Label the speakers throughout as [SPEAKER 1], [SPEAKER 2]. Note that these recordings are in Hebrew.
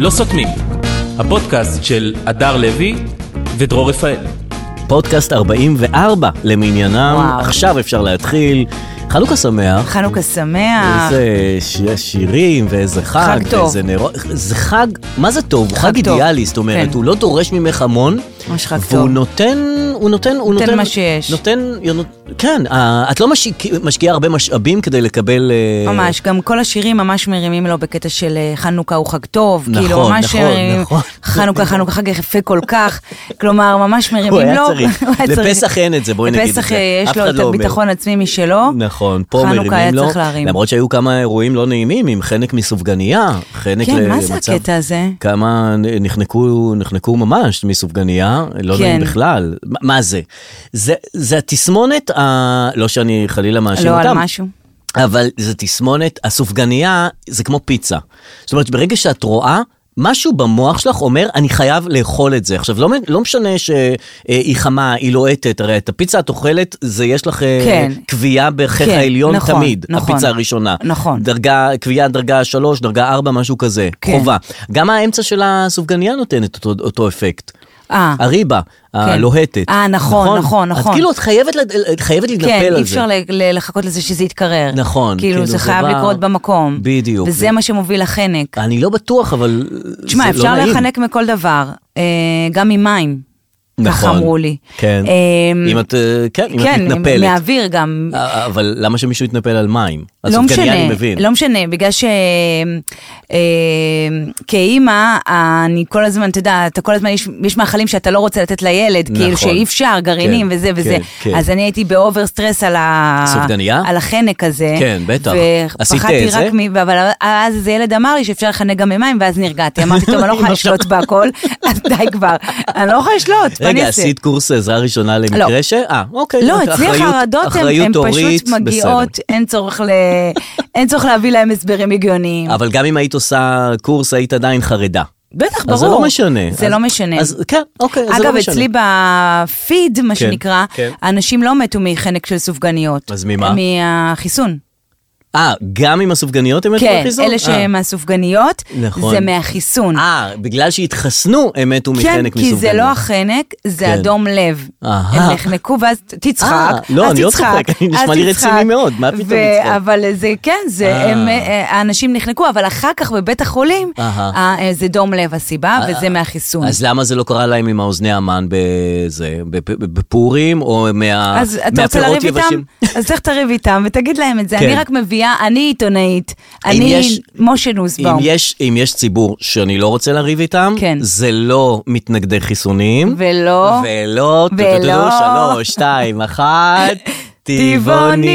[SPEAKER 1] לא סותמים, הפודקאסט של הדר לוי ודרור רפאל.
[SPEAKER 2] פודקאסט 44 למניינם,
[SPEAKER 3] וואו.
[SPEAKER 2] עכשיו אפשר להתחיל. חנוכה שמח.
[SPEAKER 3] חנוכה שמח.
[SPEAKER 2] איזה ש- שירים, ואיזה חג,
[SPEAKER 3] חג טוב.
[SPEAKER 2] ואיזה נרות, זה חג, מה זה טוב? הוא חג,
[SPEAKER 3] חג טוב.
[SPEAKER 2] אידיאלי, זאת אומרת,
[SPEAKER 3] כן.
[SPEAKER 2] הוא לא דורש ממך המון,
[SPEAKER 3] ממש חג
[SPEAKER 2] והוא
[SPEAKER 3] טוב.
[SPEAKER 2] נותן, הוא נותן, הוא
[SPEAKER 3] נותן
[SPEAKER 2] נותן,
[SPEAKER 3] מה שיש.
[SPEAKER 2] נותן, יונות- כן, אה, את לא משיק- משקיעה הרבה משאבים כדי לקבל... אה,
[SPEAKER 3] ממש, גם כל השירים ממש מרימים לו בקטע של אה, חנוכה הוא חג טוב,
[SPEAKER 2] נכון,
[SPEAKER 3] כאילו ממש
[SPEAKER 2] נכון,
[SPEAKER 3] מרימים,
[SPEAKER 2] נכון.
[SPEAKER 3] חנוכה, חנוכה חג יפה כל כך, כלומר ממש מרימים לו,
[SPEAKER 2] הוא היה צריך.
[SPEAKER 3] הוא היה צריך.
[SPEAKER 2] לפסח אין את זה, בואי נגיד את זה.
[SPEAKER 3] לפסח אה, יש
[SPEAKER 2] אף אחד
[SPEAKER 3] לו את
[SPEAKER 2] לא אומר.
[SPEAKER 3] הביטחון עצמי משלו,
[SPEAKER 2] נכון, פה מרימים לו.
[SPEAKER 3] לא? חנוכה היה צריך להרים.
[SPEAKER 2] למרות שהיו כמה אירועים לא נעימים, עם חנק מסופגניה, חנק למצב...
[SPEAKER 3] כן, מה זה הקטע הזה?
[SPEAKER 2] כמה נחנקו, נחנקו ממש מסופגניה, לא
[SPEAKER 3] כן.
[SPEAKER 2] נעים בכלל. מה- מה זה? זה, זה התסמונת, ה... לא שאני חלילה מאשים
[SPEAKER 3] לא
[SPEAKER 2] אותם.
[SPEAKER 3] על משהו.
[SPEAKER 2] אבל זה תסמונת, הסופגניה זה כמו פיצה. זאת אומרת, ברגע שאת רואה... משהו במוח שלך אומר, אני חייב לאכול את זה. עכשיו, לא, מ- לא משנה שהיא חמה, היא לוהטת, הרי את הפיצה את אוכלת, זה יש לך אה,
[SPEAKER 3] כן.
[SPEAKER 2] קביעה בחך
[SPEAKER 3] כן,
[SPEAKER 2] העליון
[SPEAKER 3] נכון,
[SPEAKER 2] תמיד,
[SPEAKER 3] נכון.
[SPEAKER 2] הפיצה הראשונה.
[SPEAKER 3] נכון.
[SPEAKER 2] דרגה, קביעה דרגה 3, דרגה 4, משהו כזה,
[SPEAKER 3] כן.
[SPEAKER 2] חובה. גם האמצע של הסופגניה נותנת אותו, אותו אפקט.
[SPEAKER 3] אה,
[SPEAKER 2] הריבה, הלוהטת.
[SPEAKER 3] אה, נכון, נכון,
[SPEAKER 2] אז
[SPEAKER 3] נכון.
[SPEAKER 2] כאילו את חייבת, לד- את חייבת להתנפל על זה.
[SPEAKER 3] כן, אי אפשר ל- ל- לחכות לזה שזה יתקרר.
[SPEAKER 2] נכון, כאילו,
[SPEAKER 3] כאילו זה
[SPEAKER 2] זה
[SPEAKER 3] חייב
[SPEAKER 2] בא-
[SPEAKER 3] לקרות במקום.
[SPEAKER 2] בדיוק.
[SPEAKER 3] וזה מה שמוביל לחנק.
[SPEAKER 2] אני לא בטוח, אבל
[SPEAKER 3] תשמע,
[SPEAKER 2] זה לא
[SPEAKER 3] אפשר
[SPEAKER 2] נעים.
[SPEAKER 3] להיחנק מכל דבר, אה, גם ממים.
[SPEAKER 2] נכון.
[SPEAKER 3] ככה אמרו לי.
[SPEAKER 2] כן.
[SPEAKER 3] אה,
[SPEAKER 2] אם את, אה, כן, אם
[SPEAKER 3] כן,
[SPEAKER 2] את מתנפלת.
[SPEAKER 3] מהאוויר גם.
[SPEAKER 2] אה, אבל למה שמישהו יתנפל על מים?
[SPEAKER 3] לא
[SPEAKER 2] הסופגניה,
[SPEAKER 3] משנה,
[SPEAKER 2] אני מבין.
[SPEAKER 3] לא משנה, בגלל ש... אה, כאימא, אני כל הזמן, אתה יודע, אתה כל הזמן, יש, יש מאכלים שאתה לא רוצה לתת לילד,
[SPEAKER 2] נכון.
[SPEAKER 3] כאילו שאי אפשר, גרעינים
[SPEAKER 2] כן,
[SPEAKER 3] וזה וזה.
[SPEAKER 2] כן, כן.
[SPEAKER 3] אז אני הייתי באובר סטרס על, ה...
[SPEAKER 2] סופגניה?
[SPEAKER 3] על החנק הזה.
[SPEAKER 2] כן, בטח. עשית
[SPEAKER 3] ופחדתי
[SPEAKER 2] את זה?
[SPEAKER 3] רק מ... אבל אז איזה ילד אמר לי שאפשר לחנק גם ממים, ואז נרגעתי. אמרתי, טוב, אני לא יכולה לשלוט בהכל, אז די כבר. אני לא יכולה לשלוט, מה אני
[SPEAKER 2] רגע,
[SPEAKER 3] אעשה?
[SPEAKER 2] עשית קורס עזרה ראשונה למקרה
[SPEAKER 3] לא.
[SPEAKER 2] ש... אה, אוקיי.
[SPEAKER 3] לא,
[SPEAKER 2] אוקיי,
[SPEAKER 3] אצלי
[SPEAKER 2] אחריות-
[SPEAKER 3] החרדות הן
[SPEAKER 2] אחריות
[SPEAKER 3] הן
[SPEAKER 2] הורית,
[SPEAKER 3] פשוט מגיעות,
[SPEAKER 2] בסדר.
[SPEAKER 3] אין צורך ל... אין צורך להביא להם הסברים הגיוניים.
[SPEAKER 2] אבל גם אם היית עושה קורס, היית עדיין חרדה.
[SPEAKER 3] בטח, ברור.
[SPEAKER 2] אז זה לא משנה.
[SPEAKER 3] זה
[SPEAKER 2] אז-
[SPEAKER 3] לא משנה.
[SPEAKER 2] אז כן, אוקיי, אז זה לא
[SPEAKER 3] אגב,
[SPEAKER 2] משנה.
[SPEAKER 3] אצלי בפיד, מה
[SPEAKER 2] כן,
[SPEAKER 3] שנקרא,
[SPEAKER 2] כן.
[SPEAKER 3] אנשים לא מתו מחנק של סופגניות.
[SPEAKER 2] אז ממה?
[SPEAKER 3] מהחיסון.
[SPEAKER 2] אה, גם עם הסופגניות הם מתו
[SPEAKER 3] כן,
[SPEAKER 2] מחיסון?
[SPEAKER 3] אלה
[SPEAKER 2] אה.
[SPEAKER 3] שהם מהסופגניות,
[SPEAKER 2] נכון.
[SPEAKER 3] זה מהחיסון.
[SPEAKER 2] אה, בגלל שהתחסנו, הם מתו
[SPEAKER 3] כן,
[SPEAKER 2] מחנק מסופגניות.
[SPEAKER 3] כי זה לא החנק,
[SPEAKER 2] כן.
[SPEAKER 3] זה אדום לב.
[SPEAKER 2] אהה.
[SPEAKER 3] הם נחנקו ואז ת- תצחק,
[SPEAKER 2] אה,
[SPEAKER 3] אז
[SPEAKER 2] לא, אני לא
[SPEAKER 3] תצחק,
[SPEAKER 2] צוחק, אני
[SPEAKER 3] אז
[SPEAKER 2] נשמע לי
[SPEAKER 3] תצחק.
[SPEAKER 2] רציני מאוד, מה פתאום
[SPEAKER 3] ו-
[SPEAKER 2] לצחוק?
[SPEAKER 3] אבל זה, כן, זה,
[SPEAKER 2] אה.
[SPEAKER 3] הם, אה, האנשים נחנקו, אבל אחר כך בבית החולים,
[SPEAKER 2] אהה. אה,
[SPEAKER 3] אה, זה דום לב הסיבה, וזה מהחיסון.
[SPEAKER 2] אז למה זה לא קרה להם עם האוזני המן בזה, בפ- בפורים, או מה...
[SPEAKER 3] אז אתה רוצה
[SPEAKER 2] מהפירות
[SPEAKER 3] לריב איתם?
[SPEAKER 2] יבשים?
[SPEAKER 3] אז לך תריב איתם ותגיד להם את זה.
[SPEAKER 2] כן.
[SPEAKER 3] אני רק מביאה, אני עיתונאית, אני
[SPEAKER 2] יש-
[SPEAKER 3] משה
[SPEAKER 2] אם
[SPEAKER 3] נוסבאום,
[SPEAKER 2] יש, אם יש ציבור שאני לא רוצה לריב איתם,
[SPEAKER 3] כן.
[SPEAKER 2] זה לא מתנגדי חיסונים.
[SPEAKER 3] ולא-
[SPEAKER 2] ולא.
[SPEAKER 3] ולא-
[SPEAKER 2] ולא. שלוש, שתיים, אחת. טבעונים.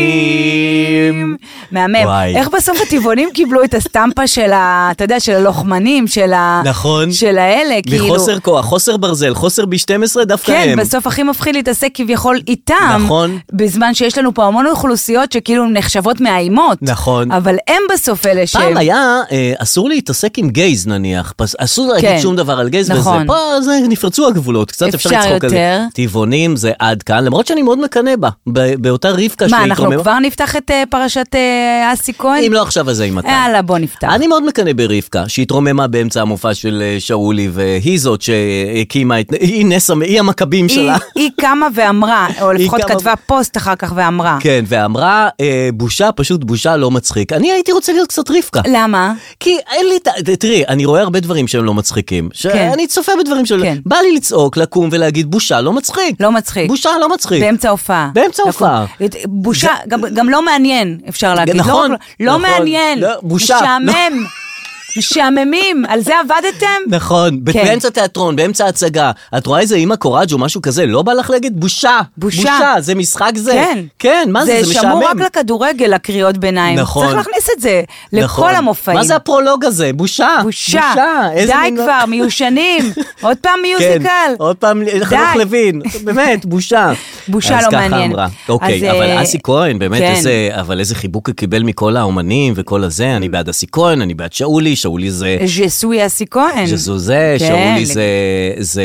[SPEAKER 3] טבעונים. מהמם.
[SPEAKER 2] וואי.
[SPEAKER 3] איך בסוף הטבעונים קיבלו את הסטמפה של ה... אתה יודע, של הלוחמנים, של ה...
[SPEAKER 2] נכון.
[SPEAKER 3] של האלה, כאילו.
[SPEAKER 2] מחוסר כוח, חוסר ברזל, חוסר ב-12, דווקא הם.
[SPEAKER 3] כן, בסוף הכי מפחיד להתעסק כביכול איתם.
[SPEAKER 2] נכון.
[SPEAKER 3] בזמן שיש לנו פה המון אוכלוסיות שכאילו נחשבות מאיימות.
[SPEAKER 2] נכון.
[SPEAKER 3] אבל הם בסוף אלה שהם...
[SPEAKER 2] פעם היה אה, אסור להתעסק עם גייז נניח, פס- אסור להגיד
[SPEAKER 3] כן.
[SPEAKER 2] שום דבר על גייז וזה,
[SPEAKER 3] נכון.
[SPEAKER 2] פה זה נפרצו הגבולות, קצת אפשר
[SPEAKER 3] אפשר
[SPEAKER 2] לצחוק על זה.
[SPEAKER 3] יותר.
[SPEAKER 2] טבעונים זה עד כאן, למרות שאני מאוד מקנא בה, ב- באותה רבקה
[SPEAKER 3] מה,
[SPEAKER 2] שהיא
[SPEAKER 3] אנחנו
[SPEAKER 2] התרוממה-
[SPEAKER 3] כבר נפתח את אה, פרשת אה, אסי כהן?
[SPEAKER 2] אם לא עכשיו אז אימתי.
[SPEAKER 3] יאללה, בוא נפתח.
[SPEAKER 2] אני מאוד מקנא ברבקה, שהתרוממה באמצע המופע של אה, שאולי, והיא זאת שהקימה את, היא נס, המ- היא המכבים
[SPEAKER 3] היא-
[SPEAKER 2] שלה.
[SPEAKER 3] היא קמה ואמרה, או
[SPEAKER 2] היא
[SPEAKER 3] לפחות
[SPEAKER 2] קמה-
[SPEAKER 3] כתבה פוסט אחר כך ואמרה.
[SPEAKER 2] כן, ואמרה, אה, בושה, פשוט בושה, לא מצחיק. אני הייתי רוצה להיות קצת רבקה.
[SPEAKER 3] למה?
[SPEAKER 2] כי אין לי את ה... תראי, אני רואה הרבה דברים שהם לא מצחיקים.
[SPEAKER 3] כן.
[SPEAKER 2] שאני צופה בדברים שלא...
[SPEAKER 3] כן.
[SPEAKER 2] בא לי לצעוק, לקום ולהגיד, בושה, לא מצחיק.
[SPEAKER 3] לא מצחיק.
[SPEAKER 2] בושה, לא מצחיק.
[SPEAKER 3] באמצע הופעה.
[SPEAKER 2] באמצע הופעה.
[SPEAKER 3] נכון. בושה, גם, גם לא מעניין, אפשר להגיד.
[SPEAKER 2] נכון,
[SPEAKER 3] לא, רק- לא
[SPEAKER 2] נכון.
[SPEAKER 3] מעניין.
[SPEAKER 2] לא, בושה, לא.
[SPEAKER 3] משעמם. משעממים. על זה עבדתם?
[SPEAKER 2] נכון, כן.
[SPEAKER 3] כן.
[SPEAKER 2] באמצע תיאטרון, באמצע הצגה, את רואה איזה אימא קוראג' או משהו כזה, לא בא לך להגיד בושה.
[SPEAKER 3] בושה.
[SPEAKER 2] זה משחק זה.
[SPEAKER 3] כן.
[SPEAKER 2] כן, מה זה, זה
[SPEAKER 3] זה שמור רק
[SPEAKER 2] משעמם.
[SPEAKER 3] לכדורגל, הקריאות ביניים.
[SPEAKER 2] נכון.
[SPEAKER 3] צריך להכניס את זה
[SPEAKER 2] נכון.
[SPEAKER 3] לכל המופעים.
[SPEAKER 2] מה זה הפרולוג הזה? בושה.
[SPEAKER 3] בושה.
[SPEAKER 2] איזה
[SPEAKER 3] די
[SPEAKER 2] מין-
[SPEAKER 3] כבר, מיושנים. עוד פעם
[SPEAKER 2] כן,
[SPEAKER 3] מיוזיקל.
[SPEAKER 2] עוד פעם חנוך
[SPEAKER 3] די.
[SPEAKER 2] לוין, באמת, בושה.
[SPEAKER 3] בושה
[SPEAKER 2] אז
[SPEAKER 3] לא
[SPEAKER 2] ככה
[SPEAKER 3] מעניין.
[SPEAKER 2] אמרה.
[SPEAKER 3] אז,
[SPEAKER 2] אוקיי, אבל
[SPEAKER 3] אה,
[SPEAKER 2] אסי כהן, באמת
[SPEAKER 3] כן.
[SPEAKER 2] איזה, אבל איזה חיבוק הוא קיבל מכל האומנים וכל הזה, אני בעד אסי כהן, אני בעד שאולי, שאולי זה...
[SPEAKER 3] ז'סוי אסי כהן.
[SPEAKER 2] ז'זו זה,
[SPEAKER 3] כן,
[SPEAKER 2] שאולי
[SPEAKER 3] לג-
[SPEAKER 2] זה, זה,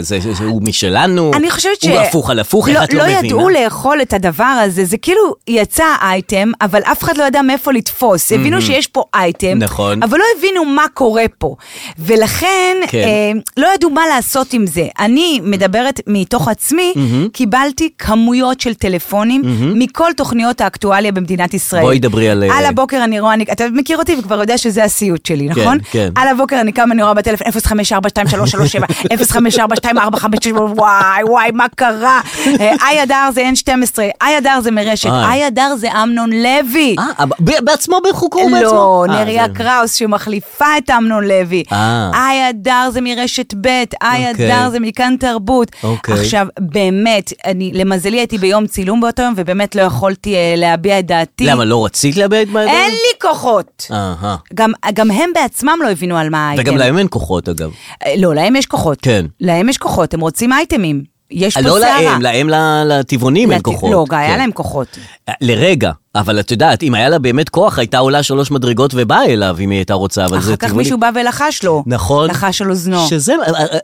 [SPEAKER 2] זה, זה, הוא משלנו,
[SPEAKER 3] אני חושבת ש...
[SPEAKER 2] הוא הפוך על הפוך, איך את לא,
[SPEAKER 3] לא
[SPEAKER 2] מבינה?
[SPEAKER 3] ידעו לאכול את הדבר הזה, זה כאילו יצא אייטם, אבל אף אחד לא ידע מאיפה לתפוס. הבינו שיש פה אייטם,
[SPEAKER 2] Mhm. נכון.
[SPEAKER 3] אבל לא הבינו מה קורה פה. ולכן,
[SPEAKER 2] כן.
[SPEAKER 3] אה, לא ידעו מה לעשות עם זה. אני מדברת מתוך עצמי,
[SPEAKER 2] Mhm.
[SPEAKER 3] קיבלתי כמויות של טלפונים מכל תוכניות האקטואליה במדינת ישראל.
[SPEAKER 2] בואי דברי על, אה,
[SPEAKER 3] על הבוקר אני רואה, אני- אתה מכיר אותי וכבר יודע שזה הסיוט שלי,
[SPEAKER 2] כן,
[SPEAKER 3] נכון?
[SPEAKER 2] כן.
[SPEAKER 3] על הבוקר אני קמה, אני רואה בטלפון 05423337, 054245, וואי, וואי, מה קרה? אה, איי הדר זה N12, איי הדר זה מרשת,
[SPEAKER 2] איי.
[SPEAKER 3] איי הדר זה אמנון לוי.
[SPEAKER 2] אה, ב- בעצמו בחוקו בעצמו?
[SPEAKER 3] לא,
[SPEAKER 2] אה,
[SPEAKER 3] נריה
[SPEAKER 2] זה-
[SPEAKER 3] קראוס שמחליפה את אמנון לוי.
[SPEAKER 2] אה.
[SPEAKER 3] איי הדר זה מרשת ב', איי
[SPEAKER 2] אוקיי.
[SPEAKER 3] הדר זה מכאן תרבות.
[SPEAKER 2] אוקיי.
[SPEAKER 3] עכשיו, באמת, אני, למזלי הייתי ביום צילום באותו יום, ובאמת לא יכולתי אה, להביע את דעתי.
[SPEAKER 2] למה, לא רצית לאבד בידיים?
[SPEAKER 3] אין לי כוחות.
[SPEAKER 2] אהה.
[SPEAKER 3] גם, גם הם בעצמם לא הבינו על מה האייטם.
[SPEAKER 2] וגם להם אין כוחות, אגב.
[SPEAKER 3] אה, לא, להם יש כוחות.
[SPEAKER 2] כן.
[SPEAKER 3] להם יש כוחות, הם רוצים אייטמים. יש פה
[SPEAKER 2] לא
[SPEAKER 3] סערה.
[SPEAKER 2] להם, להם ל- לטבעונים אין
[SPEAKER 3] לת-
[SPEAKER 2] כוחות.
[SPEAKER 3] לא, היה
[SPEAKER 2] כן.
[SPEAKER 3] להם כוחות.
[SPEAKER 2] לרגע, אבל את יודעת, אם היה לה באמת כוח, הייתה עולה שלוש מדרגות ובאה אליו אם היא הייתה רוצה, אבל זה
[SPEAKER 3] אחר כך
[SPEAKER 2] טבעוני.
[SPEAKER 3] מישהו בא ולחש לו.
[SPEAKER 2] נכון.
[SPEAKER 3] לחש על אוזנו.
[SPEAKER 2] שזה,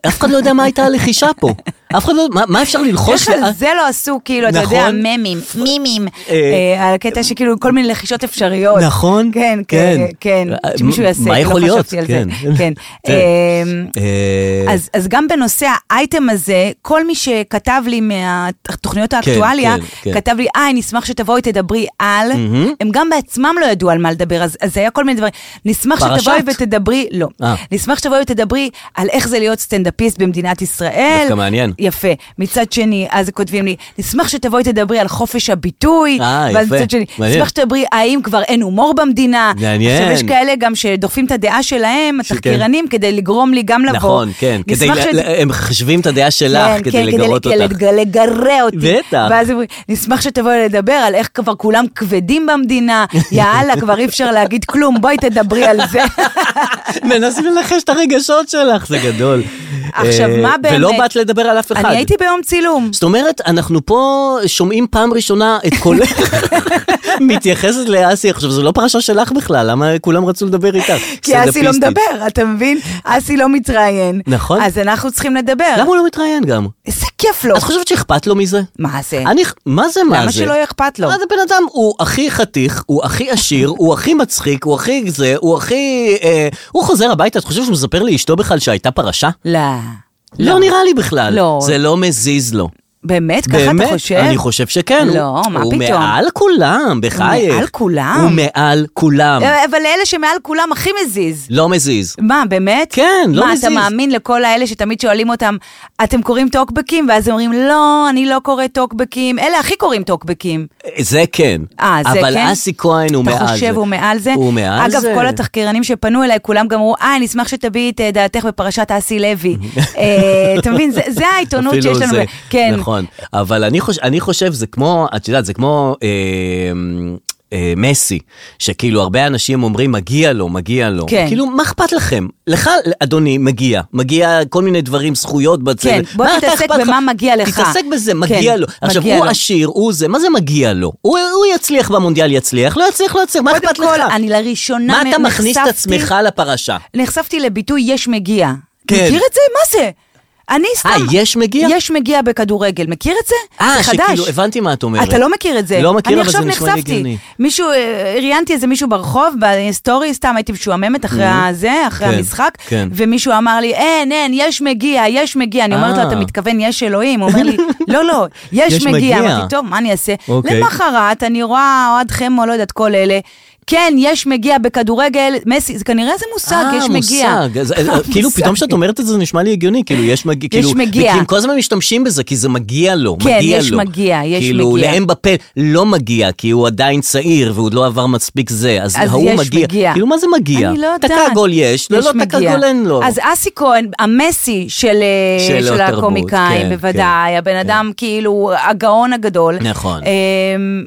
[SPEAKER 2] אף אחד לא יודע מה הייתה הלחישה פה. אף אחד לא, מה- מה אפשר ללחוש?
[SPEAKER 3] איך
[SPEAKER 2] לאן?
[SPEAKER 3] על זה לא עשו, כאילו, אתה יודע,
[SPEAKER 2] נכון.
[SPEAKER 3] ממים, מימים,
[SPEAKER 2] אה,
[SPEAKER 3] אה, על הקטע שכאילו כל מיני לחישות אפשריות.
[SPEAKER 2] נכון,
[SPEAKER 3] כן,
[SPEAKER 2] כן.
[SPEAKER 3] כן, כן,
[SPEAKER 2] אה,
[SPEAKER 3] שמישהו
[SPEAKER 2] מ-
[SPEAKER 3] יעשה,
[SPEAKER 2] מה
[SPEAKER 3] לא
[SPEAKER 2] יכול להיות?
[SPEAKER 3] חשבתי על זה.
[SPEAKER 2] כן.
[SPEAKER 3] כן.
[SPEAKER 2] כן.
[SPEAKER 3] אה,
[SPEAKER 2] אה,
[SPEAKER 3] אז, אז גם בנושא האייטם הזה, כל מי שכתב לי מהתוכניות האקטואליה,
[SPEAKER 2] כן, כן.
[SPEAKER 3] כתב לי, אה, נשמח שתבואי, תדברי על, הם גם בעצמם לא ידעו על מה לדבר, אז, אז היה כל מיני דברים. נשמח
[SPEAKER 2] פרשת?
[SPEAKER 3] שתבואי ותדברי, לא.
[SPEAKER 2] אה.
[SPEAKER 3] נשמח שתבואי ותדברי על איך זה להיות סטנדאפיסט במדינת ישראל.
[SPEAKER 2] דווקא מעניין.
[SPEAKER 3] יפה. מצד שני, אז כותבים לי, נשמח שתבואי, תדברי על חופש הביטוי.
[SPEAKER 2] אה,
[SPEAKER 3] ואז
[SPEAKER 2] יפה.
[SPEAKER 3] מצד שני,
[SPEAKER 2] מעניין.
[SPEAKER 3] נשמח שתדברי, האם כבר אין הומור במדינה.
[SPEAKER 2] מעניין.
[SPEAKER 3] עכשיו, יש כאלה גם שדוחפים את הדעה שלהם,
[SPEAKER 2] שכן.
[SPEAKER 3] התחקירנים, כדי לגרום לי גם לבוא.
[SPEAKER 2] נכון, כן. כדי,
[SPEAKER 3] נשמח
[SPEAKER 2] ל-
[SPEAKER 3] שת- כן,
[SPEAKER 2] ל- הם חשבים את הדעה שלך כדי לגרות
[SPEAKER 3] כדי
[SPEAKER 2] אותך.
[SPEAKER 3] לג- לגרה אותי.
[SPEAKER 2] בטח.
[SPEAKER 3] ואז הם אומרים, נשמח שתבואי לדבר על איך כבר כולם כבדים במדינה, יאללה, כבר אי אפשר להגיד כלום, בואי תדברי על זה.
[SPEAKER 2] מנסים לנחש את הרגשות שלך, זה גדול.
[SPEAKER 3] עכשיו,
[SPEAKER 2] אה,
[SPEAKER 3] מה
[SPEAKER 2] ולא
[SPEAKER 3] באמת?
[SPEAKER 2] באת לדבר על אף אחד.
[SPEAKER 3] אני הייתי ביום צילום.
[SPEAKER 2] זאת אומרת, אנחנו פה שומעים פעם ראשונה את קולך מתייחסת לאסי. עכשיו, זו לא פרשה שלך בכלל, למה כולם רצו לדבר איתך?
[SPEAKER 3] כי אסי לא
[SPEAKER 2] סטנדאפיסטית.
[SPEAKER 3] מדבר, אתה מבין? אסי לא מתראיין.
[SPEAKER 2] נכון.
[SPEAKER 3] אז אנחנו צריכים לדבר.
[SPEAKER 2] למה הוא לא מתראיין גם?
[SPEAKER 3] איזה כיף לו.
[SPEAKER 2] את חושבת שאכפת לו מזה?
[SPEAKER 3] מה זה?
[SPEAKER 2] אני, מה זה מה זה?
[SPEAKER 3] לא. כן. למה שלא יהיה אכפת לו?
[SPEAKER 2] מה זה בן אדם? הוא הכי חתיך, הוא הכי עשיר, הוא הכי מצחיק, הוא הכי זה, הוא הכי... אה, הוא חוזר הביתה, את חושבת שהוא מספר לאשתו בכלל שהייתה פרשה?
[SPEAKER 3] לא.
[SPEAKER 2] לא נראה לי בכלל.
[SPEAKER 3] לא.
[SPEAKER 2] זה לא מזיז לו.
[SPEAKER 3] באמת? ככה
[SPEAKER 2] באמת?
[SPEAKER 3] אתה חושב?
[SPEAKER 2] אני חושב שכן.
[SPEAKER 3] לא,
[SPEAKER 2] הוא-
[SPEAKER 3] מה
[SPEAKER 2] הוא
[SPEAKER 3] פתאום?
[SPEAKER 2] מעל כולם, בחייך.
[SPEAKER 3] מעל כולם?
[SPEAKER 2] הוא מעל כולם.
[SPEAKER 3] אה, אבל אלה שמעל כולם הכי מזיז.
[SPEAKER 2] לא מזיז.
[SPEAKER 3] מה, באמת?
[SPEAKER 2] כן, לא
[SPEAKER 3] מה,
[SPEAKER 2] מזיז.
[SPEAKER 3] מה, אתה מאמין לכל האלה שתמיד שואלים אותם, אתם קוראים טוקבקים? ואז הם אומרים, לא, אני לא קורא טוקבקים. אלה הכי קוראים טוקבקים.
[SPEAKER 2] זה כן.
[SPEAKER 3] אה, זה
[SPEAKER 2] אבל
[SPEAKER 3] כן?
[SPEAKER 2] אבל אסי כהן הוא מעל זה.
[SPEAKER 3] אתה חושב, הוא מעל זה?
[SPEAKER 2] הוא מעל
[SPEAKER 3] אגב,
[SPEAKER 2] זה.
[SPEAKER 3] כל התחקירנים שפנו אליי, כולם גם אמרו, אה, נשמח שתביעי את אה, דעתך בפרשת אסי לוי. אה, אתה מבין, זה- זה העיתונות שיש
[SPEAKER 2] אפילו
[SPEAKER 3] לנו.
[SPEAKER 2] זה,
[SPEAKER 3] כן.
[SPEAKER 2] נכון. אבל אני חושב, אני חושב, זה כמו, את יודעת, זה כמו... אה, אה, מסי, שכאילו הרבה אנשים אומרים מגיע לו, מגיע לו.
[SPEAKER 3] כן.
[SPEAKER 2] כאילו, מה אכפת לכם? לך, אדוני, מגיע. מגיע כל מיני דברים, זכויות בצד.
[SPEAKER 3] כן, בוא
[SPEAKER 2] מה אתה
[SPEAKER 3] תתעסק
[SPEAKER 2] אכפת לך?
[SPEAKER 3] במה מגיע לך.
[SPEAKER 2] תתעסק בזה,
[SPEAKER 3] כן,
[SPEAKER 2] מגיע לו. עכשיו,
[SPEAKER 3] מגיע
[SPEAKER 2] הוא
[SPEAKER 3] לו.
[SPEAKER 2] עשיר, הוא זה, מה זה מגיע לו? הוא, הוא יצליח במונדיאל, יצליח, לא יצליח, לא יצליח, מה
[SPEAKER 3] קודם
[SPEAKER 2] אכפת לך?
[SPEAKER 3] כל, אני לראשונה
[SPEAKER 2] מה אתה
[SPEAKER 3] נחשפתי-
[SPEAKER 2] מכניס את עצמך לפרשה?
[SPEAKER 3] נחשפתי לביטוי יש מגיע.
[SPEAKER 2] כן.
[SPEAKER 3] מכיר את זה? מה זה? אני סתם...
[SPEAKER 2] אה, יש מגיע?
[SPEAKER 3] יש מגיע בכדורגל, מכיר את זה?
[SPEAKER 2] אה,
[SPEAKER 3] זה חדש.
[SPEAKER 2] שכאילו, הבנתי מה את אומרת.
[SPEAKER 3] אתה לא מכיר את זה.
[SPEAKER 2] לא מכיר,
[SPEAKER 3] אני
[SPEAKER 2] אבל זה
[SPEAKER 3] עכשיו
[SPEAKER 2] נשמע לי
[SPEAKER 3] נחשפתי.
[SPEAKER 2] הגיוני.
[SPEAKER 3] מישהו, אה, ראיינתי איזה מישהו ברחוב, בסטורי, סתם הייתי משועממת אחרי הזה, אחרי
[SPEAKER 2] כן,
[SPEAKER 3] המשחק,
[SPEAKER 2] כן.
[SPEAKER 3] ומישהו אמר לי, אין, אין, יש מגיע, יש מגיע. אני אומרת
[SPEAKER 2] אה.
[SPEAKER 3] לו, אתה מתכוון, יש אלוהים? הוא אומר לי, לא, לא,
[SPEAKER 2] יש
[SPEAKER 3] יש
[SPEAKER 2] מגיע.
[SPEAKER 3] מגיע. אמרתי, טוב, מה אני אעשה?
[SPEAKER 2] אוקיי.
[SPEAKER 3] למחרת, אני רואה אוהד חמו, לא יודעת, כל אלה. כן, יש מגיע בכדורגל, מסי, זה כנראה זה מושג, יש מגיע.
[SPEAKER 2] אה, מושג. אז, אה, כאילו,
[SPEAKER 3] מושג.
[SPEAKER 2] פתאום כשאת אומרת את זה, זה נשמע לי הגיוני. כאילו, יש מגיע.
[SPEAKER 3] יש
[SPEAKER 2] כאילו,
[SPEAKER 3] מגיע.
[SPEAKER 2] וכי הם כל הזמן משתמשים בזה, כי זה מגיע לו.
[SPEAKER 3] כן,
[SPEAKER 2] מגיע
[SPEAKER 3] יש
[SPEAKER 2] לו.
[SPEAKER 3] מגיע, יש
[SPEAKER 2] כאילו,
[SPEAKER 3] מגיע.
[SPEAKER 2] לאם בפה לא מגיע, כי הוא עדיין צעיר, והוא עוד לא עבר מספיק זה, אז,
[SPEAKER 3] אז
[SPEAKER 2] ההוא
[SPEAKER 3] יש
[SPEAKER 2] מגיע.
[SPEAKER 3] מגיע.
[SPEAKER 2] כאילו, מה זה מגיע?
[SPEAKER 3] אני לא יודעת.
[SPEAKER 2] תקע גול יש, לא, לא, תקע
[SPEAKER 3] מגיע.
[SPEAKER 2] גול אין לו.
[SPEAKER 3] אז אסי כהן, המסי של, אה,
[SPEAKER 2] של
[SPEAKER 3] של
[SPEAKER 2] התרבות,
[SPEAKER 3] הקומיקאים,
[SPEAKER 2] כן,
[SPEAKER 3] בוודאי, הבן אדם כאילו הגאון הגדול.
[SPEAKER 2] נכון.
[SPEAKER 3] אמ,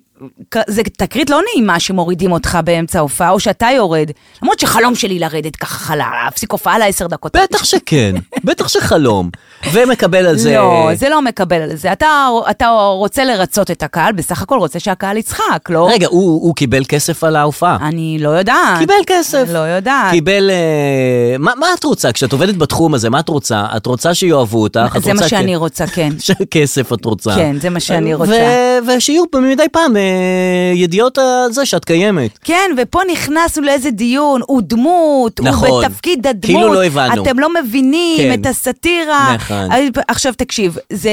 [SPEAKER 3] זה תקרית לא נעימה שמורידים אותך באמצע ההופעה, או שאתה יורד. למרות שחלום שלי לרדת ככה חלה, להפסיק הופעה לעשר דקות.
[SPEAKER 2] בטח שכן, בטח שחלום. ומקבל על זה...
[SPEAKER 3] לא, זה לא מקבל על זה. אתה, אתה רוצה לרצות את הקהל, בסך הכל רוצה שהקהל יצחק, לא?
[SPEAKER 2] רגע, הוא, הוא קיבל כסף על ההופעה.
[SPEAKER 3] אני לא יודעת.
[SPEAKER 2] קיבל כסף.
[SPEAKER 3] לא יודעת.
[SPEAKER 2] קיבל... אה, מה, מה את רוצה? כשאת עובדת בתחום הזה, מה את רוצה? את רוצה שיאהבו אותך? את
[SPEAKER 3] זה מה
[SPEAKER 2] רוצה
[SPEAKER 3] שאני
[SPEAKER 2] כ-
[SPEAKER 3] רוצה, כן.
[SPEAKER 2] שכסף את רוצה.
[SPEAKER 3] כן, זה מה שאני רוצה.
[SPEAKER 2] ו- ושיהיו מדי פעם אה, ידיעות על זה שאת קיימת.
[SPEAKER 3] כן, ופה נכנסנו לאיזה דיון, הוא דמות, הוא
[SPEAKER 2] נכון.
[SPEAKER 3] בתפקיד הדמות.
[SPEAKER 2] כאילו לא הבנו.
[SPEAKER 3] אתם לא מבינים
[SPEAKER 2] כן.
[SPEAKER 3] את הסאטירה.
[SPEAKER 2] נכון.
[SPEAKER 3] עכשיו תקשיב, זה,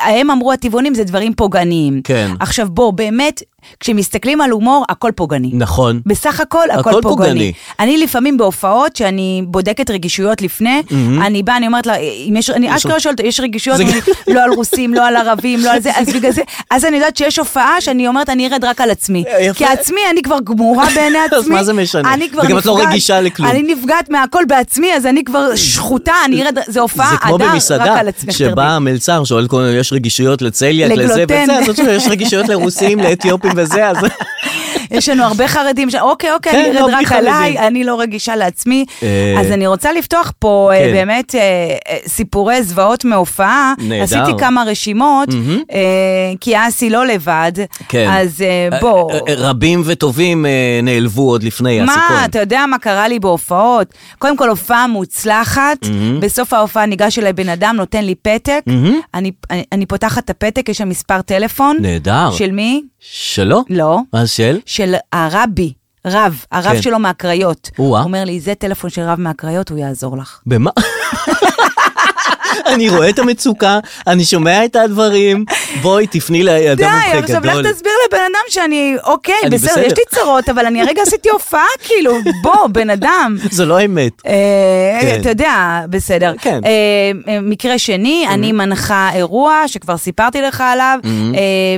[SPEAKER 3] הם אמרו הטבעונים זה דברים פוגעניים.
[SPEAKER 2] כן.
[SPEAKER 3] עכשיו בוא, באמת, כשמסתכלים על הומור, הכל פוגעני.
[SPEAKER 2] נכון.
[SPEAKER 3] בסך הכל הכל,
[SPEAKER 2] הכל
[SPEAKER 3] פוגעני.
[SPEAKER 2] פוגעני.
[SPEAKER 3] אני לפעמים בהופעות שאני בודקת רגישויות לפני, mm-hmm. אני באה, אני אומרת לה, אם יש, אני אשכרה שואלת, יש רגישויות?
[SPEAKER 2] זה
[SPEAKER 3] אומרים לי, לא על רוסים, לא על ערבים, לא על זה, אז בגלל זה, אז אני יודעת שיש הופעה שאני אומרת, אני ארד רק על עצמי.
[SPEAKER 2] אה, יפה.
[SPEAKER 3] כי עצמי, אני כבר גמורה בעיני
[SPEAKER 2] אז
[SPEAKER 3] עצמי.
[SPEAKER 2] מה זה משנה?
[SPEAKER 3] אני כבר
[SPEAKER 2] וגם את לא
[SPEAKER 3] נפגעת-
[SPEAKER 2] רגישה לכלום.
[SPEAKER 3] אני נפגעת מהכל בעצמי, אז אני כבר שחוטה, אני ארד, זה הופעה,
[SPEAKER 2] זה כמו
[SPEAKER 3] אדר, רק
[SPEAKER 2] במסעדה,
[SPEAKER 3] על עצמך.
[SPEAKER 2] שבא
[SPEAKER 3] תרדי.
[SPEAKER 2] המלצר, שואל כל מיני, יש רגישויות לצליאק, לזה
[SPEAKER 3] לגלוטן.
[SPEAKER 2] וזה, אז יש רגישויות לרוסים, לאתיופים וזה, אז...
[SPEAKER 3] יש לנו הרבה חרדים, ש... אוקיי, אוקיי,
[SPEAKER 2] כן,
[SPEAKER 3] אני
[SPEAKER 2] לא,
[SPEAKER 3] ארד
[SPEAKER 2] בלי
[SPEAKER 3] רק עליי,
[SPEAKER 2] חרדים.
[SPEAKER 3] אני לא רגישה לעצמי.
[SPEAKER 2] אה.
[SPEAKER 3] אז אני רוצה לפתוח פה אה,
[SPEAKER 2] כן.
[SPEAKER 3] באמת אה, אה, סיפורי זוועות מהופעה.
[SPEAKER 2] נהדר.
[SPEAKER 3] עשיתי כמה רשימות, אה, כי אסי לא לבד,
[SPEAKER 2] כן.
[SPEAKER 3] אז אה, בוא.
[SPEAKER 2] אה, אה, רבים וטובים אה, נעלבו עוד לפני
[SPEAKER 3] מה,
[SPEAKER 2] הסיכון.
[SPEAKER 3] אתה יודע מה קרה לי בהופעות? קודם כל, הופעה מוצלחת, בסוף ההופעה ניגש אליי בן אדם, נותן לי פתק, אני- אני- אני פותחת את הפתק, יש שם מספר טלפון.
[SPEAKER 2] נהדר.
[SPEAKER 3] של מי?
[SPEAKER 2] שלא?
[SPEAKER 3] לא.
[SPEAKER 2] אז של?
[SPEAKER 3] של הרבי, רב, הרב
[SPEAKER 2] כן.
[SPEAKER 3] שלו מהקריות. הוא
[SPEAKER 2] או-אה.
[SPEAKER 3] אומר לי, זה טלפון של רב מהקריות, הוא יעזור לך.
[SPEAKER 2] במה? אני רואה את המצוקה, אני שומע את הדברים, בואי תפני
[SPEAKER 3] די,
[SPEAKER 2] לאדם מומחה
[SPEAKER 3] עכשיו לך
[SPEAKER 2] גדול.
[SPEAKER 3] תסביר לבן אדם שאני, אוקיי,
[SPEAKER 2] אני
[SPEAKER 3] בסדר,
[SPEAKER 2] בסדר.
[SPEAKER 3] יש לי צרות, אבל אני הרגע עשיתי הופעה, כאילו, בוא, בן אדם.
[SPEAKER 2] זה לא האמת.
[SPEAKER 3] אה,
[SPEAKER 2] כן.
[SPEAKER 3] אתה יודע, בסדר.
[SPEAKER 2] כן. Mm-hmm.
[SPEAKER 3] אה, אה, מקרה שני, אני מנחה אירוע שכבר סיפרתי לך עליו, אה,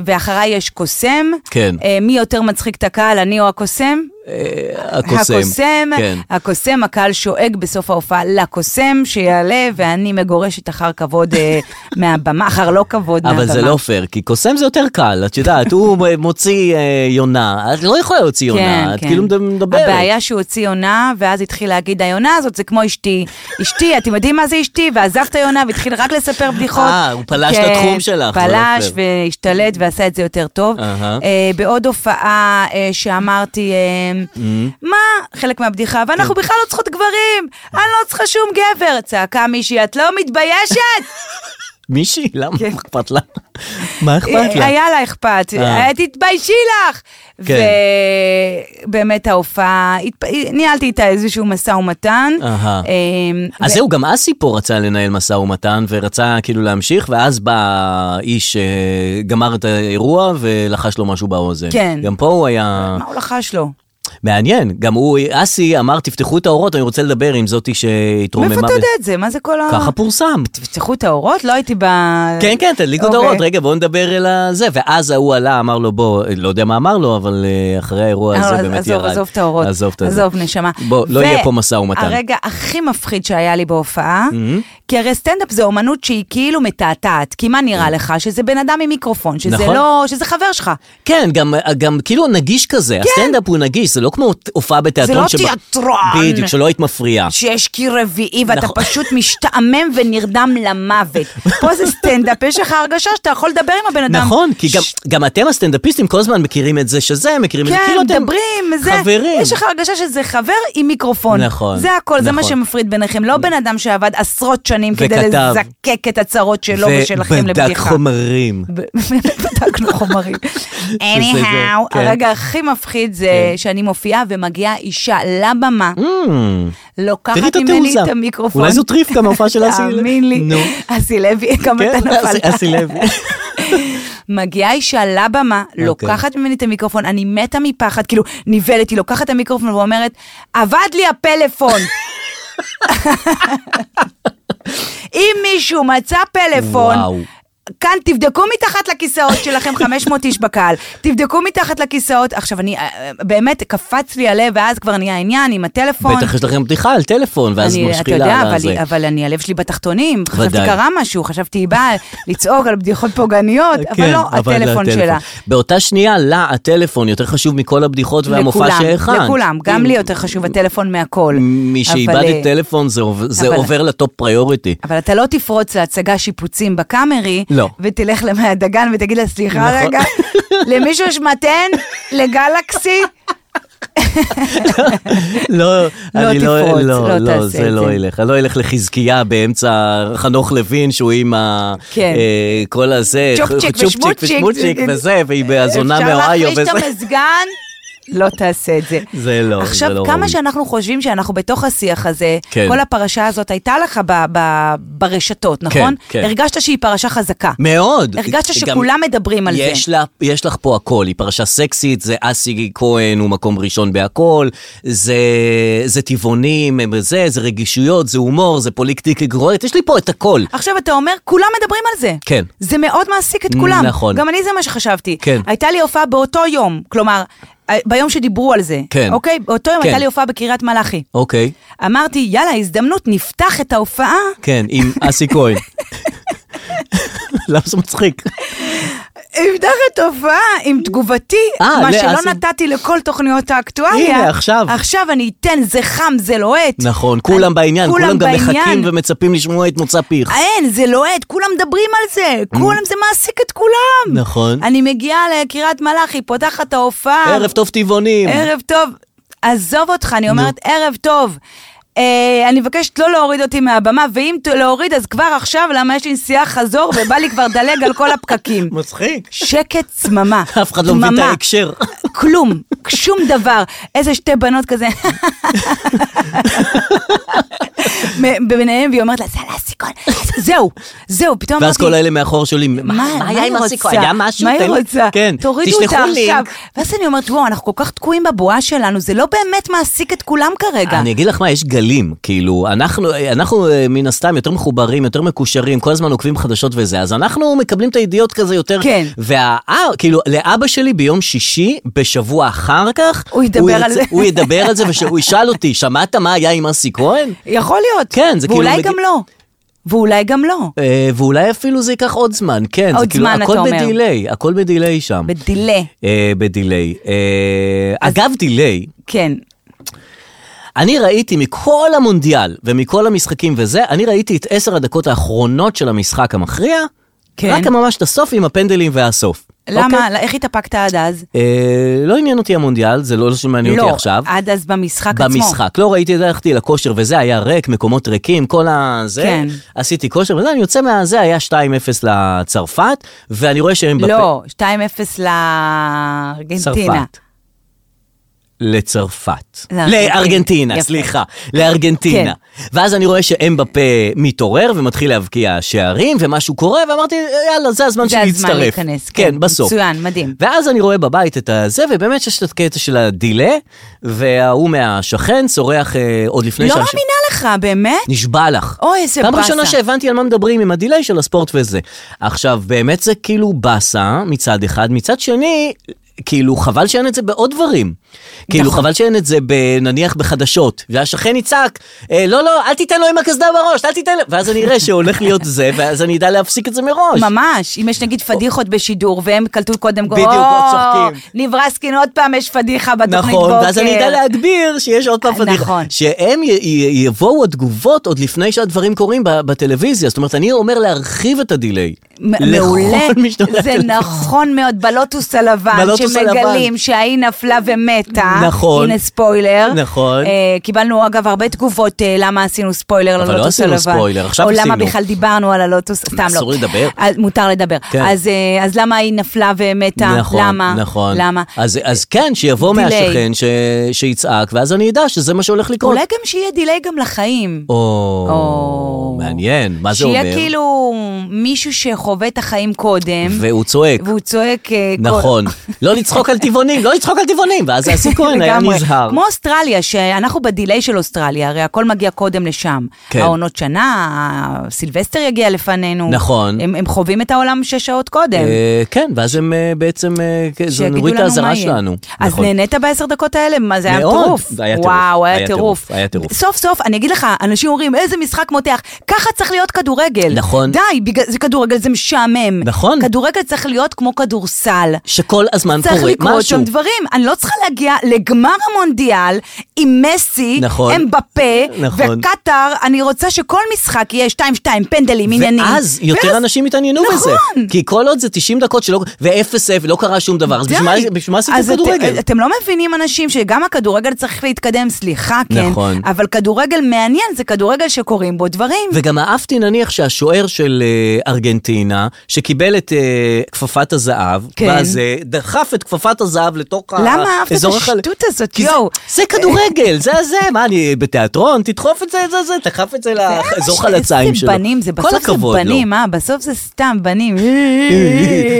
[SPEAKER 3] ואחריי יש קוסם.
[SPEAKER 2] Mm-hmm. כן.
[SPEAKER 3] אה, מי יותר מצחיק את הקהל, אני או הקוסם?
[SPEAKER 2] אה, הקוסם.
[SPEAKER 3] הקוסם,
[SPEAKER 2] כן.
[SPEAKER 3] הקוסם, הקהל שואג בסוף ההופעה לקוסם שיעלה, ואני מגורשת אחר כבוד אה, מהבמה, אחר לא כבוד מהבמה.
[SPEAKER 2] אבל זה לא פייר, כי קוסם זה יותר קל, את יודעת, הוא מוציא אה, יונה, את לא יכולה להוציא יונה, את כאילו מד- מדברת.
[SPEAKER 3] כן, הבעיה שהוא הוציא יונה, ואז התחיל להגיד, היונה הזאת זה כמו אשתי. אשתי, אתם יודעים מה זה אשתי? ועזב את היונה והתחיל רק לספר בדיחות.
[SPEAKER 2] אה, הוא פלש
[SPEAKER 3] כן,
[SPEAKER 2] לתחום שלך, זה לא
[SPEAKER 3] פלש
[SPEAKER 2] פייר.
[SPEAKER 3] והשתלט ועשה את זה יותר טוב.
[SPEAKER 2] אהה.
[SPEAKER 3] אה, בעוד הופעה אה, שאמרתי, אה,
[SPEAKER 2] Mm-hmm.
[SPEAKER 3] מה, חלק מהבדיחה, ואנחנו
[SPEAKER 2] כן.
[SPEAKER 3] בכלל לא צריכות גברים, אני לא צריכה שום גבר. צעקה מישהי, את לא מתביישת?
[SPEAKER 2] מישהי, למה
[SPEAKER 3] כן.
[SPEAKER 2] אכפת לה? מה אכפת לה?
[SPEAKER 3] אה, היה לה אכפת,
[SPEAKER 2] אה.
[SPEAKER 3] אה, תתביישי לך.
[SPEAKER 2] כן.
[SPEAKER 3] ובאמת ההופעה, התפ- ניהלתי איתה איזשהו משא ומתן.
[SPEAKER 2] אהה.
[SPEAKER 3] אמ,
[SPEAKER 2] אז
[SPEAKER 3] ו-
[SPEAKER 2] זהו, גם אסי פה רצה לנהל משא ומתן, ורצה כאילו להמשיך, ואז בא איש, אה, גמר את האירוע ולחש לו משהו באוזן.
[SPEAKER 3] כן.
[SPEAKER 2] גם פה הוא היה...
[SPEAKER 3] מה הוא לחש לו?
[SPEAKER 2] מעניין, גם הוא, אסי אמר, תפתחו את האורות, אני רוצה לדבר עם זאתי שהתרוממה.
[SPEAKER 3] מאיפה אתה
[SPEAKER 2] ב-"
[SPEAKER 3] יודע את זה? מה זה כל ה...
[SPEAKER 2] ככה פורסם.
[SPEAKER 3] תפתחו את האורות? לא הייתי ב...
[SPEAKER 2] כן, כן, תדליקו את
[SPEAKER 3] אוקיי.
[SPEAKER 2] האורות, רגע, בואו נדבר אל הזה. ואז ההוא עלה, אמר לו, בוא, לא יודע מה אמר לו, אבל אה, אחרי האירוע הזה
[SPEAKER 3] אה,
[SPEAKER 2] באמת
[SPEAKER 3] עזוב,
[SPEAKER 2] ירד.
[SPEAKER 3] עזוב את האורות.
[SPEAKER 2] עזוב את הזה.
[SPEAKER 3] עזוב, נשמה.
[SPEAKER 2] בוא, לא
[SPEAKER 3] ו-
[SPEAKER 2] יהיה פה משא ומתן.
[SPEAKER 3] הרגע הכי מפחיד שהיה לי בהופעה, כי הרי סטנדאפ זה אומנות שהיא כאילו מתעתעת, כי מה נראה לך? שזה בן אדם עם מיקרופון, שזה
[SPEAKER 2] כן. נכון.
[SPEAKER 3] לא... שזה חבר שלך.
[SPEAKER 2] כן, גם, גם כאילו נגיש כזה, הסטנדאפ הוא נגיש, זה לא כמו הופעה בתיאטרון.
[SPEAKER 3] כן. זה לא
[SPEAKER 2] שבה-
[SPEAKER 3] תיאטרון.
[SPEAKER 2] בדיוק, שלא היית מפריעה.
[SPEAKER 3] שיש קיר רביעי ואתה
[SPEAKER 2] נכון.
[SPEAKER 3] פשוט משתעמם ונרדם למוות. פה זה סטנדאפ, יש לך הרגשה שאתה יכול לדבר עם הבן אדם.
[SPEAKER 2] נכון, כי גם, גם אתם הסטנדאפיסטים כל הזמן מכירים את זה שזה, מכירים את זה,
[SPEAKER 3] כן,
[SPEAKER 2] כאילו אתם
[SPEAKER 3] מדברים, זה,
[SPEAKER 2] חברים.
[SPEAKER 3] יש לך הרגשה שזה חבר עם מיקרופון.
[SPEAKER 2] נכון,
[SPEAKER 3] זה הכל, זה מה
[SPEAKER 2] נכון.
[SPEAKER 3] שמפריד ביניכם. לא בן אדם שעבד עשרות שנים כדי
[SPEAKER 2] וכתב.
[SPEAKER 3] לזקק את הצרות שלו ושלכם
[SPEAKER 2] ובדק
[SPEAKER 3] לא לבדיחה.
[SPEAKER 2] חומרים.
[SPEAKER 3] ב- בדקנו חומרים. anyhow,
[SPEAKER 2] כן.
[SPEAKER 3] הרגע הכי מפחיד זה שאני מופיעה ומגיעה אישה לבמה,
[SPEAKER 2] Mm. תראי
[SPEAKER 3] לוקחת
[SPEAKER 2] את
[SPEAKER 3] ממני
[SPEAKER 2] התעוזה.
[SPEAKER 3] את המיקרופון.
[SPEAKER 2] אולי זו טריפ גם ההופעה של אסי לוי.
[SPEAKER 3] תאמין לי.
[SPEAKER 2] נו.
[SPEAKER 3] אסי לוי, כמה
[SPEAKER 2] כן,
[SPEAKER 3] אתה נפלת.
[SPEAKER 2] אסי- אסי לוי.
[SPEAKER 3] מגיעה אישה לבמה,
[SPEAKER 2] אוקיי.
[SPEAKER 3] לוקחת ממני את המיקרופון, אני מתה מפחד, כאילו, נבהלת, היא לוקחת את המיקרופון ואומרת, אבד לי הפלאפון. אם מישהו מצא פלאפון,
[SPEAKER 2] וואו.
[SPEAKER 3] כאן תבדקו מתחת לכיסאות שלכם 500 איש בקהל, תבדקו מתחת לכיסאות, עכשיו אני, אה, באמת קפץ לי הלב ואז כבר נהיה עניין עם הטלפון.
[SPEAKER 2] בטח יש לכם בדיחה על טלפון, ואז
[SPEAKER 3] נכון. אני- אתה
[SPEAKER 2] משפילה
[SPEAKER 3] יודע,
[SPEAKER 2] על
[SPEAKER 3] אבל,
[SPEAKER 2] הזה.
[SPEAKER 3] אבל אני, הלב שלי בתחתונים, חשבתי
[SPEAKER 2] ודאי.
[SPEAKER 3] קרה משהו, חשבתי היא באה לצעוק על בדיחות פוגעניות, אבל
[SPEAKER 2] כן,
[SPEAKER 3] לא, הטלפון שלה.
[SPEAKER 2] באותה שנייה, לה הטלפון יותר חשוב מכל הבדיחות והמופע
[SPEAKER 3] לכולם,
[SPEAKER 2] שהכנת.
[SPEAKER 3] לכולם, גם
[SPEAKER 2] אם-
[SPEAKER 3] לי יותר חשוב הטלפון מהכל. אבל, אה,
[SPEAKER 2] משאיבדת טלפון זה עוב- זה
[SPEAKER 3] אבל-
[SPEAKER 2] עובר לטופ פריוריטי.
[SPEAKER 3] אבל אתה לא תפרוץ להצגה שיפוצים בקאמרי,
[SPEAKER 2] לא.
[SPEAKER 3] ותלך למדגן ותגיד לה, סליחה
[SPEAKER 2] נכון.
[SPEAKER 3] רגע, למישהו יש מתן? לגלקסי?
[SPEAKER 2] לא,
[SPEAKER 3] לא
[SPEAKER 2] אני לא,
[SPEAKER 3] תפרוץ, לא
[SPEAKER 2] לא, לא,
[SPEAKER 3] תעשה
[SPEAKER 2] זה
[SPEAKER 3] את
[SPEAKER 2] לא
[SPEAKER 3] זה.
[SPEAKER 2] ילך. אני לא אלך לחזקיה באמצע חנוך לוין, שהוא עם ה...
[SPEAKER 3] כן.
[SPEAKER 2] אה, כל הזה,
[SPEAKER 3] צ'ופצ'יק ושמוצ'יק.
[SPEAKER 2] ושמוצ'יק וזה, והיא בהזונה
[SPEAKER 3] אפשר
[SPEAKER 2] מאוהיו
[SPEAKER 3] להחריש
[SPEAKER 2] וזה.
[SPEAKER 3] את המזגן? לא תעשה את זה.
[SPEAKER 2] זה לא,
[SPEAKER 3] עכשיו,
[SPEAKER 2] זה לא
[SPEAKER 3] כמה
[SPEAKER 2] ראוי.
[SPEAKER 3] שאנחנו חושבים שאנחנו בתוך השיח הזה,
[SPEAKER 2] כן.
[SPEAKER 3] כל הפרשה הזאת הייתה לך ב- ב- ברשתות, נכון?
[SPEAKER 2] כן.
[SPEAKER 3] הרגשת שהיא פרשה חזקה.
[SPEAKER 2] מאוד.
[SPEAKER 3] הרגשת
[SPEAKER 2] גם-
[SPEAKER 3] שכולם מדברים על זה.
[SPEAKER 2] יש לה, יש לך פה הכל, היא פרשה סקסית, זה אסי כהן, הוא מקום ראשון בהכל, זה, זה טבעונים, הם זה, זה רגישויות, זה הומור, זה פוליטיקלי גרועית, יש לי פה את הכל.
[SPEAKER 3] עכשיו אתה אומר, כולם מדברים על זה.
[SPEAKER 2] כן.
[SPEAKER 3] זה מאוד מעסיק את כולם.
[SPEAKER 2] נכון.
[SPEAKER 3] גם אני זה מה שחשבתי.
[SPEAKER 2] כן.
[SPEAKER 3] הייתה לי הופעה באותו יום, כלומר, אה, ביום שדיברו על זה.
[SPEAKER 2] כן.
[SPEAKER 3] אוקיי? באותו יום
[SPEAKER 2] כן.
[SPEAKER 3] הייתה לי הופעה בקריית מלאכי.
[SPEAKER 2] אוקיי,
[SPEAKER 3] אמרתי, יאללה, הזדמנות, נפתח את ההופעה.
[SPEAKER 2] כן, עם אסי כהן. למה זה מצחיק?
[SPEAKER 3] נפתח את ההופעה עם תגובתי,
[SPEAKER 2] אה,
[SPEAKER 3] מה
[SPEAKER 2] לא, אז-
[SPEAKER 3] שלא נתתי לכל תוכניות האקטואליה.
[SPEAKER 2] הנה, עכשיו.
[SPEAKER 3] עכשיו אני אתן, זה חם, זה לוהט.
[SPEAKER 2] נכון, כולם
[SPEAKER 3] אני-
[SPEAKER 2] בעניין, כולם גם
[SPEAKER 3] בעניין.
[SPEAKER 2] מחכים ומצפים לשמוע את מוצא פיך.
[SPEAKER 3] אין, זה לוהט, כולם מדברים על זה, כולם, זה מעסיק את כולם.
[SPEAKER 2] נכון.
[SPEAKER 3] אני מגיעה לקריית מלאכי, פותחת את ההופעה.
[SPEAKER 2] ערב טוב טבעונים.
[SPEAKER 3] ערב טוב. עזוב אותך, אני אומרת, ערב טוב. אה, אני מבקשת לא להוריד אותי מהבמה, ואם ת- להוריד אז כבר עכשיו, למה יש לי נסיעה חזור ובא לי כבר לדלג על כל הפקקים.
[SPEAKER 2] מצחיק.
[SPEAKER 3] שקט, צממה.
[SPEAKER 2] אף אחד לא מבין את
[SPEAKER 3] דממה.
[SPEAKER 2] ההקשר.
[SPEAKER 3] כלום, שום דבר. איזה שתי בנות כזה. מ- ביניהם, והיא אומרת לה, זה על האסיקון. זהו, זהו, פתאום אמרתי...
[SPEAKER 2] ואז כל האלה מאחור שואלים, מה
[SPEAKER 3] מה,
[SPEAKER 2] היה עם
[SPEAKER 3] היא
[SPEAKER 2] הסיקו?
[SPEAKER 3] רוצה?
[SPEAKER 2] היה משהו?
[SPEAKER 3] מה היא
[SPEAKER 2] תן לי-
[SPEAKER 3] רוצה?
[SPEAKER 2] כן,
[SPEAKER 3] תורידו אותה
[SPEAKER 2] תשלחו לינק.
[SPEAKER 3] עכשיו. ואז אני אומרת, וואו, אנחנו כל כך תקועים בבועה שלנו, זה לא באמת מעסיק את כולם כרגע.
[SPEAKER 2] אני אגיד לך מה, יש גלים, כאילו, אנחנו, אנחנו אה, מן הסתם יותר מחוברים, יותר מקושרים, כל הזמן עוקבים חדשות וזה, אז אנחנו מקבלים את הידיעות כזה יותר.
[SPEAKER 3] כן.
[SPEAKER 2] וה... אה, כאילו, לאבא שלי ביום שישי, בשבוע אחר כך,
[SPEAKER 3] הוא ידבר על
[SPEAKER 2] ירצה-
[SPEAKER 3] זה.
[SPEAKER 2] הוא ידבר על זה, והוא ישאל אותי, שמעת מה היה עם אסי כהן?
[SPEAKER 3] יכול להיות.
[SPEAKER 2] כן, זה כאילו
[SPEAKER 3] ואולי
[SPEAKER 2] מגיע-
[SPEAKER 3] גם לא. ואולי גם לא.
[SPEAKER 2] אה, ואולי אפילו זה ייקח עוד זמן, כן. זה
[SPEAKER 3] עוד
[SPEAKER 2] כאילו,
[SPEAKER 3] זמן, אתה אומר.
[SPEAKER 2] הכל בדיליי, הכל בדיליי שם.
[SPEAKER 3] בדילה.
[SPEAKER 2] אה, בדיליי. אה, אגב, דיליי,
[SPEAKER 3] כן.
[SPEAKER 2] אוקיי. אני ראיתי מכל המונדיאל ומכל המשחקים וזה, אני ראיתי את עשר הדקות האחרונות של המשחק המכריע,
[SPEAKER 3] כן.
[SPEAKER 2] רק ממש את הסוף עם הפנדלים והסוף. אוקיי?
[SPEAKER 3] למה? איך התאפקת עד אז?
[SPEAKER 2] אה, לא עניין אותי המונדיאל, זה לא שמעניין אותי
[SPEAKER 3] לא,
[SPEAKER 2] עכשיו.
[SPEAKER 3] עד אז במשחק עצמו.
[SPEAKER 2] במשחק, לא ראיתי, הלכתי לכושר וזה, היה ריק, מקומות ריקים, כל הזה,
[SPEAKER 3] כן.
[SPEAKER 2] עשיתי כושר וזה, אני יוצא מהזה, היה 2-0 לצרפת, ואני רואה שהם
[SPEAKER 3] לא, 2-0 לארגנטינה.
[SPEAKER 2] צרפת. לצרפת.
[SPEAKER 3] לארגנטינה.
[SPEAKER 2] לארגנטינה,
[SPEAKER 3] יפה. כן.
[SPEAKER 2] סליחה. לארגנטינה. ואז אני רואה שאמבפה מתעורר ומתחיל להבקיע שערים, ומשהו קורה, ואמרתי, יאללה, זה הזמן
[SPEAKER 3] זה
[SPEAKER 2] שלי
[SPEAKER 3] הזמן
[SPEAKER 2] להצטרף.
[SPEAKER 3] להיכנס, כן,
[SPEAKER 2] כן, בסוף.
[SPEAKER 3] מצוין, מדהים.
[SPEAKER 2] ואז אני רואה בבית את הזה, ובאמת יש את הקטע של הדילה, וההוא מהשכן צורח אה, עוד לפני
[SPEAKER 3] לא
[SPEAKER 2] שהש-
[SPEAKER 3] מאמינה לך, באמת?
[SPEAKER 2] נשבע לך.
[SPEAKER 3] אוי, איזה
[SPEAKER 2] פעם
[SPEAKER 3] באסה.
[SPEAKER 2] ראשונה שהבנתי על מה מדברים עם הדיליי של הספורט וזה. עכשיו, באמת זה כאילו באסה מצד אחד, מצד שני, כאילו חבל שאין את זה בעוד דברים. כאילו
[SPEAKER 3] נכון.
[SPEAKER 2] חבל שאין את זה ב- נניח בחדשות, והשכן יצעק, אה, לא, לא, אל תיתן לו עם הקסדה בראש, אל תיתן לו, ואז אני אראה שהולך להיות זה, ואז אני אדע להפסיק את זה מראש.
[SPEAKER 3] ממש, אם יש נגיד פדיחות בשידור, והם קלטו קודם,
[SPEAKER 2] בדיוק,
[SPEAKER 3] "או,
[SPEAKER 2] עוד צוחקים."
[SPEAKER 3] נברסקין, עוד פעם יש פדיחה בתוכנית בוקר.
[SPEAKER 2] נכון, ואז אני אדע להגביר שיש עוד פעם פדיחה.
[SPEAKER 3] נכון.
[SPEAKER 2] שהם י- י- יבואו התגובות עוד לפני שהדברים קורים ב- בטלוויזיה. זאת אומרת, אני אומר להרחיב את הדיליי.
[SPEAKER 3] מ- מעולה,
[SPEAKER 2] לכל מי שנולד
[SPEAKER 3] זה
[SPEAKER 2] לטלוויזיה.
[SPEAKER 3] נכון מאוד, בלוטוס הלבן,
[SPEAKER 2] בלוטוס
[SPEAKER 3] שמגלים
[SPEAKER 2] הלבן.
[SPEAKER 3] שההיא נפלה ומתה,
[SPEAKER 2] נכון.
[SPEAKER 3] הנה ספוילר,
[SPEAKER 2] נכון.
[SPEAKER 3] אה, קיבלנו אגב הרבה תגובות אה, למה עשינו ספוילר
[SPEAKER 2] אבל לא
[SPEAKER 3] ללוטוס הלבן,
[SPEAKER 2] עשינו ספוילר, עכשיו
[SPEAKER 3] או למה
[SPEAKER 2] עשינו.
[SPEAKER 3] בכלל דיברנו על הלוטוס, סתם לא,
[SPEAKER 2] אסור לדבר.
[SPEAKER 3] אז מותר לדבר,
[SPEAKER 2] כן.
[SPEAKER 3] אז, אה, אז למה היא נפלה ומתה,
[SPEAKER 2] נכון,
[SPEAKER 3] למה,
[SPEAKER 2] נכון.
[SPEAKER 3] למה,
[SPEAKER 2] אז, אז כן, שיבוא
[SPEAKER 3] דיליי.
[SPEAKER 2] מהשכן ש... שיצעק, ואז אני אדע שזה מה שהולך לקרות.
[SPEAKER 3] אולי גם שיהיה דיליי גם לחיים.
[SPEAKER 2] או,
[SPEAKER 3] או.
[SPEAKER 2] מעניין, מה זה אומר?
[SPEAKER 3] שיהיה כאילו מישהו שחו... חווה את החיים קודם,
[SPEAKER 2] והוא צועק.
[SPEAKER 3] והוא צועק... אה, כל-
[SPEAKER 2] נכון. לא לצחוק על טבעונים, לא לצחוק על טבעונים, ואז אסי כהן היה
[SPEAKER 3] לגמרי.
[SPEAKER 2] נזהר.
[SPEAKER 3] כמו אוסטרליה, שאנחנו בדיליי של אוסטרליה, הרי הכל מגיע קודם לשם.
[SPEAKER 2] כן.
[SPEAKER 3] העונות שנה, הסילבסטר יגיע לפנינו.
[SPEAKER 2] נכון.
[SPEAKER 3] הם, הם חווים את העולם שש שעות קודם.
[SPEAKER 2] אה, כן, ואז הם אה, בעצם, אה, כן, זו
[SPEAKER 3] שיגידו
[SPEAKER 2] נורית
[SPEAKER 3] לנו מה
[SPEAKER 2] האזהרה
[SPEAKER 3] יהיה.
[SPEAKER 2] שלנו.
[SPEAKER 3] אז
[SPEAKER 2] נכון.
[SPEAKER 3] נהנית בעשר דקות האלה? מה, זה היה
[SPEAKER 2] מאוד.
[SPEAKER 3] טירוף.
[SPEAKER 2] זה היה טירוף,
[SPEAKER 3] וואו, היה
[SPEAKER 2] היה
[SPEAKER 3] טירוף.
[SPEAKER 2] טירוף, היה טירוף.
[SPEAKER 3] סוף סוף, אני אגיד לך, אנשים אומרים, איזה משחק מותח. ככה צריך להיות כדורגל.
[SPEAKER 2] נכון.
[SPEAKER 3] די, בגלל- זה כדורגל, זה משעמם.
[SPEAKER 2] נכון.
[SPEAKER 3] כדורגל צריך להיות כמו כדורסל.
[SPEAKER 2] שכל הזמן קורה
[SPEAKER 3] צריך
[SPEAKER 2] משהו.
[SPEAKER 3] לקרות שם דברים. אני לא צריכה להגיע לגמר המונדיאל עם מסי,
[SPEAKER 2] נכון.
[SPEAKER 3] אמבפה,
[SPEAKER 2] נכון.
[SPEAKER 3] וקטאר. אני רוצה שכל משחק יהיה 2-2, פנדלים, עניינים.
[SPEAKER 2] ואז יותר
[SPEAKER 3] ואז-
[SPEAKER 2] אנשים יתעניינו
[SPEAKER 3] נכון.
[SPEAKER 2] בזה. כי כל עוד זה 90 דקות שלא, ואפס אפס, לא קרה שום דבר, אז
[SPEAKER 3] די.
[SPEAKER 2] בשביל מה- בשביל מה עשיתם
[SPEAKER 3] אז את-
[SPEAKER 2] כדורגל?
[SPEAKER 3] אתם לא מבינים אנשים שגם הכדורגל צריך להתקדם, סליחה, כן.
[SPEAKER 2] נכון.
[SPEAKER 3] אבל כדורגל מעניין זה כדורגל שקורים בו דברים.
[SPEAKER 2] וגם אהבתי נניח שהשוער של אה, ארגנטינה, שקיבל את אה, כפפת הזהב,
[SPEAKER 3] כן.
[SPEAKER 2] ואז אה, דחף את כפפת הזהב לתוך ה-
[SPEAKER 3] למה אהבת את
[SPEAKER 2] אזור החל-
[SPEAKER 3] השטות הזאת,
[SPEAKER 2] כי זה-
[SPEAKER 3] יואו?
[SPEAKER 2] זה כדורגל, זה זה, מה אני בתיאטרון, תדחוף את זה, זה זה, דחף את זה לאזור חלציים שלו.
[SPEAKER 3] איזה אה, בנים, זה
[SPEAKER 2] כל
[SPEAKER 3] בסוף זה
[SPEAKER 2] הכבוד לו.
[SPEAKER 3] בנים, אה? בסוף זה סתם בנים.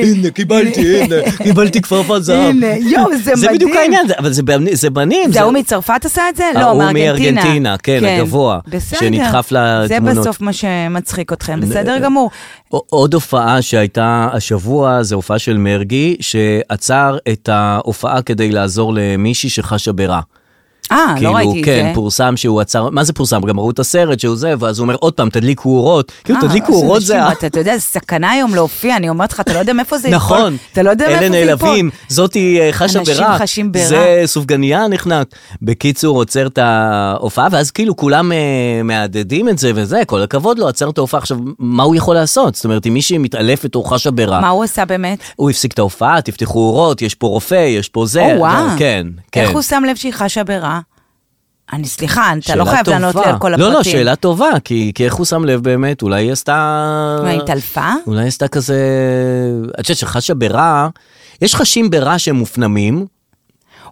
[SPEAKER 2] הנה, קיבלתי, הנה, קיבלתי כפפת זהב.
[SPEAKER 3] הנה, יואו, זה
[SPEAKER 2] זה בדיוק
[SPEAKER 3] מדהים.
[SPEAKER 2] העניין, זה- אבל זה בני- זה בנים.
[SPEAKER 3] זה ההוא מצרפת עשה את זה? לא,
[SPEAKER 2] ההוא
[SPEAKER 3] מארגנטינה.
[SPEAKER 2] מארגנטינה, כן, הגבוה,
[SPEAKER 3] בסדר.
[SPEAKER 2] שנדחף
[SPEAKER 3] זה
[SPEAKER 2] לתמונות.
[SPEAKER 3] בסוף מה שמצחיק אתכם, בסדר גמור.
[SPEAKER 2] עוד הופעה שהייתה השבוע, זו הופעה של מרגי, שעצר את ההופעה כדי לעזור למישהי שחשה ברע.
[SPEAKER 3] אה, לא ראיתי את זה.
[SPEAKER 2] כן, פורסם שהוא עצר, מה זה פורסם? גם ראו את הסרט שהוא זה, ואז הוא אומר עוד פעם, תדליקו אורות. כאילו,
[SPEAKER 3] אה,
[SPEAKER 2] תדליקו
[SPEAKER 3] עושים
[SPEAKER 2] אורות זה...
[SPEAKER 3] נשים,
[SPEAKER 2] ה-
[SPEAKER 3] אתה- אתה יודע, זה סכנה היום להופיע, אני אומרת לך, אתה לא יודע מאיפה זה ייפול.
[SPEAKER 2] נכון,
[SPEAKER 3] אתה לא יודע מאיפה
[SPEAKER 2] אלה
[SPEAKER 3] זה ייפול.
[SPEAKER 2] נעלבים, זאתי אה, חשה
[SPEAKER 3] אנשים
[SPEAKER 2] ברע,
[SPEAKER 3] חשים ברע.
[SPEAKER 2] זה סופגניה נחנק. בקיצור, עוצר את ההופעה, ואז כאילו כולם אה, מהדהדים את זה וזה, כל הכבוד לו, עצר את ההופעה. עכשיו, מה הוא יכול לעשות? זאת אומרת, אם מישהי מתעלפת או חשה ברע,
[SPEAKER 3] מה הוא עשה באמת?
[SPEAKER 2] הוא הפסיק את ההופעה, תפתחו אורות, יש פה רופא, יש פה זה.
[SPEAKER 3] או
[SPEAKER 2] אבל-
[SPEAKER 3] וואו.
[SPEAKER 2] כן, כן.
[SPEAKER 3] איך הוא שם לב שהיא חשה ברע? אני סליחה, אתה
[SPEAKER 2] שאלה
[SPEAKER 3] לא חייב
[SPEAKER 2] טובה.
[SPEAKER 3] לענות לי על כל הפרטים.
[SPEAKER 2] לא, לא, שאלה טובה, כי, כי איך הוא שם לב באמת, אולי היא עשתה...
[SPEAKER 3] מה, היא התעלפה?
[SPEAKER 2] אולי היא עשתה כזה... את יודעת שחשה ברע, יש חשים ברע שהם מופנמים,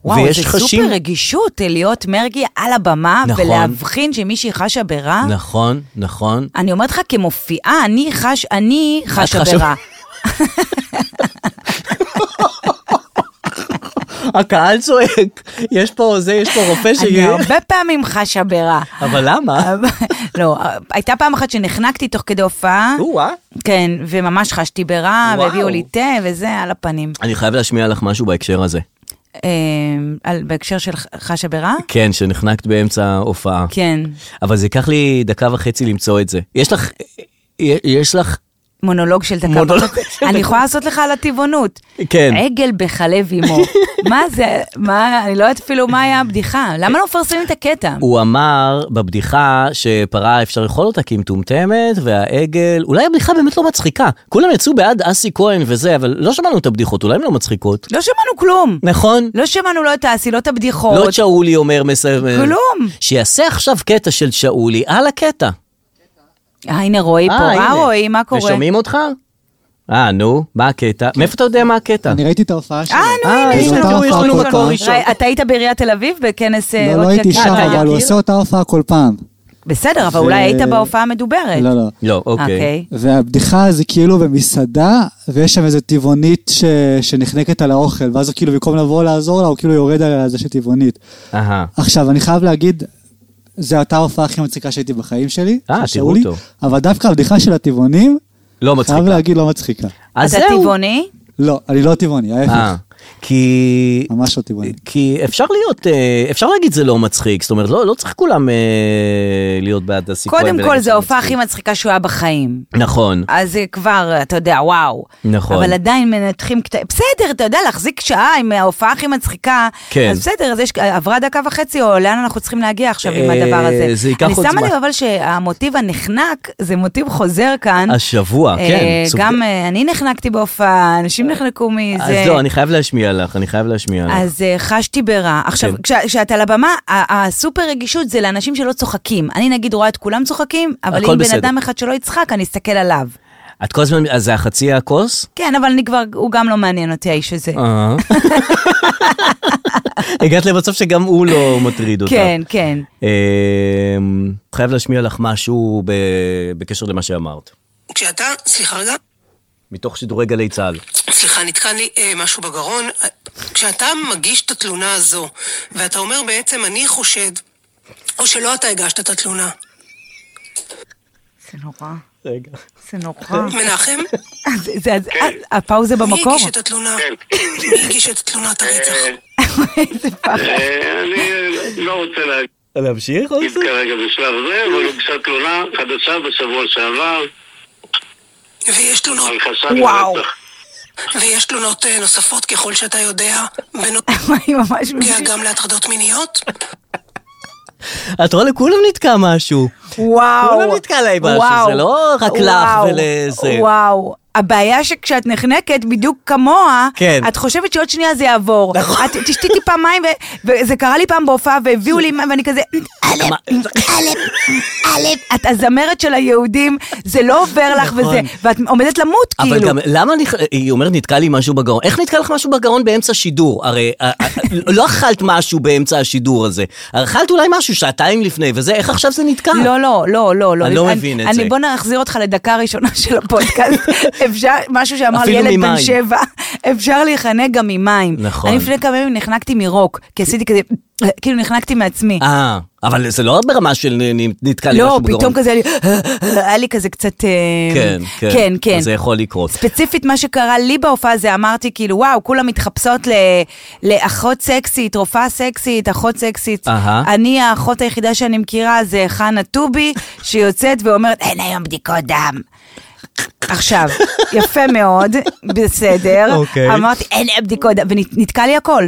[SPEAKER 3] וואו,
[SPEAKER 2] ויש
[SPEAKER 3] זה
[SPEAKER 2] חשים-
[SPEAKER 3] סופר רגישות אה, להיות מרגי על הבמה,
[SPEAKER 2] נכון.
[SPEAKER 3] ולהבחין שמישהי חשה ברע.
[SPEAKER 2] נכון, נכון.
[SPEAKER 3] אני אומרת לך, כמופיעה, אני חש, אני חשה
[SPEAKER 2] חשה-
[SPEAKER 3] ברע.
[SPEAKER 2] הקהל צועק, יש פה זה, יש פה רופא
[SPEAKER 3] אני
[SPEAKER 2] שיהיה...
[SPEAKER 3] הרבה פעמים חשה ברע.
[SPEAKER 2] אבל למה?
[SPEAKER 3] אבל- לא, הייתה פעם אחת שנחנקתי תוך כדי הופעה.
[SPEAKER 2] או-אה.
[SPEAKER 3] כן, וממש חשתי ברע,
[SPEAKER 2] וואו.
[SPEAKER 3] והביאו לי תה, וזה על הפנים.
[SPEAKER 2] אני חייב להשמיע לך משהו בהקשר הזה.
[SPEAKER 3] אה, על- בהקשר של ח- חשה ברע?
[SPEAKER 2] כן, שנחנקת באמצע ההופעה.
[SPEAKER 3] כן.
[SPEAKER 2] אבל זה ייקח לי דקה וחצי למצוא את זה. יש לך... יש לך...
[SPEAKER 3] מונולוג של דקה.
[SPEAKER 2] מונולוג
[SPEAKER 3] וחצי.
[SPEAKER 2] של
[SPEAKER 3] אני
[SPEAKER 2] דקה.
[SPEAKER 3] יכולה לעשות לך על הטבעונות.
[SPEAKER 2] כן.
[SPEAKER 3] עגל בחלב אמו. מה זה, מה, אני לא יודעת אפילו מה היה הבדיחה. למה לא מפרסמים את הקטע?
[SPEAKER 2] הוא אמר בבדיחה שפרה אפשר לאכול אותה כי היא מטומטמת, והעגל, אולי הבדיחה באמת לא מצחיקה. כולם יצאו בעד אסי כהן וזה, אבל לא שמענו את הבדיחות, אולי הן לא מצחיקות.
[SPEAKER 3] לא שמענו כלום.
[SPEAKER 2] נכון?
[SPEAKER 3] לא שמענו לא את האסי, לא את
[SPEAKER 2] לא
[SPEAKER 3] הבדיחות.
[SPEAKER 2] את שאולי אומר מסיים.
[SPEAKER 3] כלום.
[SPEAKER 2] שיעשה עכשיו קטע של שאולי על הקטע.
[SPEAKER 3] אה, הנה רועי פה. אה, רועי, מה קורה?
[SPEAKER 2] ושומעים אותך? אה, נו, מה הקטע? מאיפה אתה יודע מה הקטע?
[SPEAKER 4] אני ראיתי את ההופעה שלו. לא,
[SPEAKER 3] אה, נו,
[SPEAKER 2] אה,
[SPEAKER 3] הנה,
[SPEAKER 2] יש
[SPEAKER 4] זו
[SPEAKER 2] לנו-
[SPEAKER 4] אותה
[SPEAKER 2] יש
[SPEAKER 4] הופעה
[SPEAKER 2] לנו
[SPEAKER 4] כל
[SPEAKER 2] מקור
[SPEAKER 4] פעם.
[SPEAKER 2] ראשון.
[SPEAKER 3] ראי, אתה היית בעיריית תל אביב בכנס אה,
[SPEAKER 4] לא,
[SPEAKER 3] עוד
[SPEAKER 4] לא הייתי
[SPEAKER 3] יקיר?
[SPEAKER 4] שם,
[SPEAKER 2] אתה
[SPEAKER 4] אבל הוא
[SPEAKER 2] יקיר?
[SPEAKER 4] עושה אותה הופעה כל פעם.
[SPEAKER 3] בסדר, אבל אולי היית בהופעה המדוברת.
[SPEAKER 4] לא, לא.
[SPEAKER 2] לא, אוקיי.
[SPEAKER 3] אה, אוקיי.
[SPEAKER 4] והבדיחה זה כאילו במסעדה, ויש שם איזה טבעונית ש... שנחנקת על האוכל, ואז הוא כאילו במקום לבוא לעזור לה, הוא כאילו יורד עליה זה שטבעונית.
[SPEAKER 2] אהה.
[SPEAKER 4] עכשיו, אני חייב להגיד, זו הייתה ההופעה הכי מצחיקה שהייתי בחיים שלי.
[SPEAKER 2] אה,
[SPEAKER 4] של
[SPEAKER 2] תראו
[SPEAKER 4] שאולי,
[SPEAKER 2] אותו.
[SPEAKER 4] אבל דווקא הבדיחה של הטבעונים,
[SPEAKER 2] לא
[SPEAKER 4] חייב
[SPEAKER 2] מצחיקה.
[SPEAKER 4] להגיד, לא מצחיקה.
[SPEAKER 2] אז
[SPEAKER 3] אתה
[SPEAKER 2] זהו.
[SPEAKER 3] טבעוני?
[SPEAKER 4] לא, אני לא טבעוני, ההפך.
[SPEAKER 2] אה, כי...
[SPEAKER 4] ממש לא טבעוני.
[SPEAKER 2] כי אפשר להיות, אה, אפשר להגיד זה לא מצחיק, זאת אומרת, לא, לא צריך כולם אה, להיות בעד הסיכוי.
[SPEAKER 3] קודם כל, זו ההופעה הכי מצחיקה שהוא היה בחיים.
[SPEAKER 2] נכון,
[SPEAKER 3] אז זה כבר, אתה יודע, וואו.
[SPEAKER 2] נכון.
[SPEAKER 3] אבל עדיין מנתחים קטעים. בסדר, אתה יודע, להחזיק שעה עם ההופעה הכי מצחיקה.
[SPEAKER 2] כן.
[SPEAKER 3] אז בסדר, אז יש, עברה דקה וחצי, או לאן אנחנו צריכים להגיע עכשיו עם
[SPEAKER 2] אה,
[SPEAKER 3] הדבר הזה.
[SPEAKER 2] זה ייקח עוד
[SPEAKER 3] אני שמה
[SPEAKER 2] זמן.
[SPEAKER 3] לב אבל שהמוטיב הנחנק, זה מוטיב חוזר כאן.
[SPEAKER 2] השבוע,
[SPEAKER 3] אה,
[SPEAKER 2] כן. סוג- אה,
[SPEAKER 3] גם אה, אני נחנקתי בהופעה, אנשים נחנקו מזה.
[SPEAKER 2] אז לא, אני חייב להשמיע לך, אני חייב להשמיע לך.
[SPEAKER 3] אז אה, חשתי ברע. עכשיו,
[SPEAKER 2] כן.
[SPEAKER 3] כשה- כשאתה על הבמה, ה- הסופר רגישות זה לאנשים שלא צוחקים. אני נגיד רואה את כולם צוחקים, אבל
[SPEAKER 2] הכל
[SPEAKER 3] אם בן
[SPEAKER 2] בסדר.
[SPEAKER 3] אדם אחד שלא יצחק, אני אסתכל עליו.
[SPEAKER 2] את כל הזמן, אז זה החצי הכוס?
[SPEAKER 3] כן, אבל אני כבר, הוא גם לא מעניין אותי, האיש הזה.
[SPEAKER 2] אה. הגעת למצב שגם הוא לא מטריד אותך.
[SPEAKER 3] כן, כן.
[SPEAKER 2] אמ, חייב להשמיע לך משהו ב- בקשר למה שאמרת.
[SPEAKER 5] כשאתה, סליחה רגע,
[SPEAKER 2] מתוך שידורי גלי צה"ל.
[SPEAKER 5] סליחה, נתקע לי אה, משהו בגרון. אה, כשאתה מגיש את התלונה הזו, ואתה אומר בעצם, אני חושד, או שלא אתה הגשת את התלונה.
[SPEAKER 3] זה נורא.
[SPEAKER 2] רגע.
[SPEAKER 3] זה נורא.
[SPEAKER 5] מנחם,
[SPEAKER 3] זה- זה- זה- הפאוזה
[SPEAKER 5] מי
[SPEAKER 3] במקור.
[SPEAKER 5] הגיש את התלונה?
[SPEAKER 6] כן.
[SPEAKER 5] מי הגיש את תלונת הרצח?
[SPEAKER 6] אה,
[SPEAKER 3] איזה פחד.
[SPEAKER 6] אה, אני אה, לא רוצה להגיד
[SPEAKER 2] להמשיך עוד קצת?
[SPEAKER 6] כרגע בשלב זה, אבל הוגשה תלונה חדשה בשבוע שעבר
[SPEAKER 5] ויש תלונות,
[SPEAKER 6] על חשד
[SPEAKER 3] וואו.
[SPEAKER 6] לרצח.
[SPEAKER 5] ויש תלונות אה, נוספות ככל שאתה יודע, בנוגע
[SPEAKER 3] היא ממש מבינה.
[SPEAKER 5] גם להטרדות מיניות?
[SPEAKER 2] את רואה, לכולם נתקע משהו.
[SPEAKER 3] וואו.
[SPEAKER 2] כולם לא נתקע להם משהו,
[SPEAKER 3] וואו.
[SPEAKER 2] זה לא רק לך
[SPEAKER 3] וואו.
[SPEAKER 2] ולזה.
[SPEAKER 3] וואו. הבעיה שכשאת נחנקת, בדיוק כמוה,
[SPEAKER 2] כן.
[SPEAKER 3] את חושבת שעוד שנייה זה יעבור.
[SPEAKER 2] נכון.
[SPEAKER 3] את תשתי טיפה מים, ו- וזה קרה לי פעם בהופעה, והביאו לי מים, ואני כזה,
[SPEAKER 2] מה-
[SPEAKER 3] את הזמרת של היהודים, זה לא עובר לך,
[SPEAKER 2] נכון.
[SPEAKER 3] וזה, ואת עומדת למות, כאילו.
[SPEAKER 2] אבל גם למה נכ... היא אומרת נתקע לי משהו בגרון? איך נתקע לך משהו בגרון באמצע שידור? הרי אה, אה, לא אכלת משהו באמצע השידור הזה. אכלת אולי משהו שעתיים לפני, וזה, איך עכשיו זה נתקע?
[SPEAKER 3] לא, לא, לא, לא, לא.
[SPEAKER 2] אני לא מבין את
[SPEAKER 3] אני-
[SPEAKER 2] זה.
[SPEAKER 3] בוא נחזיר אותך לדקה הראשונה של הפודקאסט. אפשר, משהו שאמר לי
[SPEAKER 2] אפילו
[SPEAKER 3] ילד בן
[SPEAKER 2] ממים.
[SPEAKER 3] שבע, אפשר להיחנק גם ממים.
[SPEAKER 2] נכון.
[SPEAKER 3] אני לפני כמה ימים נחנקתי מרוק, כי עשיתי כזה, כאילו נחנקתי מעצמי.
[SPEAKER 2] אה, אבל זה לא ברמה של נ- נ- נתקע לי
[SPEAKER 3] לא,
[SPEAKER 2] משהו בגרון.
[SPEAKER 3] פתאום כזה, היה לי- היה לי כזה קצת... אה,
[SPEAKER 2] כן, כן.
[SPEAKER 3] כן, כן.
[SPEAKER 2] זה יכול לקרות.
[SPEAKER 3] ספציפית מה שקרה לי בהופעה זה אמרתי כאילו וואו כולם מתחפשות ל... לאחות סקסית, רופאה סקסית, אחות סקסית.
[SPEAKER 2] אהה.
[SPEAKER 3] אני האחות היחידה שאני מכירה זה חנה טובי שיוצאת ואומרת אין היום בדיקות דם. עכשיו, יפה מאוד, בסדר,
[SPEAKER 2] אוקיי.
[SPEAKER 3] אמרתי אין היום בדיקות דם, ונתקע לי הכל.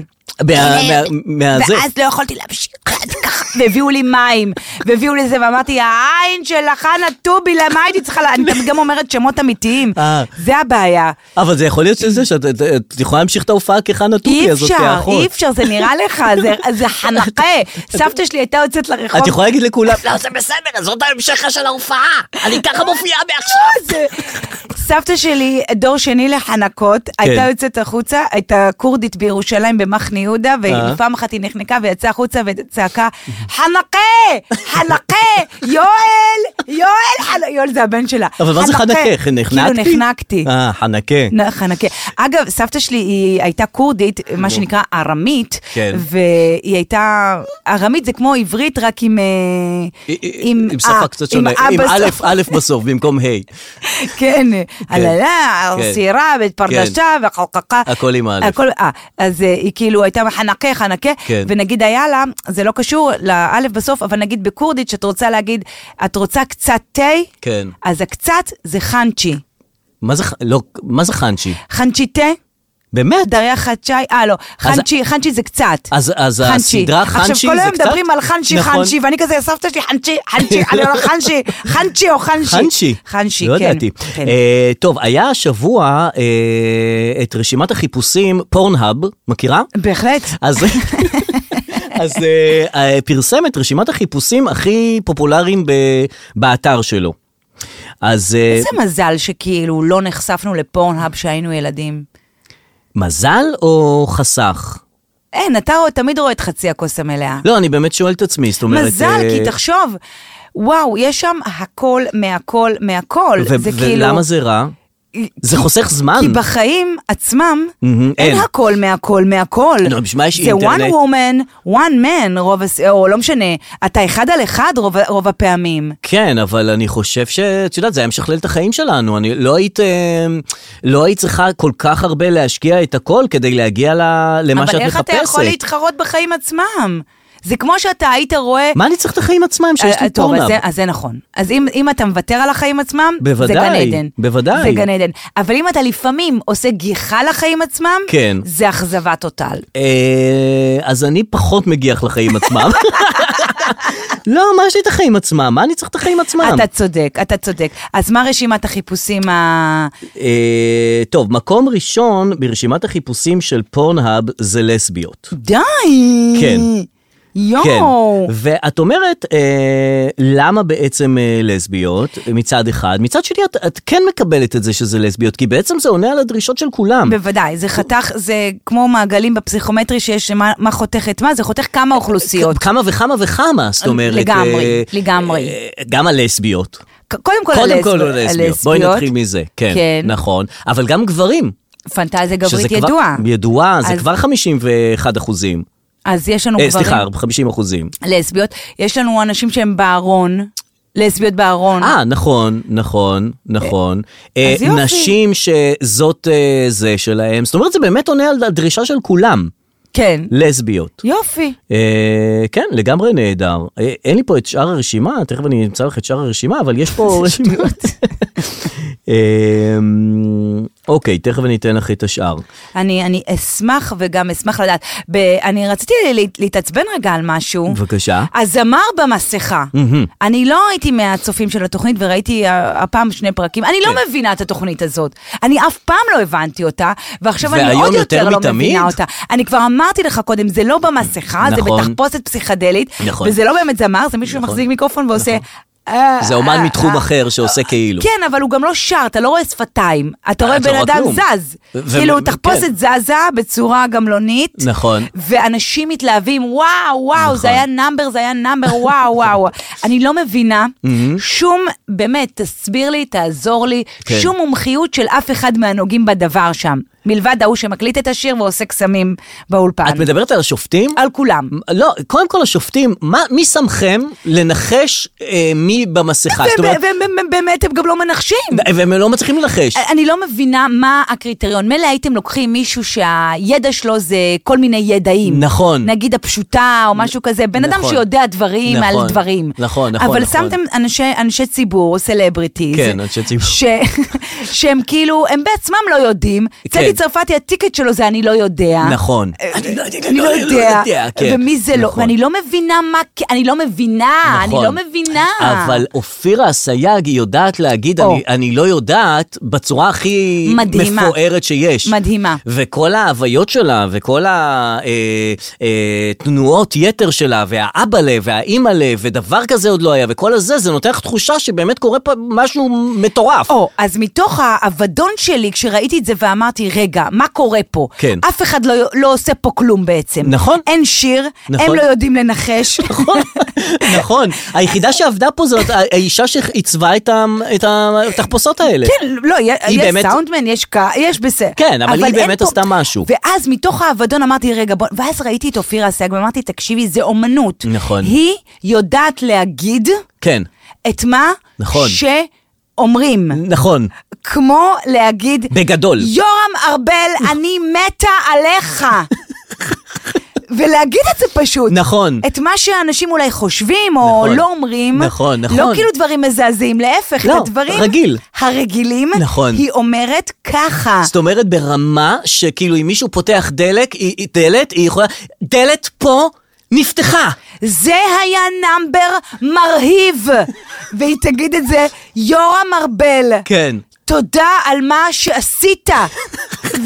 [SPEAKER 2] מה- מה- מהזה.
[SPEAKER 3] אה, ואז לא יכולתי להמשיך, ככה, והביאו לי מים, והביאו לי זה, ואמרתי, העין של חנה טובי, למה הייתי צריכה, לה-" אני תמיד גם אומרת שמות אמיתיים,
[SPEAKER 2] אה.
[SPEAKER 3] זה הבעיה.
[SPEAKER 2] אבל זה יכול להיות שזה, שאת את- את יכולה להמשיך את ההופעה כחנה טובי
[SPEAKER 3] אי
[SPEAKER 2] הזאת
[SPEAKER 3] אפשר,
[SPEAKER 2] כאחות.
[SPEAKER 3] אי אפשר, זה נראה לך, זה- זה חנכה. סבתא שלי הייתה יוצאת לרחוב.
[SPEAKER 2] את יכולה להגיד לכולם, לא, זה
[SPEAKER 7] בסדר, זאת ההמשך של ההופעה. אני ככה מופיעה מעכשיו.
[SPEAKER 3] זה- סבתא שלי, דור שני לחנקות,
[SPEAKER 2] כן.
[SPEAKER 3] הייתה יוצאת החוצה, הייתה כורדית בירושלים במחנה יהודה,
[SPEAKER 2] אה.
[SPEAKER 3] ופעם אחת היא נחנקה ויצאה החוצה וצעקה, חנקה, חנקה, יואל, יואל, חנ-" יואל זה הבן שלה.
[SPEAKER 2] אבל מה זה חנקה? נחנקתי?
[SPEAKER 3] כאילו נחנקתי.
[SPEAKER 2] אה, חנקה.
[SPEAKER 3] נ- חנקה. אגב, סבתא שלי היא הייתה כורדית, מה שנקרא ארמית,
[SPEAKER 2] כן.
[SPEAKER 3] והיא הייתה, ארמית זה כמו עברית רק עם... אה,
[SPEAKER 2] עם שפה
[SPEAKER 3] אה,
[SPEAKER 2] קצת שונה, עם
[SPEAKER 3] אה
[SPEAKER 2] א',
[SPEAKER 3] בסוף.
[SPEAKER 2] א' בסוף במקום ה'.
[SPEAKER 3] כן, הללה,
[SPEAKER 2] כן.
[SPEAKER 3] סירה, פרדשה וחלקקה.
[SPEAKER 2] הכל עם האלף.
[SPEAKER 3] הכל, אה, אז אה, היא כאילו הייתה חנקה, חנקה,
[SPEAKER 2] כן.
[SPEAKER 3] ונגיד היה לה, זה לא קשור לאלף בסוף, אבל נגיד בכורדית, שאת רוצה להגיד, את רוצה קצת תה,
[SPEAKER 2] כן.
[SPEAKER 3] אז הקצת זה חנצ'י.
[SPEAKER 2] מה זה, ח- לא, מה זה חנצ'י?
[SPEAKER 3] חנצ'י תה,
[SPEAKER 2] באמת?
[SPEAKER 3] דריה חדשי, אה לא,
[SPEAKER 2] אז-
[SPEAKER 3] חנצ'י, חנצ'י זה קצת.
[SPEAKER 2] אז- אז
[SPEAKER 3] חנצ'י.
[SPEAKER 2] הסדרה חנצ'י
[SPEAKER 3] עכשיו כל
[SPEAKER 2] זה
[SPEAKER 3] היום
[SPEAKER 2] קצת?
[SPEAKER 3] מדברים על חנצ'י,
[SPEAKER 2] נכון.
[SPEAKER 3] חנצ'י, ואני כזה, סבתא שלי חנצ'י, חנצ'י, אני אומר חנצ'י, חנצ'י או חנצ'י.
[SPEAKER 2] חנצ'י.
[SPEAKER 3] חנצ'י,
[SPEAKER 2] לא
[SPEAKER 3] כן.
[SPEAKER 2] ידעתי.
[SPEAKER 3] כן.
[SPEAKER 2] אה, טוב, היה השבוע אה, את רשימת החיפושים פורנהאב, מכירה?
[SPEAKER 3] בהחלט.
[SPEAKER 2] אז... אז אה, אה, פרסם את רשימת החיפושים הכי פופולריים ב- באתר שלו. אז אה,
[SPEAKER 3] איזה מזל שכאילו לא נחשפנו לפורנהאב כשהיינו ילדים.
[SPEAKER 2] מזל או חסך?
[SPEAKER 3] אין, אתה רואה- תמיד רואה את חצי הכוס המלאה.
[SPEAKER 2] לא, אני באמת שואל את עצמי, זאת אומרת...
[SPEAKER 3] מזל,
[SPEAKER 2] אה,
[SPEAKER 3] כי תחשוב, וואו, יש שם הכל מהכל מהכל.
[SPEAKER 2] ו-
[SPEAKER 3] זה כאילו...
[SPEAKER 2] ולמה זה רע? זה חוסך זמן.
[SPEAKER 3] כי בחיים עצמם
[SPEAKER 2] מהמם,
[SPEAKER 3] אין
[SPEAKER 2] אין.
[SPEAKER 3] הכל מהכל מהכל.
[SPEAKER 2] לא, בשביל מה יש
[SPEAKER 3] זה one
[SPEAKER 2] אינטרנט?
[SPEAKER 3] woman, one man, רוב, הס- או לא משנה, אתה אחד על אחד רוב, רוב הפעמים.
[SPEAKER 2] כן, אבל אני חושב שאת יודעת, זה היה משכלל את החיים שלנו. אני לא היית, אה, לא היית צריכה כל כך הרבה להשקיע את הכל כדי להגיע ל- למה שאת
[SPEAKER 3] אבל
[SPEAKER 2] מחפשת.
[SPEAKER 3] איך אתה יכול להתחרות בחיים עצמם? זה כמו שאתה היית רואה...
[SPEAKER 2] מה אני צריך את החיים עצמם שיש
[SPEAKER 3] אה,
[SPEAKER 2] לי
[SPEAKER 3] טוב, אז
[SPEAKER 2] פורנאפ?
[SPEAKER 3] זה- אז זה נכון. אז אם, אם אתה מוותר על החיים עצמם,
[SPEAKER 2] בוודאי,
[SPEAKER 3] זה גן עדן.
[SPEAKER 2] בוודאי.
[SPEAKER 3] זה גן עדן. אבל אם אתה לפעמים עושה גיחה לחיים עצמם,
[SPEAKER 2] כן.
[SPEAKER 3] זה אכזבה טוטל.
[SPEAKER 2] אה, אז אני פחות מגיח לחיים עצמם. לא, מה יש לי את החיים עצמם? מה אני צריך את החיים עצמם?
[SPEAKER 3] אתה צודק, אתה צודק. אז מה רשימת החיפושים ה...
[SPEAKER 2] אה, טוב, מקום ראשון ברשימת החיפושים של פורנהאב זה לסביות.
[SPEAKER 3] די!
[SPEAKER 2] כן.
[SPEAKER 3] יואו!
[SPEAKER 2] כן, ואת אומרת, אה, למה בעצם אה, לסביות מצד אחד? מצד שני, את, את כן מקבלת את זה שזה לסביות, כי בעצם זה עונה על הדרישות של כולם.
[SPEAKER 3] בוודאי, זה חתך, זה כמו מעגלים בפסיכומטרי שיש מה, מה חותך את מה, זה חותך כמה אוכלוסיות.
[SPEAKER 2] כ- כמה וכמה וכמה, זאת אומרת.
[SPEAKER 3] אה, לגמרי,
[SPEAKER 2] אה,
[SPEAKER 3] לגמרי.
[SPEAKER 2] אה, גם הלסביות.
[SPEAKER 3] ק- קודם כל
[SPEAKER 2] קודם
[SPEAKER 3] הלסב-
[SPEAKER 2] כל הוא לסביות, בואי
[SPEAKER 3] הלסביות.
[SPEAKER 2] נתחיל מזה, כן,
[SPEAKER 3] כן.
[SPEAKER 2] נכון, אבל גם גברים,
[SPEAKER 3] פנטזיה גברית
[SPEAKER 2] כבר-
[SPEAKER 3] ידועה.
[SPEAKER 2] ידועה, זה
[SPEAKER 3] אז-
[SPEAKER 2] כבר 51 אחוזים,
[SPEAKER 3] אז יש לנו
[SPEAKER 2] אה,
[SPEAKER 3] גברים.
[SPEAKER 2] סליחה, 50 אחוזים.
[SPEAKER 3] לסביות. יש לנו אנשים שהם בארון. לסביות בארון.
[SPEAKER 2] אה, נכון, נכון, נכון. אה,
[SPEAKER 3] אז יופי.
[SPEAKER 2] נשים שזאת אה, זה שלהם, זאת אומרת, זה באמת עונה על הדרישה של כולם,
[SPEAKER 3] כן.
[SPEAKER 2] לסביות.
[SPEAKER 3] יופי.
[SPEAKER 2] אה, כן, לגמרי נהדר. אה, אין לי פה את שאר הרשימה, תכף אני אמצא לך את שאר הרשימה, אבל יש פה רשימות. אה, אוקיי, תכף אני אתן לך את השאר.
[SPEAKER 3] אני, אני אשמח וגם אשמח לדעת. ב, אני רציתי לה, להתעצבן רגע על משהו.
[SPEAKER 2] בבקשה.
[SPEAKER 3] הזמר במסכה. אני לא הייתי מהצופים של התוכנית וראיתי אה, הפעם שני פרקים. אני
[SPEAKER 2] כן.
[SPEAKER 3] לא מבינה את התוכנית הזאת. אני אף פעם לא הבנתי אותה, ועכשיו אני
[SPEAKER 2] והיום
[SPEAKER 3] עוד
[SPEAKER 2] יותר
[SPEAKER 3] יותר לא
[SPEAKER 2] מתמיד?
[SPEAKER 3] מבינה אותה. אני כבר אמרתי לך קודם, זה לא במסכה, זה
[SPEAKER 2] נכון.
[SPEAKER 3] בתחפושת פסיכדלית,
[SPEAKER 2] נכון.
[SPEAKER 3] וזה לא באמת זמר, זה מישהו שמחזיק מיקרופון ועושה... אה,
[SPEAKER 2] זה אומן
[SPEAKER 3] אה,
[SPEAKER 2] מתחום
[SPEAKER 3] אה.
[SPEAKER 2] אחר שעושה כאילו. אה,
[SPEAKER 3] כן, אבל הוא גם לא שר, אתה לא רואה שפתיים. אתה רואה
[SPEAKER 2] אתה
[SPEAKER 3] בן
[SPEAKER 2] רואה
[SPEAKER 3] אדם
[SPEAKER 2] כלום.
[SPEAKER 3] זז.
[SPEAKER 2] ו-
[SPEAKER 3] כאילו,
[SPEAKER 2] ו- כן.
[SPEAKER 3] תחפושת זזה בצורה גמלונית.
[SPEAKER 2] נכון.
[SPEAKER 3] ואנשים מתלהבים, וואו, וואו, זה היה נאמבר, זה היה נאמבר, וואו, וואו. אני לא מבינה שום, באמת, תסביר לי, תעזור לי,
[SPEAKER 2] כן.
[SPEAKER 3] שום מומחיות של אף אחד מהנוגעים בדבר שם. מלבד ההוא שמקליט את השיר ועושה קסמים באולפן.
[SPEAKER 2] את מדברת על השופטים?
[SPEAKER 3] על כולם.
[SPEAKER 2] לא, קודם כל השופטים, מה, מי שמכם לנחש אה, מי במסכה? זאת אומרת,
[SPEAKER 3] ובאמת הם גם לא מנחשים.
[SPEAKER 2] והם לא מצליחים לנחש.
[SPEAKER 3] אני לא מבינה מה הקריטריון. מילא הייתם לוקחים מישהו שהידע שלו זה כל מיני ידעים.
[SPEAKER 2] נכון.
[SPEAKER 3] נגיד הפשוטה או משהו כזה. בן אדם
[SPEAKER 2] נכון.
[SPEAKER 3] שיודע דברים
[SPEAKER 2] נכון.
[SPEAKER 3] על דברים.
[SPEAKER 2] נכון, נכון,
[SPEAKER 3] אבל
[SPEAKER 2] נכון.
[SPEAKER 3] שמתם אנשי, אנשי ציבור או סלבריטיז.
[SPEAKER 2] כן, אנשי ציבור.
[SPEAKER 3] ש... שהם כאילו, הם בעצמם לא יודעים.
[SPEAKER 2] כן.
[SPEAKER 3] צדי צרפתי, הטיקט שלו זה אני לא יודע.
[SPEAKER 2] נכון.
[SPEAKER 3] אני לא יודע,
[SPEAKER 2] כן.
[SPEAKER 3] ומי זה לא,
[SPEAKER 2] נכון.
[SPEAKER 3] ואני לא מבינה מה, אני לא מבינה, אני
[SPEAKER 2] נכון.
[SPEAKER 3] לא מבינה.
[SPEAKER 2] אבל אופירה אסייג היא יודעת להגיד,
[SPEAKER 3] או.
[SPEAKER 2] אני, אני לא יודעת, בצורה הכי
[SPEAKER 3] מדהימה.
[SPEAKER 2] מפוארת שיש.
[SPEAKER 3] מדהימה.
[SPEAKER 2] וכל ההוויות שלה, וכל התנועות יתר שלה, והאבאלה, והאימאלה, ודבר כזה עוד לא היה, וכל הזה, זה נותן לך תחושה שבאמת קורה פה משהו מטורף.
[SPEAKER 3] או, אז מתוך האבדון שלי, כשראיתי את זה ואמרתי, רגע, מה קורה פה?
[SPEAKER 2] כן.
[SPEAKER 3] אף אחד לא, לא עושה פה כלום בעצם.
[SPEAKER 2] נכון.
[SPEAKER 3] אין שיר,
[SPEAKER 2] נכון.
[SPEAKER 3] הם לא יודעים לנחש. נכון.
[SPEAKER 2] נכון, היחידה שעבדה פה זאת האישה שעיצבה את ה- את התחפושות האלה.
[SPEAKER 3] כן, לא, יה-
[SPEAKER 2] היא
[SPEAKER 3] יש
[SPEAKER 2] באמת-
[SPEAKER 3] סאונדמן, יש קה, יש בסדר.
[SPEAKER 2] כן, אבל היא
[SPEAKER 3] אין
[SPEAKER 2] באמת עשתה משהו.
[SPEAKER 3] ואז מתוך האבדון אמרתי, רגע, בוא... ואז ראיתי את אופירה אסייג ואמרתי, תקשיבי, זה אומנות.
[SPEAKER 2] נכון.
[SPEAKER 3] היא יודעת להגיד
[SPEAKER 2] כן,
[SPEAKER 3] את מה
[SPEAKER 2] נכון.
[SPEAKER 3] שאומרים.
[SPEAKER 2] נכון,
[SPEAKER 3] כמו להגיד...
[SPEAKER 2] בגדול.
[SPEAKER 3] יורם ארבל, אני מתה עליך. ולהגיד את זה פשוט.
[SPEAKER 2] נכון.
[SPEAKER 3] את מה שאנשים אולי חושבים, או
[SPEAKER 2] נכון.
[SPEAKER 3] לא אומרים.
[SPEAKER 2] נכון, נכון.
[SPEAKER 3] לא כאילו דברים מזעזעים, להפך,
[SPEAKER 2] לא,
[SPEAKER 3] את הדברים...
[SPEAKER 2] רגיל.
[SPEAKER 3] הרגילים.
[SPEAKER 2] נכון.
[SPEAKER 3] היא אומרת ככה.
[SPEAKER 2] זאת אומרת ברמה שכאילו אם מישהו פותח דלק, היא- היא- דלת, היא יכולה, דלת פה נפתחה.
[SPEAKER 3] זה היה נאמבר מרהיב. והיא תגיד את זה, יורם ארבל.
[SPEAKER 2] כן.
[SPEAKER 3] תודה על מה שעשית.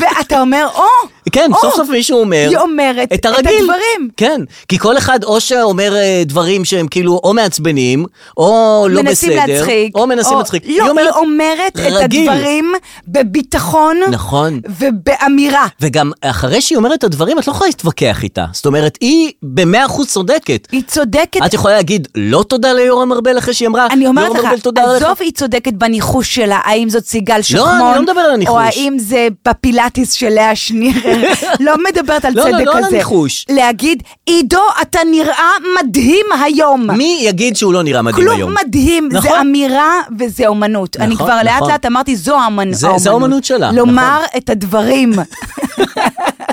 [SPEAKER 3] ואתה אומר, או,
[SPEAKER 2] כן,
[SPEAKER 3] או,
[SPEAKER 2] סוף סוף מישהו אומר,
[SPEAKER 3] היא אומרת
[SPEAKER 2] את הרגיל,
[SPEAKER 3] את הדברים.
[SPEAKER 2] כן, כי כל אחד או שאומר אה, דברים שהם כאילו או מעצבנים, או לא בסדר,
[SPEAKER 3] מנסים להצחיק.
[SPEAKER 2] או מנסים להצחיק,
[SPEAKER 3] לא, היא אומרת, את
[SPEAKER 2] רגיל.
[SPEAKER 3] הדברים בביטחון.
[SPEAKER 2] נכון.
[SPEAKER 3] ובאמירה.
[SPEAKER 2] וגם אחרי שהיא אומרת את הדברים, את לא יכולה להתווכח איתה. זאת אומרת, היא במאה אחוז צודקת.
[SPEAKER 3] היא צודקת.
[SPEAKER 2] את יכולה להגיד לא תודה ליורם ארבל אחרי שהיא אמרה,
[SPEAKER 3] כן. אני אומרת
[SPEAKER 2] "יורם ארבל,
[SPEAKER 3] לך,
[SPEAKER 2] תודה
[SPEAKER 3] עזוב, היא צודקת בניחוש שלה, האם זאת סיגל שחמון,
[SPEAKER 2] אני לא מדבר על הניחוש.
[SPEAKER 3] או האם זה בפילאטיס של לאה שנירר, לא מדברת על
[SPEAKER 2] לא,
[SPEAKER 3] צדק
[SPEAKER 2] לא,
[SPEAKER 3] כזה.
[SPEAKER 2] לא על הניחוש.
[SPEAKER 3] להגיד, עידו, אתה נראה מדהים היום.
[SPEAKER 2] מי יגיד שהוא לא נראה מדהים
[SPEAKER 3] כלום
[SPEAKER 2] היום?
[SPEAKER 3] מדהים,
[SPEAKER 2] נכון.
[SPEAKER 3] זה אמירה וזה אומנות. אני
[SPEAKER 2] נכון,
[SPEAKER 3] כבר לאט
[SPEAKER 2] נכון.
[SPEAKER 3] לאט אמרתי, זו האמנ-
[SPEAKER 2] זה- זה
[SPEAKER 3] האומנות.
[SPEAKER 2] האומנות שלה, נכון.
[SPEAKER 3] לומר את הדברים.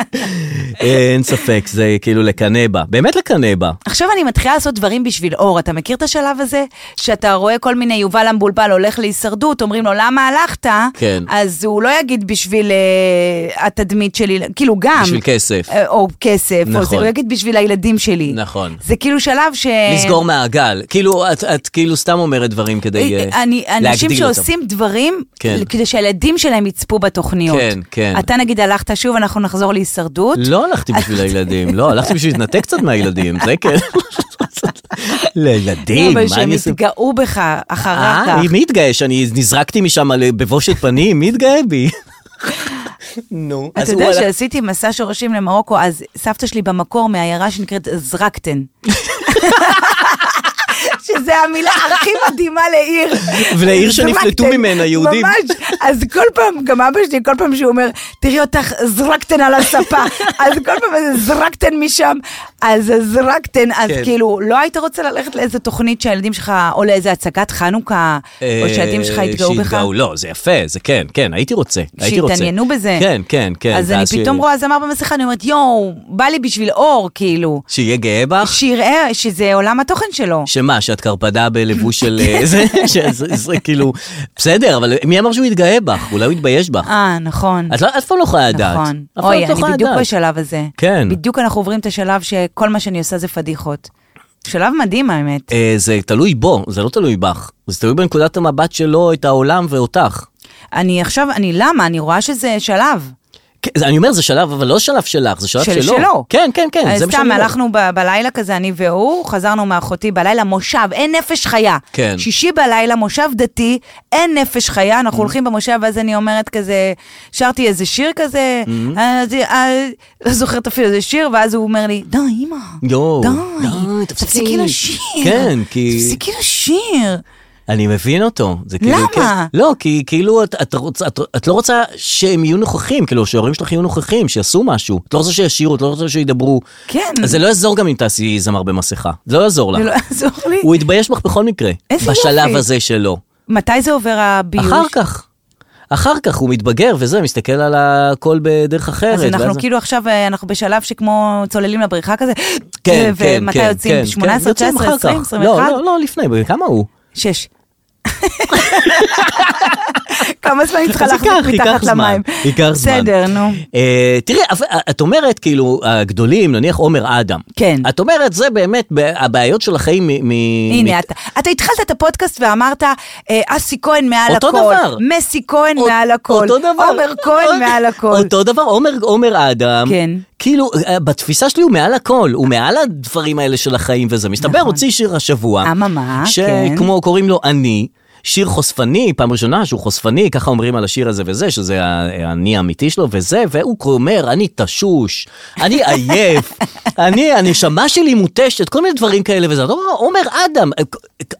[SPEAKER 2] אין ספק, זה כאילו לקנא בה. באמת לקנא בה.
[SPEAKER 3] עכשיו אני מתחילה לעשות דברים בשביל אור, אתה מכיר את השלב הזה? שאתה רואה כל מיני יובל המבולבל הולך להישרדות, אומרים לו למה הלכת?
[SPEAKER 2] כן.
[SPEAKER 3] אז הוא לא יגיד בשביל אה, התדמית שלי, כאילו גם.
[SPEAKER 2] בשביל כסף.
[SPEAKER 3] אה, או כסף, או
[SPEAKER 2] נכון.
[SPEAKER 3] זה, הוא יגיד בשביל הילדים שלי.
[SPEAKER 2] נכון.
[SPEAKER 3] זה כאילו שלב ש...
[SPEAKER 2] לסגור מעגל. כאילו, את, את כאילו סתם אומרת דברים כדי אה,
[SPEAKER 3] אני, אנשים
[SPEAKER 2] להגדיל אותם.
[SPEAKER 3] שעושים דברים
[SPEAKER 2] כן.
[SPEAKER 3] כדי שהילדים שלהם יצפו בתוכניות.
[SPEAKER 2] כן, כן.
[SPEAKER 3] אתה נגיד הלכת שוב, אנחנו נחזור להישרדות.
[SPEAKER 2] לא הלכתי בשביל הילדים, לא, הלכתי בשביל להתנתק קצת מהילדים, זה כן. לילדים,
[SPEAKER 3] לא, אבל
[SPEAKER 2] לא, מה
[SPEAKER 3] שהם
[SPEAKER 2] אני עושה?
[SPEAKER 3] יתגאו בך אחר
[SPEAKER 2] אה,
[SPEAKER 3] כך.
[SPEAKER 2] מי יתגאה שאני נזרקתי משם על- בבושת פנים? מי יתגאה בי? נו,
[SPEAKER 3] אתה יודע שעשיתי מסע שורשים למרוקו, אז סבתא שלי במקור מעיירה שנקראת זרקתן. ש- שזה המילה הכי מדהימה לעיר.
[SPEAKER 2] ולעיר שנפלטו
[SPEAKER 3] זרקתן,
[SPEAKER 2] ממנה יהודים.
[SPEAKER 3] ממש. אז כל פעם, גם אבא שלי, כל פעם שהוא אומר, תראי אותך, זרקתן על הספה. אז כל פעם איזה זרקתן משם, אז זרקתן, אז
[SPEAKER 2] כן.
[SPEAKER 3] כאילו, לא היית רוצה ללכת לאיזה תוכנית שהילדים שלך, או לאיזה הצגת חנוכה, או שהילדים שלך
[SPEAKER 2] אה,
[SPEAKER 3] יתגאו בך?
[SPEAKER 2] שיתגאו, לא, זה יפה, זה כן, כן, הייתי רוצה, הייתי רוצה.
[SPEAKER 3] שהתעניינו בזה.
[SPEAKER 2] כן, כן, כן.
[SPEAKER 3] אז אני
[SPEAKER 2] ואז
[SPEAKER 3] פתאום
[SPEAKER 2] ש-
[SPEAKER 3] רואה זמר במסכה, אני אומרת, יואו, בא לי בשביל אור, כאילו.
[SPEAKER 2] שיהיה גאה בך?
[SPEAKER 3] שיראה שזה עולם התוכן שלו.
[SPEAKER 2] שמה, שאת קרפדה בלבוש של אה, זה, שזה זה כאילו, בסדר, אבל מי אמר שהוא יתגאה בך? אולי הוא יתבייש בך.
[SPEAKER 3] אה, נכון.
[SPEAKER 2] את לא- אף פעם לא יכולה לדעת.
[SPEAKER 3] נכון.
[SPEAKER 2] אף פעם
[SPEAKER 3] אוי,
[SPEAKER 2] את לא
[SPEAKER 3] אני
[SPEAKER 2] יכולה
[SPEAKER 3] בדיוק
[SPEAKER 2] לדעת.
[SPEAKER 3] בשלב הזה.
[SPEAKER 2] כן.
[SPEAKER 3] בדיוק אנחנו עוברים את השלב שכל מה שאני עושה זה פדיחות. שלב מדהים האמת.
[SPEAKER 2] אה, זה תלוי בו, זה לא תלוי בך. זה תלוי בנקודת המבט שלו, את העולם ואותך.
[SPEAKER 3] אני עכשיו, אני למה? אני רואה שזה שלב.
[SPEAKER 2] כן, זה- אני אומר, זה שלב, אבל לא שלב שלך, זה שלב
[SPEAKER 3] של
[SPEAKER 2] שלו.
[SPEAKER 3] שלו.
[SPEAKER 2] כן, כן, כן,
[SPEAKER 3] אז
[SPEAKER 2] זה מה שאני
[SPEAKER 3] סתם,
[SPEAKER 2] אומר.
[SPEAKER 3] הלכנו ב- בלילה כזה, אני והוא, חזרנו מאחותי בלילה, מושב, אין נפש חיה.
[SPEAKER 2] כן.
[SPEAKER 3] שישי בלילה, מושב דתי, אין נפש חיה, אנחנו
[SPEAKER 2] Mm-hmm.
[SPEAKER 3] הולכים במושב, ואז אני אומרת כזה, שרתי איזה שיר כזה,
[SPEAKER 2] Mm-hmm.
[SPEAKER 3] אז- אה, לא זוכרת אפילו איזה שיר, ואז הוא אומר לי, די, אמא.
[SPEAKER 2] יואו,
[SPEAKER 3] די, תפסיקי לשיר.
[SPEAKER 2] כן, כי...
[SPEAKER 3] תפסיקי לשיר.
[SPEAKER 2] אני מבין אותו. זה כאילו,
[SPEAKER 3] למה?
[SPEAKER 2] כן, לא, כי כאילו את, את, רוצה, את, את לא רוצה שהם יהיו נוכחים, כאילו שההורים שלך יהיו נוכחים, שיעשו משהו. את לא רוצה שישירו, את לא רוצה שידברו.
[SPEAKER 3] כן.
[SPEAKER 2] אז זה לא יעזור גם אם תעשי זמר במסכה. זה לא יעזור
[SPEAKER 3] זה לא
[SPEAKER 2] לך.
[SPEAKER 3] יעזור לי.
[SPEAKER 2] הוא יתבייש בך בכל מקרה.
[SPEAKER 3] איזה
[SPEAKER 2] בשלב
[SPEAKER 3] יופי.
[SPEAKER 2] הזה שלו.
[SPEAKER 3] מתי זה עובר הביוש?
[SPEAKER 2] אחר כך. אחר כך הוא מתבגר וזה, מסתכל על הכל בדרך אחרת.
[SPEAKER 3] אז
[SPEAKER 2] ואז-
[SPEAKER 3] אנחנו כאילו עכשיו, אה, אנחנו בשלב שכמו צוללים לבריכה כזה,
[SPEAKER 2] כן,
[SPEAKER 3] ו-
[SPEAKER 2] כן,
[SPEAKER 3] ומתי
[SPEAKER 2] כן,
[SPEAKER 3] יוצאים?
[SPEAKER 2] כן,
[SPEAKER 3] 18,
[SPEAKER 2] יוצאים
[SPEAKER 3] 19,
[SPEAKER 2] אחר
[SPEAKER 3] 20,
[SPEAKER 2] כך. לא,
[SPEAKER 3] 21?
[SPEAKER 2] לא, לא, לפני, כמה הוא?
[SPEAKER 3] שש. כמה זמן היא צריכה
[SPEAKER 2] אז
[SPEAKER 3] להחזיק
[SPEAKER 2] ייקח,
[SPEAKER 3] מתחת
[SPEAKER 2] ייקח זמן,
[SPEAKER 3] למים?
[SPEAKER 2] ייקח זמן.
[SPEAKER 3] בסדר, נו.
[SPEAKER 2] אה, תראי, אבל, אה, את אומרת, כאילו, הגדולים, נניח עומר אדם.
[SPEAKER 3] כן.
[SPEAKER 2] את אומרת, זה באמת ב- הבעיות של החיים מ... מ-
[SPEAKER 3] הנה,
[SPEAKER 2] מ-
[SPEAKER 3] אתה, אתה התחלת את הפודקאסט ואמרת, אה, אסי כהן מעל
[SPEAKER 2] אותו
[SPEAKER 3] הכל.
[SPEAKER 2] דבר.
[SPEAKER 3] מסי כהן מעל הכל.
[SPEAKER 2] אותו דבר. לא, אוקיי.
[SPEAKER 3] עומר כהן מעל הכל.
[SPEAKER 2] אותו דבר, עומר, עומר אדם.
[SPEAKER 3] כן.
[SPEAKER 2] כאילו, אה, בתפיסה שלי הוא מעל הכל, הוא מעל הדברים האלה של החיים וזה. מסתבר,
[SPEAKER 3] נכון.
[SPEAKER 2] הוציא שיר השבוע.
[SPEAKER 3] אממה, כן.
[SPEAKER 2] שכמו קוראים לו אני. שיר חושפני, פעם ראשונה שהוא חושפני, ככה אומרים על השיר הזה וזה, שזה ה- האני האמיתי שלו וזה, והוא אומר, אני תשוש, אני עייף, אני, הנשמה שלי מותשת, כל מיני דברים כאלה וזה. אתה אומר, עומר אדם,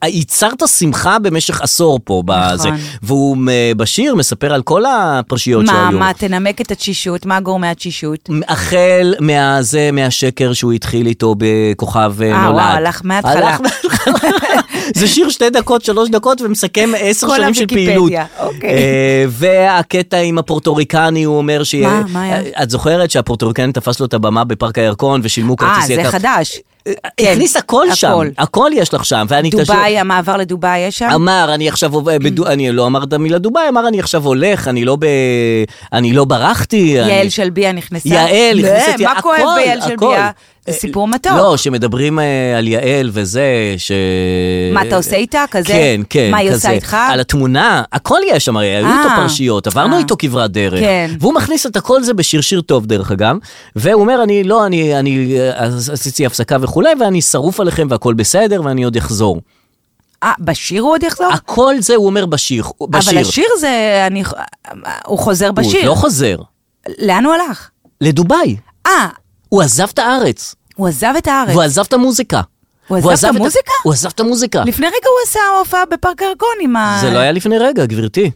[SPEAKER 2] אה, ייצרת שמחה במשך עשור פה, בזה.
[SPEAKER 3] נכון.
[SPEAKER 2] והוא אה, בשיר מספר על כל הפרשיות
[SPEAKER 3] מה,
[SPEAKER 2] שהיו.
[SPEAKER 3] מה, תנמק את התשישות, מה גורמי התשישות?
[SPEAKER 2] החל מהזה, מהשקר שהוא התחיל איתו בכוכב אה,
[SPEAKER 3] אה,
[SPEAKER 2] נולד.
[SPEAKER 3] וואו, הלך מההתחלה.
[SPEAKER 2] הלך מההתחלה. זה שיר שתי דקות, שלוש דקות, ומסכם עשר
[SPEAKER 3] כל
[SPEAKER 2] שנים של
[SPEAKER 3] הוויקיפדיה,
[SPEAKER 2] פעילות.
[SPEAKER 3] אוקיי.
[SPEAKER 2] אה, והקטע עם הפורטוריקני, הוא אומר ש...
[SPEAKER 3] מה, מה היה?
[SPEAKER 2] את זוכרת שהפורטוריקני תפס לו את הבמה בפארק הירקון ושילמו
[SPEAKER 3] אה,
[SPEAKER 2] כרטיס
[SPEAKER 3] זה
[SPEAKER 2] יקר?
[SPEAKER 3] חדש. כן,
[SPEAKER 2] אה, הכניס הכל שם,
[SPEAKER 3] הכל.
[SPEAKER 2] הכל יש לך שם, ואני תשאיר-
[SPEAKER 3] דובאי, המעבר לדובאי יש שם?
[SPEAKER 2] אמר, אני עכשיו, עוב- בדו- אני לא אמר את המילה דובאי, אמר, אני עכשיו הולך, אני לא ב... אני לא ברחתי.
[SPEAKER 3] יעל
[SPEAKER 2] אני-
[SPEAKER 3] שלביה נכנסה?
[SPEAKER 2] יעל,
[SPEAKER 3] לא,
[SPEAKER 2] נכנסת,
[SPEAKER 3] מה
[SPEAKER 2] הכל,
[SPEAKER 3] כואב ביעל
[SPEAKER 2] הכל.
[SPEAKER 3] שלביה? זה
[SPEAKER 2] אה,
[SPEAKER 3] סיפור מתוק.
[SPEAKER 2] לא, שמדברים אה, על יעל וזה, ש...
[SPEAKER 3] מה אתה עושה איתה? כזה?
[SPEAKER 2] כן, כן,
[SPEAKER 3] מה היא
[SPEAKER 2] כזה.
[SPEAKER 3] עושה איתך?
[SPEAKER 2] על התמונה, הכל יש שם, הרי היו
[SPEAKER 3] אה.
[SPEAKER 2] איתו פרשיות, עברנו
[SPEAKER 3] אה.
[SPEAKER 2] איתו כברת דרך.
[SPEAKER 3] כן.
[SPEAKER 2] והוא מכניס את הכל זה בשיר שיר טוב, דרך אגב. והוא אומר, אני לא, אני אני, אה, עשיתי הפסקה וכולי, ואני שרוף עליכם והכל בסדר, ואני עוד אחזור.
[SPEAKER 3] אה, בשיר הוא עוד יחזור?
[SPEAKER 2] הכל זה הוא אומר בשיר. בשיר.
[SPEAKER 3] אבל השיר זה... אני- אה, הוא חוזר
[SPEAKER 2] הוא עוד
[SPEAKER 3] בשיר.
[SPEAKER 2] לא חוזר.
[SPEAKER 3] לאן הוא הלך?
[SPEAKER 2] לדובאי.
[SPEAKER 3] אה,
[SPEAKER 2] הוא עזב את הארץ.
[SPEAKER 3] הוא עזב את הארץ.
[SPEAKER 2] והוא עזב את המוזיקה.
[SPEAKER 3] הוא עזב את המוזיקה?
[SPEAKER 2] הוא עזב את המוזיקה.
[SPEAKER 3] לפני רגע הוא עשה הופעה בפארק הירקון עם ה...
[SPEAKER 2] זה לא היה לפני רגע, גברתי.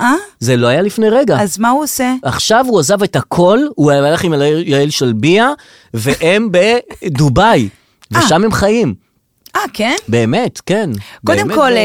[SPEAKER 3] אה?
[SPEAKER 2] זה לא היה לפני רגע.
[SPEAKER 3] אז מה הוא עושה?
[SPEAKER 2] עכשיו הוא עזב את הכל, הוא הלך עם יעל- יעל שלביה, והם בדובאי. ושם הם חיים.
[SPEAKER 3] אה, כן?
[SPEAKER 2] באמת, כן.
[SPEAKER 3] קודם
[SPEAKER 2] באמת,
[SPEAKER 3] כל, אה,
[SPEAKER 2] באמת.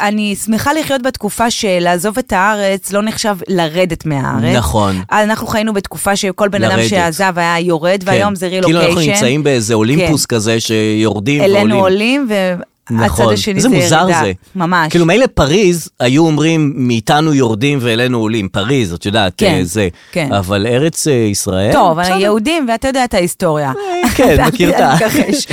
[SPEAKER 3] אני שמחה לחיות בתקופה שלעזוב את הארץ לא נחשב לרדת מהארץ.
[SPEAKER 2] נכון.
[SPEAKER 3] אנחנו חיינו בתקופה שכל בן אדם
[SPEAKER 2] לרדת.
[SPEAKER 3] שעזב היה יורד,
[SPEAKER 2] כן.
[SPEAKER 3] והיום אה, זה רילוקיישן.
[SPEAKER 2] כאילו אנחנו נמצאים באיזה אולימפוס
[SPEAKER 3] כן.
[SPEAKER 2] כזה שיורדים ועולים.
[SPEAKER 3] אלינו עולים, והצד
[SPEAKER 2] נכון.
[SPEAKER 3] השני
[SPEAKER 2] איזה
[SPEAKER 3] זה
[SPEAKER 2] מוזר
[SPEAKER 3] ירידה.
[SPEAKER 2] זה.
[SPEAKER 3] ממש.
[SPEAKER 2] כאילו מילא פריז, היו אומרים, מאיתנו יורדים ואלינו עולים. פריז, את יודעת,
[SPEAKER 3] כן,
[SPEAKER 2] אה, זה.
[SPEAKER 3] כן.
[SPEAKER 2] אבל ארץ אה, ישראל...
[SPEAKER 3] טוב,
[SPEAKER 2] בסדר.
[SPEAKER 3] היהודים, ואתה יודע את ההיסטוריה.
[SPEAKER 2] אה, כן,
[SPEAKER 3] אתה
[SPEAKER 2] מכיר את
[SPEAKER 3] יודע,
[SPEAKER 2] ה-
[SPEAKER 3] מתכחש.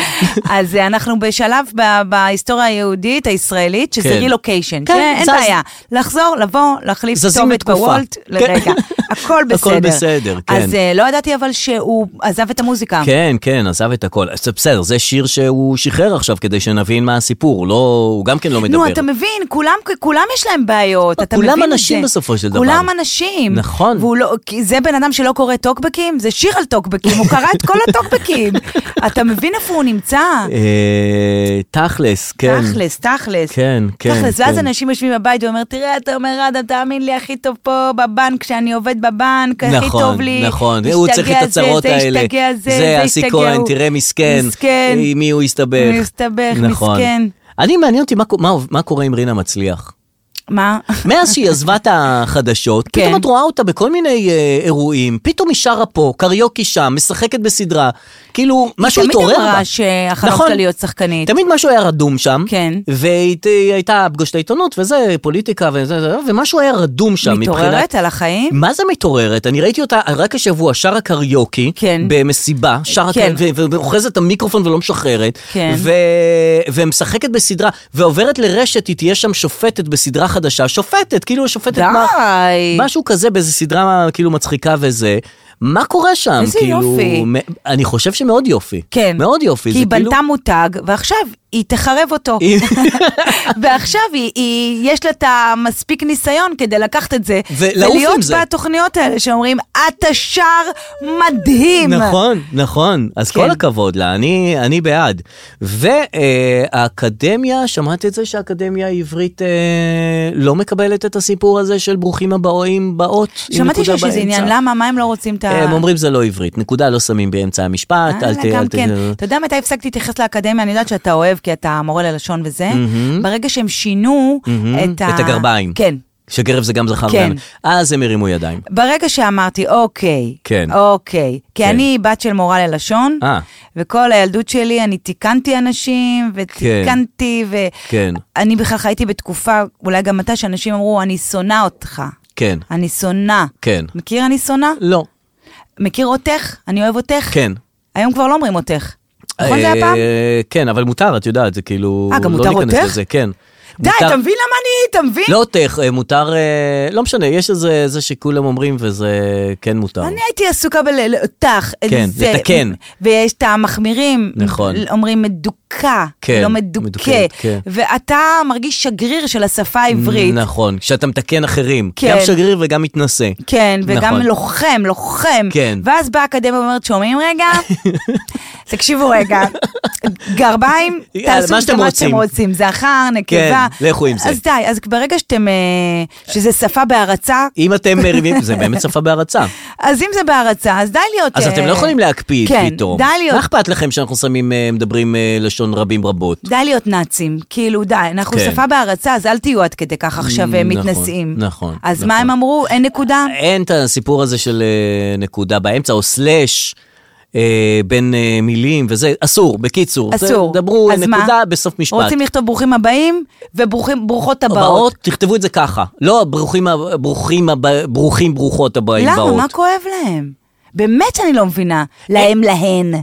[SPEAKER 3] אז אה, אנחנו בשלב ב- בהיסטוריה היהודית, הישראלית, שזה
[SPEAKER 2] כן.
[SPEAKER 3] רילוקיישן.
[SPEAKER 2] כן,
[SPEAKER 3] אין
[SPEAKER 2] זז.
[SPEAKER 3] בעיה. לחזור, לבוא, להחליף
[SPEAKER 2] זזים
[SPEAKER 3] כתובת
[SPEAKER 2] לתקופה.
[SPEAKER 3] בוולט
[SPEAKER 2] כן.
[SPEAKER 3] לרגע. הכל
[SPEAKER 2] הכל
[SPEAKER 3] בסדר.
[SPEAKER 2] בסדר, כן.
[SPEAKER 3] אז אה, לא ידעתי אבל שהוא עזב את המוזיקה.
[SPEAKER 2] כן, כן, עזב את הכל. אז זה בסדר, זה שיר שהוא שחרר עכשיו כדי שנבין מה הסיפור, לא, הוא גם כן לא מדבר.
[SPEAKER 3] נו, אתה מבין, כולם, כולם יש להם בעיות, אתה מבין
[SPEAKER 2] כולם
[SPEAKER 3] את זה.
[SPEAKER 2] אנשים בסופו של דבר.
[SPEAKER 3] כולם אנשים.
[SPEAKER 2] נכון.
[SPEAKER 3] והוא לא, כי זה בן אדם שלא קורא טוקבקים? זה שיר על טוקבקים, הוא קרא את כל הטוקבקים. אתה מבין איפה הוא נמצא?
[SPEAKER 2] אה, תכלס, כן.
[SPEAKER 3] תכלס, תכלס.
[SPEAKER 2] כן, כן,
[SPEAKER 3] תכלס, ואז
[SPEAKER 2] כן.
[SPEAKER 3] אנשים יושבים בבית ואומר, תראה, אתה אומר, אדם, תאמין לי, הכי טוב פה בבנק, כשאני עובד בבנק, הכי
[SPEAKER 2] נכון,
[SPEAKER 3] טוב לי.
[SPEAKER 2] נכון, הוא צריך את
[SPEAKER 3] השתגע זה,
[SPEAKER 2] הצרות האלה.
[SPEAKER 3] זה השתגע זה,
[SPEAKER 2] זה
[SPEAKER 3] זה
[SPEAKER 2] אסי
[SPEAKER 3] השתגע
[SPEAKER 2] כהן,
[SPEAKER 3] הוא.
[SPEAKER 2] תראה מסכן.
[SPEAKER 3] מסכן.
[SPEAKER 2] עם מי הוא הסתבך.
[SPEAKER 3] הוא הסתבך,
[SPEAKER 2] נכון.
[SPEAKER 3] מסכן.
[SPEAKER 2] אני, מעניין אותי מה קו- מה- מה קורה עם רינה מצליח.
[SPEAKER 3] מה?
[SPEAKER 2] מאז שהיא עזבה את החדשות,
[SPEAKER 3] כן.
[SPEAKER 2] פתאום את רואה אותה בכל מיני אה, אירועים, פתאום היא שרה פה, קריוקי שם, משחקת בסדרה, כאילו, משהו
[SPEAKER 3] תמיד
[SPEAKER 2] התעורר בה.
[SPEAKER 3] אמרה שחלמת
[SPEAKER 2] נכון.
[SPEAKER 3] להיות שחקנית.
[SPEAKER 2] תמיד משהו היה רדום שם.
[SPEAKER 3] כן.
[SPEAKER 2] והיא ת- היא הייתה פגוש את העיתונות וזה, פוליטיקה וזה, זה, ומשהו היה רדום שם מבחינת...
[SPEAKER 3] מתעוררת על החיים?
[SPEAKER 2] מה זה מתעוררת? אני ראיתי אותה רק השבוע שרה קריוקי,
[SPEAKER 3] כן.
[SPEAKER 2] במסיבה, שרה
[SPEAKER 3] כן.
[SPEAKER 2] כן. ואוחזת את המיקרופון ולא משחררת,
[SPEAKER 3] כן.
[SPEAKER 2] ו... ומשחקת בסדרה, ועוברת לרשת, היא תהיה שם שופטת בסדרה חדשה, שופטת, כאילו שופטת מה...
[SPEAKER 3] די.
[SPEAKER 2] משהו כזה באיזה סדרה כאילו מצחיקה וזה. מה קורה שם?
[SPEAKER 3] איזה
[SPEAKER 2] כאילו,
[SPEAKER 3] יופי.
[SPEAKER 2] מ- אני חושב שמאוד יופי.
[SPEAKER 3] כן.
[SPEAKER 2] מאוד יופי.
[SPEAKER 3] כי
[SPEAKER 2] זה
[SPEAKER 3] היא
[SPEAKER 2] כאילו-
[SPEAKER 3] בנתה מותג, ועכשיו היא תחרב אותו. ועכשיו היא, היא, יש לה את המספיק ניסיון כדי לקחת את זה.
[SPEAKER 2] ולעוף עם
[SPEAKER 3] ולהיות
[SPEAKER 2] זה.
[SPEAKER 3] בתוכניות האלה שאומרים, אתה שר מדהים.
[SPEAKER 2] נכון, נכון. אז
[SPEAKER 3] כן.
[SPEAKER 2] כל הכבוד לה, אני, אני בעד. והאקדמיה, שמעת את זה שהאקדמיה העברית אה, לא מקבלת את הסיפור הזה של ברוכים הבאים באות? עם
[SPEAKER 3] שמעתי
[SPEAKER 2] נקודה
[SPEAKER 3] שיש איזה
[SPEAKER 2] באמצע?
[SPEAKER 3] עניין, למה, מה הם לא רוצים את ה...
[SPEAKER 2] הם אומרים זה לא עברית, נקודה לא שמים באמצע המשפט,
[SPEAKER 3] אה,
[SPEAKER 2] אל ת...
[SPEAKER 3] גם
[SPEAKER 2] אל ת-
[SPEAKER 3] כן. אתה יודע מתי הפסקתי להתייחס לאקדמיה? אני יודעת שאתה אוהב, כי אתה מורה ללשון וזה. ברגע שהם שינו את ה...
[SPEAKER 2] את הגרביים.
[SPEAKER 3] כן.
[SPEAKER 2] שגרב זה גם זכר.
[SPEAKER 3] כן.
[SPEAKER 2] גם. אז הם הרימו ידיים.
[SPEAKER 3] ברגע שאמרתי, אוקיי,
[SPEAKER 2] כן.
[SPEAKER 3] אוקיי, כי
[SPEAKER 2] כן.
[SPEAKER 3] אני בת של מורה ללשון,
[SPEAKER 2] אה.
[SPEAKER 3] וכל הילדות שלי אני תיקנתי אנשים, ותיקנתי,
[SPEAKER 2] כן.
[SPEAKER 3] ואני בכלל חייתי בתקופה, אולי גם אתה, שאנשים אמרו, אני שונא אותך.
[SPEAKER 2] כן.
[SPEAKER 3] אני שונא.
[SPEAKER 2] כן.
[SPEAKER 3] מכיר אני שונא?
[SPEAKER 2] לא.
[SPEAKER 3] מכיר אותך? אני אוהב אותך?
[SPEAKER 2] כן.
[SPEAKER 3] היום כבר לא אומרים אותך. נכון זה
[SPEAKER 2] אה,
[SPEAKER 3] היה פעם?
[SPEAKER 2] כן, אבל מותר, את יודעת, זה כאילו...
[SPEAKER 3] אה, גם
[SPEAKER 2] לא
[SPEAKER 3] מותר
[SPEAKER 2] ניכנס
[SPEAKER 3] אותך?
[SPEAKER 2] לזה, כן.
[SPEAKER 3] די,
[SPEAKER 2] מותר-
[SPEAKER 3] אתה מבין למה אני, אתה מבין?
[SPEAKER 2] לא אותך, אה, מותר, אה, לא משנה, יש איזה זה שכולם אומרים וזה כן מותר.
[SPEAKER 3] אני הייתי עסוקה בלאותך.
[SPEAKER 2] כן, לתקן.
[SPEAKER 3] ויש את המחמירים.
[SPEAKER 2] נכון.
[SPEAKER 3] אומרים מדוכא,
[SPEAKER 2] כן,
[SPEAKER 3] לא
[SPEAKER 2] מדוכאת,
[SPEAKER 3] מדוכא.
[SPEAKER 2] כן.
[SPEAKER 3] ואתה מרגיש שגריר של השפה העברית.
[SPEAKER 2] נכון, שאתה מתקן אחרים.
[SPEAKER 3] כן.
[SPEAKER 2] גם שגריר וגם מתנשא.
[SPEAKER 3] כן, וגם
[SPEAKER 2] נכון.
[SPEAKER 3] לוחם, לוחם.
[SPEAKER 2] כן.
[SPEAKER 3] ואז באה האקדמיה ואומרת, שומעים רגע? תקשיבו רגע, גרביים,
[SPEAKER 2] יאללה,
[SPEAKER 3] תעשו
[SPEAKER 2] מה
[SPEAKER 3] את
[SPEAKER 2] שאתם
[SPEAKER 3] מה
[SPEAKER 2] רוצים.
[SPEAKER 3] שאתם רוצים, זכר, נקבה.
[SPEAKER 2] כן, לכו עם זה.
[SPEAKER 3] אז די, אז ברגע שאתם, אה, שזה שפה בהרצה,
[SPEAKER 2] אם אתם מרימים, זה באמת שפה בהרצה.
[SPEAKER 3] אז אם זה בהרצה, אז די להיות...
[SPEAKER 2] אז
[SPEAKER 3] אה,
[SPEAKER 2] אתם לא יכולים להקפיד
[SPEAKER 3] כן,
[SPEAKER 2] פתאום.
[SPEAKER 3] די להיות
[SPEAKER 2] מה אכפת לכם שאנחנו שמים, אה, מדברים אה, לשון רבים רבות?
[SPEAKER 3] די להיות נאצים, כאילו די, אנחנו
[SPEAKER 2] כן.
[SPEAKER 3] שפה בהרצה, אז אל תהיו עד כדי כך עכשיו אה,
[SPEAKER 2] נכון,
[SPEAKER 3] מתנשאים.
[SPEAKER 2] נכון,
[SPEAKER 3] אז
[SPEAKER 2] נכון. אה,
[SPEAKER 3] מה הם אמרו? אין נקודה?
[SPEAKER 2] אין את הסיפור הזה של אה, נקודה באמצע, או סלאש. אה, בין אה, מילים וזה, אסור, בקיצור. זה-
[SPEAKER 3] אסור.
[SPEAKER 2] אה, דברו
[SPEAKER 3] אז מה?
[SPEAKER 2] נקודה בסוף משפט.
[SPEAKER 3] רוצים לכתוב ברוכים הבאים וברוכות הבאות.
[SPEAKER 2] הבאות, תכתבו את זה ככה. לא ברוכים, ה- ברוכים, הבא- ברוכים, ברוכות הבאים
[SPEAKER 3] למה?
[SPEAKER 2] באות.
[SPEAKER 3] מה כואב להם? באמת שאני לא מבינה. להם להן.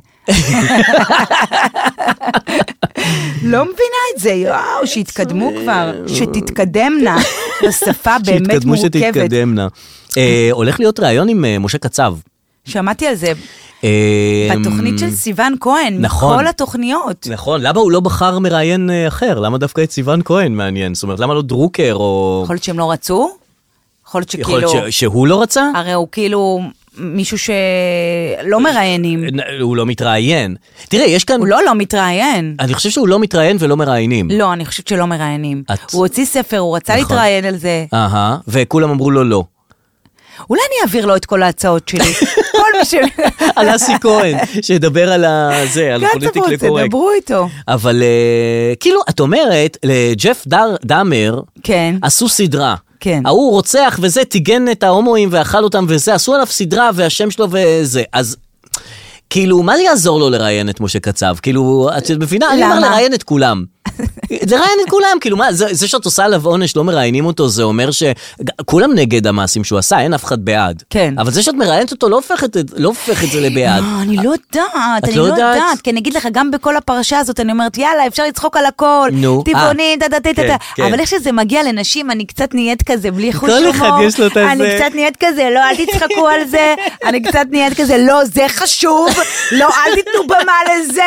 [SPEAKER 3] לא מבינה את זה, יואו, שיתקדמו
[SPEAKER 2] אה,
[SPEAKER 3] כבר, שתתקדמנה. בשפה באמת
[SPEAKER 2] שיתקדמו,
[SPEAKER 3] מורכבת.
[SPEAKER 2] שתתקדמנה. אה, הולך להיות ראיון עם אה, משה קצב.
[SPEAKER 3] שמעתי על זה
[SPEAKER 2] אה,
[SPEAKER 3] בתוכנית של סיון כהן,
[SPEAKER 2] נכון.
[SPEAKER 3] מכל התוכניות.
[SPEAKER 2] נכון, למה הוא לא בחר מראיין אה, אחר? למה דווקא את סיון כהן מעניין? זאת אומרת, למה לא דרוקר או...
[SPEAKER 3] יכול להיות כאילו- שהם לא רצו? יכול להיות
[SPEAKER 2] יכול
[SPEAKER 3] שכאילו...
[SPEAKER 2] להיות ש- אה, שהוא לא רצה?
[SPEAKER 3] הרי הוא כאילו מישהו שלא מראיינים.
[SPEAKER 2] נ- הוא לא מתראיין. תראה, יש כאן...
[SPEAKER 3] הוא לא לא מתראיין.
[SPEAKER 2] אני חושב שהוא לא מתראיין ולא מראיינים.
[SPEAKER 3] לא, אני חושבת שלא מראיינים.
[SPEAKER 2] אה. את-
[SPEAKER 3] הוא הוציא ספר, הוא רצה
[SPEAKER 2] נכון.
[SPEAKER 3] להתראיין על זה.
[SPEAKER 2] אהה, וכולם אמרו לו לא.
[SPEAKER 3] אולי אני אעביר לו את כל ההצעות שלי. כל מי ש...
[SPEAKER 2] על אסי כהן, שידבר על ה- זה, על פוליטיקלי קורקט.
[SPEAKER 3] תדברו איתו.
[SPEAKER 2] אבל אה, כאילו, את אומרת, לג'ף דר- דאמר,
[SPEAKER 3] כן.
[SPEAKER 2] עשו סדרה.
[SPEAKER 3] כן.
[SPEAKER 2] ההוא רוצח וזה, טיגן את ההומואים ואכל אותם וזה, עשו עליו סדרה והשם שלו וזה. אז... כאילו, מה זה יעזור לו לראיין את משה קצב? כאילו, את מבינה? אני אומר
[SPEAKER 3] למה?
[SPEAKER 2] לראיין את כולם. לראיין את כולם, כאילו, מה, זה, זה שאת עושה עליו עונש, לא מראיינים אותו, זה אומר שכולם נגד המעשים שהוא עשה, אין אף אחד בעד.
[SPEAKER 3] כן.
[SPEAKER 2] אבל זה שאת מראיינת אותו לא הופך את, לא הופך את זה לבעד.
[SPEAKER 3] לא, אני לא יודעת,
[SPEAKER 2] את
[SPEAKER 3] אני
[SPEAKER 2] לא
[SPEAKER 3] לא
[SPEAKER 2] יודעת?
[SPEAKER 3] יודעת, כי אני אגיד לך, גם בכל הפרשה הזאת, אני אומרת, יאללה, אפשר לצחוק על הכל,
[SPEAKER 2] נו, אה.
[SPEAKER 3] טבעונים, טה טה טה טה,
[SPEAKER 2] כן,
[SPEAKER 3] טה."
[SPEAKER 2] כן.
[SPEAKER 3] אבל איך שזה מגיע לנשים, אני קצת נהיית כזה, בלי חוש
[SPEAKER 2] כל
[SPEAKER 3] הומור,
[SPEAKER 2] אחד יש לו את
[SPEAKER 3] אני
[SPEAKER 2] הזה.
[SPEAKER 3] קצת נהיית כזה, לא, אל תצחקו על זה, אני קצת נהיית כזה, לא, זה חשוב, לא, אל תיתנו במה לזה,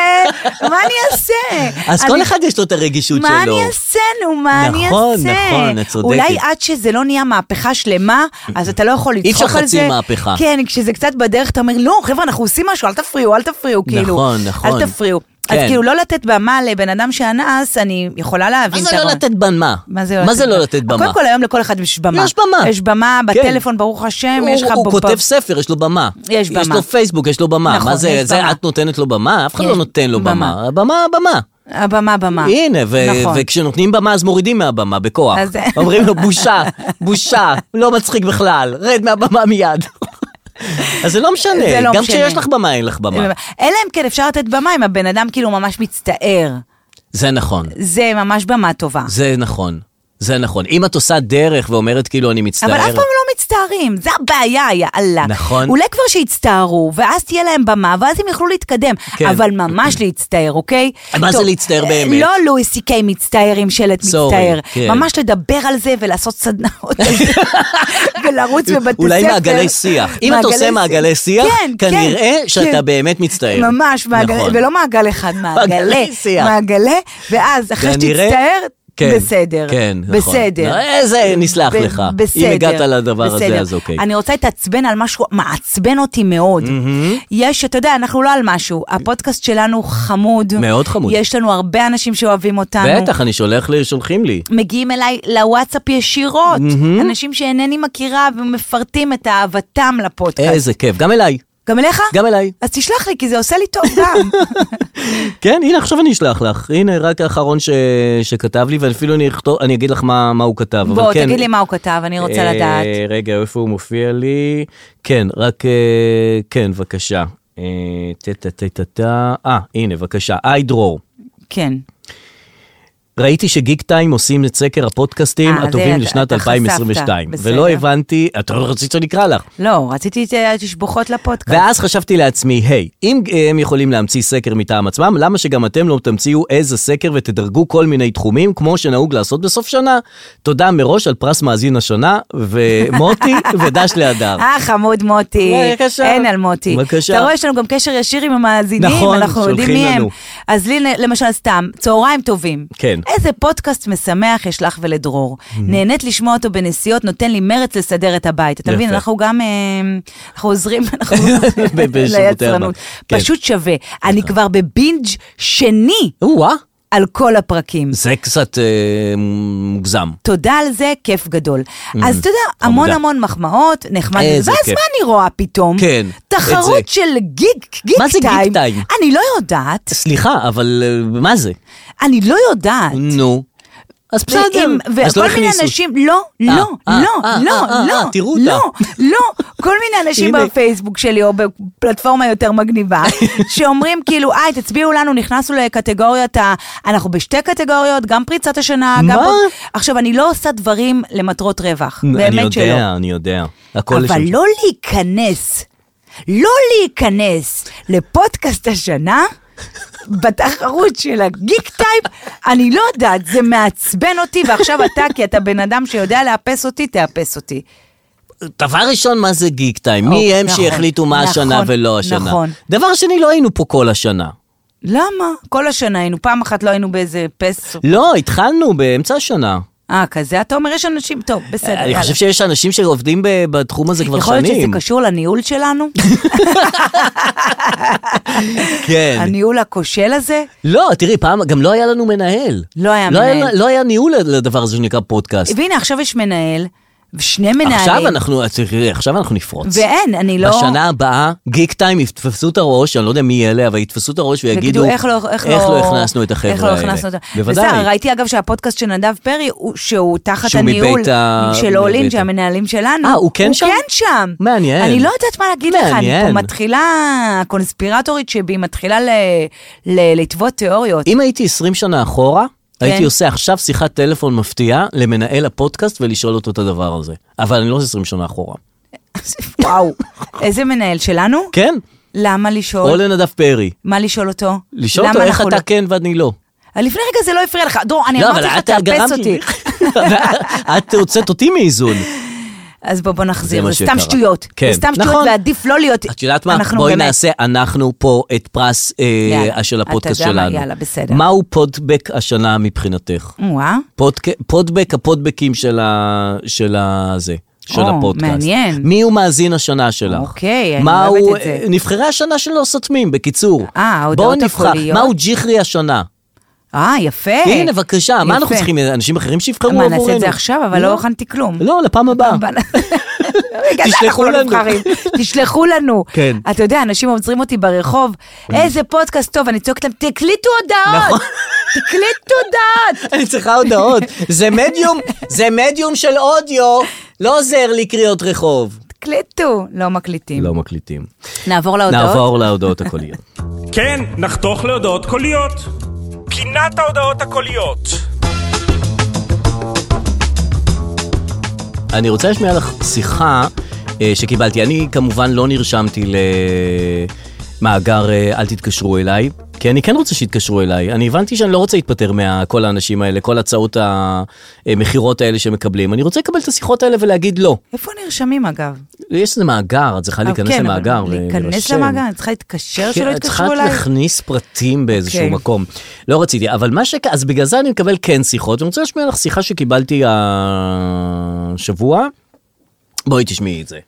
[SPEAKER 3] מה אני אעשה?
[SPEAKER 2] אז
[SPEAKER 3] אני-
[SPEAKER 2] כל אחד יש לו את הרגישות
[SPEAKER 3] מה
[SPEAKER 2] שלו.
[SPEAKER 3] אני אעשה, נו, מה אני
[SPEAKER 2] נכון,
[SPEAKER 3] אעשה?
[SPEAKER 2] נכון, את צודקת.
[SPEAKER 3] אולי עד שזה לא נהיה מהפכה שלמה, אז אתה לא יכול
[SPEAKER 2] אי אפשר
[SPEAKER 3] לצחוק על
[SPEAKER 2] חצי
[SPEAKER 3] זה.
[SPEAKER 2] מהפכה.
[SPEAKER 3] כן, כשזה קצת בדרך, אתה אומר, לא, חבר'ה, אנחנו עושים משהו, אל תפריעו, אל תפריעו, כאילו.
[SPEAKER 2] נכון, נכון.
[SPEAKER 3] אל תפריעו. אז
[SPEAKER 2] כן.
[SPEAKER 3] כאילו, לא לתת במה לבן אדם שאנס, אני יכולה
[SPEAKER 2] מה
[SPEAKER 3] להבין את
[SPEAKER 2] זה לא
[SPEAKER 3] הרעיון.
[SPEAKER 2] לתת במה?
[SPEAKER 3] מה זה לא לתת
[SPEAKER 2] לא לתת במה?
[SPEAKER 3] קודם כל היום לכל אחד יש במה.
[SPEAKER 2] יש במה.
[SPEAKER 3] יש במה,
[SPEAKER 2] כן.
[SPEAKER 3] בטלפון, ברוך השם,
[SPEAKER 2] הוא,
[SPEAKER 3] יש לך...
[SPEAKER 2] הוא
[SPEAKER 3] ב-
[SPEAKER 2] כותב
[SPEAKER 3] ב-
[SPEAKER 2] ספר, יש לו במה. יש
[SPEAKER 3] יש במה.
[SPEAKER 2] לו פייסבוק, יש לו במה.
[SPEAKER 3] נכון,
[SPEAKER 2] מה זה,
[SPEAKER 3] יש
[SPEAKER 2] זה
[SPEAKER 3] במה.
[SPEAKER 2] את נותנת לו במה? אף אחד
[SPEAKER 3] יש-
[SPEAKER 2] לא נותן לו במה.
[SPEAKER 3] במה.
[SPEAKER 2] הבמה, הבמה.
[SPEAKER 3] הבמה, במה.
[SPEAKER 2] הנה, ו-
[SPEAKER 3] נכון.
[SPEAKER 2] וכשנותנים במה אז מורידים מהבמה בכוח.
[SPEAKER 3] אז-
[SPEAKER 2] אומרים לו בושה, בושה, לא מצחיק בכלל, רד מהבמה מיד. אז זה לא משנה,
[SPEAKER 3] זה לא
[SPEAKER 2] גם
[SPEAKER 3] משנה.
[SPEAKER 2] כשיש לך במה אין לך במה.
[SPEAKER 3] אלא אם כן אפשר לתת במה אם הבן אדם כאילו ממש מצטער.
[SPEAKER 2] זה נכון,
[SPEAKER 3] זה ממש במה טובה.
[SPEAKER 2] זה נכון, זה נכון. אם את עושה דרך ואומרת כאילו אני מצטער...
[SPEAKER 3] אבל אף פעם לא מצטערים, זה הבעיה, יאללה.
[SPEAKER 2] נכון.
[SPEAKER 3] אולי כבר שיצטערו, ואז תהיה להם במה, ואז הם יוכלו להתקדם.
[SPEAKER 2] כן.
[SPEAKER 3] אבל ממש להצטער, אוקיי?
[SPEAKER 2] מה זה
[SPEAKER 3] טוב,
[SPEAKER 2] להצטער
[SPEAKER 3] אה,
[SPEAKER 2] באמת?
[SPEAKER 3] לא לואי סי קיי מצטער עם שלט
[SPEAKER 2] Sorry,
[SPEAKER 3] מצטער.
[SPEAKER 2] כן.
[SPEAKER 3] ממש לדבר על זה ולעשות סדנאות על זה, ולרוץ בבתי ספר.
[SPEAKER 2] אולי מעגלי שיח. אם אתה עושה מעגלי שיח,
[SPEAKER 3] כן, כן,
[SPEAKER 2] כנראה שאתה
[SPEAKER 3] כן.
[SPEAKER 2] באמת מצטער.
[SPEAKER 3] ממש, מעגל,
[SPEAKER 2] נכון.
[SPEAKER 3] ולא מעגל אחד, מעגלי,
[SPEAKER 2] שיח.
[SPEAKER 3] מעגלי, ואז אחרי
[SPEAKER 2] כנראה-
[SPEAKER 3] שתצטער,
[SPEAKER 2] כן,
[SPEAKER 3] בסדר,
[SPEAKER 2] כן, נכון.
[SPEAKER 3] בסדר.
[SPEAKER 2] לא, איזה נסלח
[SPEAKER 3] ב-
[SPEAKER 2] לך. אם
[SPEAKER 3] בסדר,
[SPEAKER 2] הגעת לדבר הזה,
[SPEAKER 3] בסדר.
[SPEAKER 2] אז אוקיי.
[SPEAKER 3] אני רוצה להתעצבן על משהו, מעצבן אותי מאוד. יש, אתה יודע, אנחנו לא על משהו, הפודקאסט שלנו חמוד.
[SPEAKER 2] מאוד חמוד.
[SPEAKER 3] יש לנו הרבה אנשים שאוהבים אותנו.
[SPEAKER 2] בטח, אני שולח לי, שולחים לי.
[SPEAKER 3] מגיעים אליי לוואטסאפ ישירות, אנשים שאינני מכירה ומפרטים את אהבתם לפודקאסט.
[SPEAKER 2] איזה כיף, גם אליי.
[SPEAKER 3] גם אליך?
[SPEAKER 2] גם אליי.
[SPEAKER 3] אז תשלח לי, כי זה עושה לי טוב גם.
[SPEAKER 2] כן, הנה, עכשיו אני אשלח לך. הנה, רק האחרון ש... שכתב לי, ואפילו אני, אכתוב, אני אגיד לך מה, מה הוא כתב. אבל
[SPEAKER 3] בוא,
[SPEAKER 2] כן,
[SPEAKER 3] תגיד לי מה הוא כתב, אני רוצה
[SPEAKER 2] אה,
[SPEAKER 3] לדעת.
[SPEAKER 2] רגע, איפה הוא מופיע לי? כן, רק... אה, כן, בבקשה. אה, טה טה טה טה טה. אה, הנה, בבקשה. היי, דרור.
[SPEAKER 3] כן.
[SPEAKER 2] ראיתי שגיק טיים עושים את סקר הפודקאסטים
[SPEAKER 3] אה, זה
[SPEAKER 2] הטובים
[SPEAKER 3] אתה-
[SPEAKER 2] לשנת
[SPEAKER 3] אתה
[SPEAKER 2] 2022,
[SPEAKER 3] חשפת, בסדר.
[SPEAKER 2] ולא הבנתי, אתה רצית שנקרא לך.
[SPEAKER 3] לא, רציתי את אה, התשבחות לפודקאסט.
[SPEAKER 2] ואז חשבתי לעצמי, היי, אם אה, הם יכולים להמציא סקר מטעם עצמם, למה שגם אתם לא תמציאו איזה סקר ותדרגו כל מיני תחומים, כמו שנהוג לעשות בסוף שנה? תודה מראש על פרס מאזין השנה, ומוטי ודש להדר.
[SPEAKER 3] אה, חמוד מוטי.
[SPEAKER 2] בבקשה.
[SPEAKER 3] אין על מוטי.
[SPEAKER 2] בבקשה.
[SPEAKER 3] אתה רואה, יש לנו גם קשר ישיר עם המאזינים,
[SPEAKER 2] נכון,
[SPEAKER 3] אנחנו יודעים
[SPEAKER 2] שולחים
[SPEAKER 3] מי הם.
[SPEAKER 2] לנו.
[SPEAKER 3] אז לי, למשל, סתם, צהריים טובים.
[SPEAKER 2] כן. Mm-hmm.
[SPEAKER 3] איזה פודקאסט משמח יש לך ולדרור. נהנית לשמוע אותו בנסיעות, נותן לי מרץ לסדר את הבית. אתה
[SPEAKER 2] יפה.
[SPEAKER 3] מבין, אנחנו גם, אה, אנחנו עוזרים, אנחנו...
[SPEAKER 2] בשירותי
[SPEAKER 3] ליצרנות.
[SPEAKER 2] הבנק, כן.
[SPEAKER 3] פשוט שווה. אני כבר בבינג' שני
[SPEAKER 2] או-אה,
[SPEAKER 3] על כל הפרקים.
[SPEAKER 2] זה קצת אה, מוגזם.
[SPEAKER 3] תודה על זה, כיף גדול. אז אתה יודע, המון
[SPEAKER 2] חמודה.
[SPEAKER 3] המון מחמאות, נחמד.
[SPEAKER 2] Mm. איזה
[SPEAKER 3] ואז
[SPEAKER 2] כיף.
[SPEAKER 3] מה אני רואה פתאום?
[SPEAKER 2] כן, את
[SPEAKER 3] תחרות
[SPEAKER 2] זה.
[SPEAKER 3] של גיק, גיק
[SPEAKER 2] מה זה גיק
[SPEAKER 3] טיים.
[SPEAKER 2] טיים?
[SPEAKER 3] אני לא יודעת,
[SPEAKER 2] סליחה, אבל אה, מה זה?
[SPEAKER 3] אני לא יודעת.
[SPEAKER 2] נו. אז בסדר,
[SPEAKER 3] ואם-
[SPEAKER 2] אז לא
[SPEAKER 3] וכל מיני
[SPEAKER 2] הכניסו.
[SPEAKER 3] אנשים, לא, לא,
[SPEAKER 2] אה,
[SPEAKER 3] לא,
[SPEAKER 2] אה,
[SPEAKER 3] לא,
[SPEAKER 2] אה, אה,
[SPEAKER 3] לא,
[SPEAKER 2] אה, תראו אותה.
[SPEAKER 3] לא, לא, כל מיני אנשים
[SPEAKER 2] הנה.
[SPEAKER 3] בפייסבוק שלי או בפלטפורמה יותר מגניבה, שאומרים כאילו, היי, תצביעו לנו, נכנסנו לקטגוריית ה... אנחנו בשתי קטגוריות, גם פריצת השנה, גם...
[SPEAKER 2] מה?
[SPEAKER 3] פוד- עכשיו, אני לא עושה דברים למטרות רווח,
[SPEAKER 2] אני
[SPEAKER 3] באמת שלא.
[SPEAKER 2] יודע, אני יודע. הכל
[SPEAKER 3] אבל
[SPEAKER 2] לשם.
[SPEAKER 3] לא להיכנס, לא להיכנס לפודקאסט השנה. בתחרות של הגיק טייפ, אני לא יודעת, זה מעצבן אותי, ועכשיו אתה, כי אתה בן אדם שיודע לאפס אותי, תאפס אותי.
[SPEAKER 2] דבר ראשון, מה זה גיק טיים? מי
[SPEAKER 3] אוקיי,
[SPEAKER 2] הם
[SPEAKER 3] לא- נכון,
[SPEAKER 2] שיחליטו מה
[SPEAKER 3] נכון,
[SPEAKER 2] השנה ולא השנה?
[SPEAKER 3] נכון.
[SPEAKER 2] דבר שני, לא היינו פה כל השנה.
[SPEAKER 3] למה? כל השנה היינו, פעם אחת לא היינו באיזה פס...
[SPEAKER 2] לא, התחלנו באמצע השנה.
[SPEAKER 3] אה, כזה, אתה אומר, יש אנשים, טוב, בסדר.
[SPEAKER 2] אני
[SPEAKER 3] יאללה.
[SPEAKER 2] חושב שיש אנשים שעובדים ב- בתחום הזה כבר
[SPEAKER 3] יכול להיות שזה
[SPEAKER 2] שנים.
[SPEAKER 3] קשור לניהול שלנו?
[SPEAKER 2] כן.
[SPEAKER 3] הניהול הכושל הזה?
[SPEAKER 2] לא, תראי, פעם גם לא היה לנו מנהל.
[SPEAKER 3] לא היה מנהל.
[SPEAKER 2] לא היה ניהול לדבר הזה שנקרא פודקאסט.
[SPEAKER 3] והנה, עכשיו יש מנהל, ושני מנהלים.
[SPEAKER 2] עכשיו אנחנו, תראי, עכשיו אנחנו נפרוץ.
[SPEAKER 3] ואין, אני לא...
[SPEAKER 2] בשנה הבאה, גיק טיים יתפסו את הראש, אני לא יודע מי יהיה אבל יתפסו את הראש ויגידו,
[SPEAKER 3] ויגידו, איך לא,
[SPEAKER 2] איך
[SPEAKER 3] איך לא
[SPEAKER 2] לא הכנסנו את החבר'ה
[SPEAKER 3] איך
[SPEAKER 2] האלה.
[SPEAKER 3] לא הכנסנו אותם. בסדר,
[SPEAKER 2] בוודאי.
[SPEAKER 3] ראיתי אגב שהפודקאסט של נדב פרי, הוא- שהוא תחת
[SPEAKER 2] שהוא
[SPEAKER 3] הניהול
[SPEAKER 2] מבית ה-
[SPEAKER 3] של אולין,
[SPEAKER 2] מבית ה-
[SPEAKER 3] שהמנהלים שלנו.
[SPEAKER 2] אה, הוא כן שם?
[SPEAKER 3] הוא כן שם.
[SPEAKER 2] מעניין.
[SPEAKER 3] אני לא יודעת מה להגיד לך, אני פה
[SPEAKER 2] מעניין.
[SPEAKER 3] מתחילה, הקונספירטורית שבי מתחילה ל- ל- לטוות תיאוריות.
[SPEAKER 2] אם הייתי 20 שנה אחורה, כן. הייתי עושה עכשיו שיחת טלפון מפתיעה למנהל הפודקאסט ולשאול אותו את הדבר הזה. אבל אני לא 20 שנה אחורה.
[SPEAKER 3] וואו, איזה מנהל שלנו?
[SPEAKER 2] כן,
[SPEAKER 3] למה לשאול?
[SPEAKER 2] או לנדב פרי.
[SPEAKER 3] מה לשאול אותו?
[SPEAKER 2] לשאול
[SPEAKER 3] למה
[SPEAKER 2] אותו איך
[SPEAKER 3] אנחנו
[SPEAKER 2] אתה
[SPEAKER 3] לא-
[SPEAKER 2] כן ואני לא.
[SPEAKER 3] לפני רגע זה לא הפריע לך. דור, אני
[SPEAKER 2] לא,
[SPEAKER 3] אמרתי לך, תאפס אותי.
[SPEAKER 2] את הוצאת אותי מאיזון.
[SPEAKER 3] אז בוא בוא נחזיר,
[SPEAKER 2] מה
[SPEAKER 3] זה סתם
[SPEAKER 2] שקרה.
[SPEAKER 3] שטויות.
[SPEAKER 2] כן,
[SPEAKER 3] זה סתם שטויות,
[SPEAKER 2] נכון.
[SPEAKER 3] ועדיף לא להיות...
[SPEAKER 2] את יודעת מה?
[SPEAKER 3] אנחנו
[SPEAKER 2] בואי
[SPEAKER 3] באמת-
[SPEAKER 2] נעשה אנחנו פה את פרס אה,
[SPEAKER 3] יאללה,
[SPEAKER 2] של
[SPEAKER 3] אתה
[SPEAKER 2] הפודקאסט
[SPEAKER 3] יודע מה?
[SPEAKER 2] שלנו.
[SPEAKER 3] יאללה, בסדר.
[SPEAKER 2] מהו פודבק השנה מבחינתך?
[SPEAKER 3] וואה.
[SPEAKER 2] פודק... פודבק, הפודבקים של ה... של ה... זה. של
[SPEAKER 3] או,
[SPEAKER 2] הפודקאסט.
[SPEAKER 3] מעניין.
[SPEAKER 2] מי הוא מאזין השנה שלך?
[SPEAKER 3] אוקיי, אני
[SPEAKER 2] מה
[SPEAKER 3] אוהבת
[SPEAKER 2] הוא-
[SPEAKER 3] את זה.
[SPEAKER 2] נבחרי השנה שלא סותמים, בקיצור.
[SPEAKER 3] אה, ההודעות
[SPEAKER 2] בואו נבחר,
[SPEAKER 3] הקוליות.
[SPEAKER 2] מהו ג'יחרי השנה?
[SPEAKER 3] אה, יפה.
[SPEAKER 2] הנה, בבקשה, מה אנחנו
[SPEAKER 3] יפה.
[SPEAKER 2] צריכים? אנשים אחרים שיבחרו
[SPEAKER 3] מה,
[SPEAKER 2] עבורנו.
[SPEAKER 3] נעשה את זה עכשיו? אבל לא הכנתי כלום.
[SPEAKER 2] לא, לפעם הבאה.
[SPEAKER 3] אבל- רגע, אז
[SPEAKER 2] תשלחו
[SPEAKER 3] אנחנו לא
[SPEAKER 2] לנו.
[SPEAKER 3] נבחרים. תשלחו לנו.
[SPEAKER 2] כן.
[SPEAKER 3] אתה יודע, אנשים עוצרים אותי ברחוב, איזה פודקאסט טוב, אני צועקת להם, תקליטו
[SPEAKER 2] נכון.
[SPEAKER 3] הודעות! תקליטו הודעות!
[SPEAKER 2] אני צריכה הודעות. זה מדיום, זה מדיום של אודיו, לא עוזר לי קריאות רחוב.
[SPEAKER 3] תקליטו. לא מקליטים.
[SPEAKER 2] לא מקליטים.
[SPEAKER 3] נעבור להודעות?
[SPEAKER 2] נעבור להודעות הקוליות.
[SPEAKER 8] כן, נחתוך להודעות קוליות. פינת ההודעות הקוליות.
[SPEAKER 2] אני רוצה להשמיע לך שיחה אה, שקיבלתי. אני כמובן לא נרשמתי למאגר אה, אל תתקשרו אליי, כי אני כן רוצה שיתקשרו אליי. אני הבנתי שאני לא רוצה להתפטר מכל האנשים האלה, כל הצעות המכירות האלה שמקבלים. אני רוצה לקבל את השיחות האלה ולהגיד לא.
[SPEAKER 3] איפה נרשמים אגב?
[SPEAKER 2] יש איזה מאגר, את צריכה להיכנס
[SPEAKER 3] כן, אבל
[SPEAKER 2] למאגר.
[SPEAKER 3] להיכנס
[SPEAKER 2] ולהירשם.
[SPEAKER 3] למאגר, אני צריכה להתקשר שלא
[SPEAKER 2] כן, את צריכה
[SPEAKER 3] יתקשרו אליי?
[SPEAKER 2] להכניס פרטים באיזשהו
[SPEAKER 3] אוקיי.
[SPEAKER 2] מקום. לא רציתי, אבל מה שכ... אז בגלל זה אני מקבל כן שיחות. אני רוצה להשמיע לך שיחה שקיבלתי השבוע. בואי תשמעי את זה.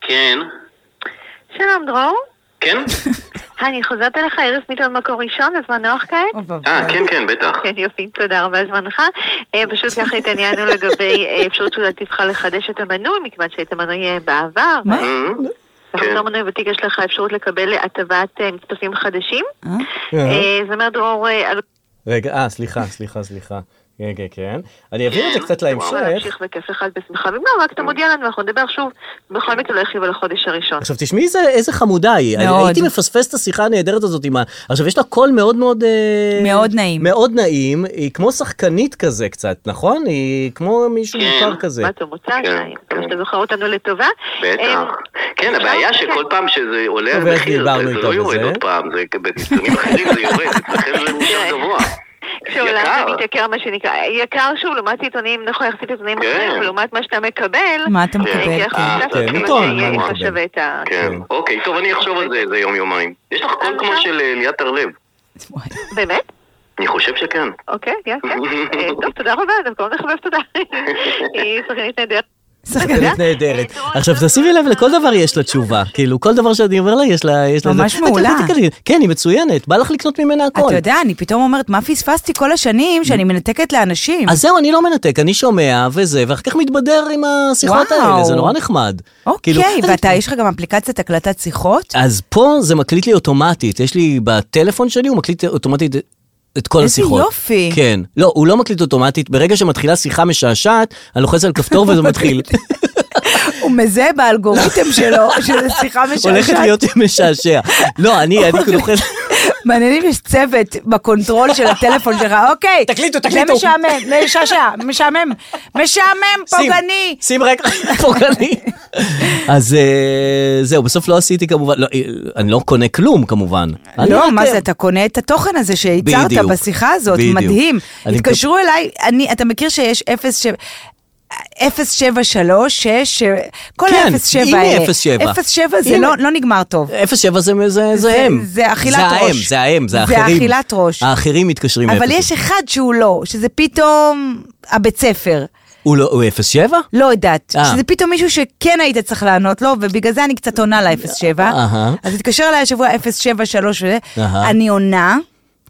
[SPEAKER 6] כן.
[SPEAKER 9] שלום דרור,
[SPEAKER 6] כן?
[SPEAKER 9] אני חוזרת אליך איריס מיטון מקור ראשון, הזמן נוח כעת?
[SPEAKER 6] אה, כן, כן, בטח.
[SPEAKER 9] כן יופי, תודה רבה על זמנך. אה, פשוט ככה התעניינו לגבי אה, אפשרות שאולי תבחר לחדש את המנוי, מכיוון שהיית מנוי אה, בעבר.
[SPEAKER 3] מה?
[SPEAKER 6] כן.
[SPEAKER 9] ובתור מנוי ותיק יש לך אפשרות לקבל הטבת אה, מצטרפים חדשים.
[SPEAKER 6] כן.
[SPEAKER 9] אה, זאת אומרת דרור, אה, עלול
[SPEAKER 2] רגע, אה, סליחה, סליחה, סליחה. כן, כן, כן. אני אעביר את זה קצת
[SPEAKER 9] להמשיך בכיף אחד בשמחה, ואם לא, רק אתה מודיע לנו, אנחנו נדבר שוב, בכל מקרה לא יחיב על החודש הראשון.
[SPEAKER 2] עכשיו תשמעי איזה, איזה חמודה היא, אני-
[SPEAKER 3] מאוד.
[SPEAKER 2] הייתי מפספס את השיחה הנהדרת הזאת עם ה... עכשיו יש לה קול מאוד מאוד... אה,
[SPEAKER 3] מאוד נעים.
[SPEAKER 2] מאוד נעים, היא כמו שחקנית כזה קצת, נכון? היא כמו מישהו
[SPEAKER 6] כן.
[SPEAKER 2] מוכר כזה.
[SPEAKER 9] מה אתה מוצא?
[SPEAKER 6] כן,
[SPEAKER 9] אני מקווה
[SPEAKER 6] כן.
[SPEAKER 9] שאתה זוכר אותנו לטובה.
[SPEAKER 6] בטח.
[SPEAKER 9] אה,
[SPEAKER 6] כן, הבעיה
[SPEAKER 9] אפשר?
[SPEAKER 6] שכל פעם שזה עולה על
[SPEAKER 2] טוב, איך
[SPEAKER 6] מחיר,
[SPEAKER 2] דיברנו
[SPEAKER 6] זה- זה
[SPEAKER 2] איתו
[SPEAKER 6] לא יורד
[SPEAKER 2] בזה?
[SPEAKER 6] עוד פעם, זה בניסונים אחרים זה יורד, אצלכם זה יותר גבוה.
[SPEAKER 9] כשעולם
[SPEAKER 6] יקר.
[SPEAKER 9] תמיד יקר מה שנקרא, יקר שוב לעומת עיתונים, נכון, יחסית עיתונים
[SPEAKER 6] כן.
[SPEAKER 9] אחרים, לעומת מה שאתה מקבל,
[SPEAKER 3] מה אתה
[SPEAKER 9] אה,
[SPEAKER 3] מקבל?
[SPEAKER 9] כי
[SPEAKER 6] אה,
[SPEAKER 9] אנחנו
[SPEAKER 6] כן,
[SPEAKER 9] חשבנו
[SPEAKER 2] עיתון,
[SPEAKER 9] שיהיה
[SPEAKER 2] מה
[SPEAKER 9] לך
[SPEAKER 2] מקבל?
[SPEAKER 9] שווה את ה...
[SPEAKER 6] כן. אוקיי, טוב, אני אחשוב על זה איזה יום-יומיים. יש לך קול כמו של אה, ליאת הרלב.
[SPEAKER 9] באמת?
[SPEAKER 6] אני חושב שכן.
[SPEAKER 9] אוקיי, כן, כן. אה, טוב, תודה רבה, אתה מקום לחבב תודה. היא שחקנית נהדרת.
[SPEAKER 2] שחקנית נהדרת.
[SPEAKER 9] אה, דרור,
[SPEAKER 2] עכשיו
[SPEAKER 9] אתה
[SPEAKER 2] תשימי לב, לכל דבר יש לה תשובה. כאילו, כל דבר שאני אומר לה, יש לה... יש לה
[SPEAKER 3] ממש
[SPEAKER 2] זה. את
[SPEAKER 3] מעולה.
[SPEAKER 2] יודעת, כן, כן, היא מצוינת, בא לך לקנות ממנה הכל.
[SPEAKER 3] אתה יודע, אני פתאום אומרת, מה פספסתי כל השנים שאני מנתקת לאנשים?
[SPEAKER 2] אז זהו, אני לא מנתק, אני שומע וזה, ואחר כך מתבדר עם השיחות
[SPEAKER 3] וואו.
[SPEAKER 2] האלה, זה נורא נחמד. כאילו,
[SPEAKER 3] אוקיי, ואתה, יש לך גם אפליקציית הקלטת שיחות?
[SPEAKER 2] אז פה זה מקליט לי אוטומטית, יש לי בטלפון שלי, הוא מקליט אוטומטית את כל
[SPEAKER 3] איזה
[SPEAKER 2] השיחות.
[SPEAKER 3] יופי.
[SPEAKER 2] כן. לא, הוא לא מקליט אוטומטית, ברגע שמתחילה שיחה משעשעת, אני לוחץ על כפתור וזה מתחיל.
[SPEAKER 3] הוא מזהה באלגוריתם שלו, שזה שיחה
[SPEAKER 2] אה. הולכת
[SPEAKER 3] משעשעת.
[SPEAKER 2] להיות משעשע. לא, אני, אני לוחץ...
[SPEAKER 3] מעניין אם יש צוות בקונטרול של הטלפון שלך, אוקיי.
[SPEAKER 2] תקליטו, תקליטו.
[SPEAKER 3] זה משעמם, זה משעשע, משעמם, משעמם, פוגעני.
[SPEAKER 2] שים רגע, פוגעני. אז אה, זהו, בסוף לא עשיתי כמובן, לא, אה, אני לא קונה כלום כמובן. אני רק,
[SPEAKER 3] לא, מה
[SPEAKER 2] אה,
[SPEAKER 3] זה, אתה קונה את התוכן הזה שייצרת
[SPEAKER 2] בדיוק,
[SPEAKER 3] בשיחה הזאת,
[SPEAKER 2] בדיוק.
[SPEAKER 3] מדהים.
[SPEAKER 2] אני
[SPEAKER 3] התקשרו אליי, אני, אתה מכיר שיש 07... 073, 6, כל
[SPEAKER 2] כן,
[SPEAKER 3] ה-07
[SPEAKER 2] הנה
[SPEAKER 3] האלה.
[SPEAKER 2] 07.
[SPEAKER 3] 07 זה
[SPEAKER 2] הנה.
[SPEAKER 3] לא לא נגמר טוב.
[SPEAKER 2] 07 זה, זה, זה
[SPEAKER 3] זה-
[SPEAKER 2] הם.
[SPEAKER 3] זה אכילת
[SPEAKER 2] זה
[SPEAKER 3] ראש.
[SPEAKER 2] האם, זה האם, זה
[SPEAKER 3] זה
[SPEAKER 2] האחרים.
[SPEAKER 3] אכילת ראש.
[SPEAKER 2] האחרים מתקשרים
[SPEAKER 3] אבל
[SPEAKER 2] לאפס.
[SPEAKER 3] יש אחד שהוא לא, שזה פתאום הבית ספר.
[SPEAKER 2] הוא לא, הוא 07?
[SPEAKER 3] לא יודעת,
[SPEAKER 2] אה.
[SPEAKER 3] שזה פתאום מישהו שכן היית צריך לענות לו, ובגלל זה אני קצת עונה ל-07.
[SPEAKER 2] אהה.
[SPEAKER 3] אז התקשר אליי השבוע 073 וזה,
[SPEAKER 2] אהה.
[SPEAKER 3] אני עונה,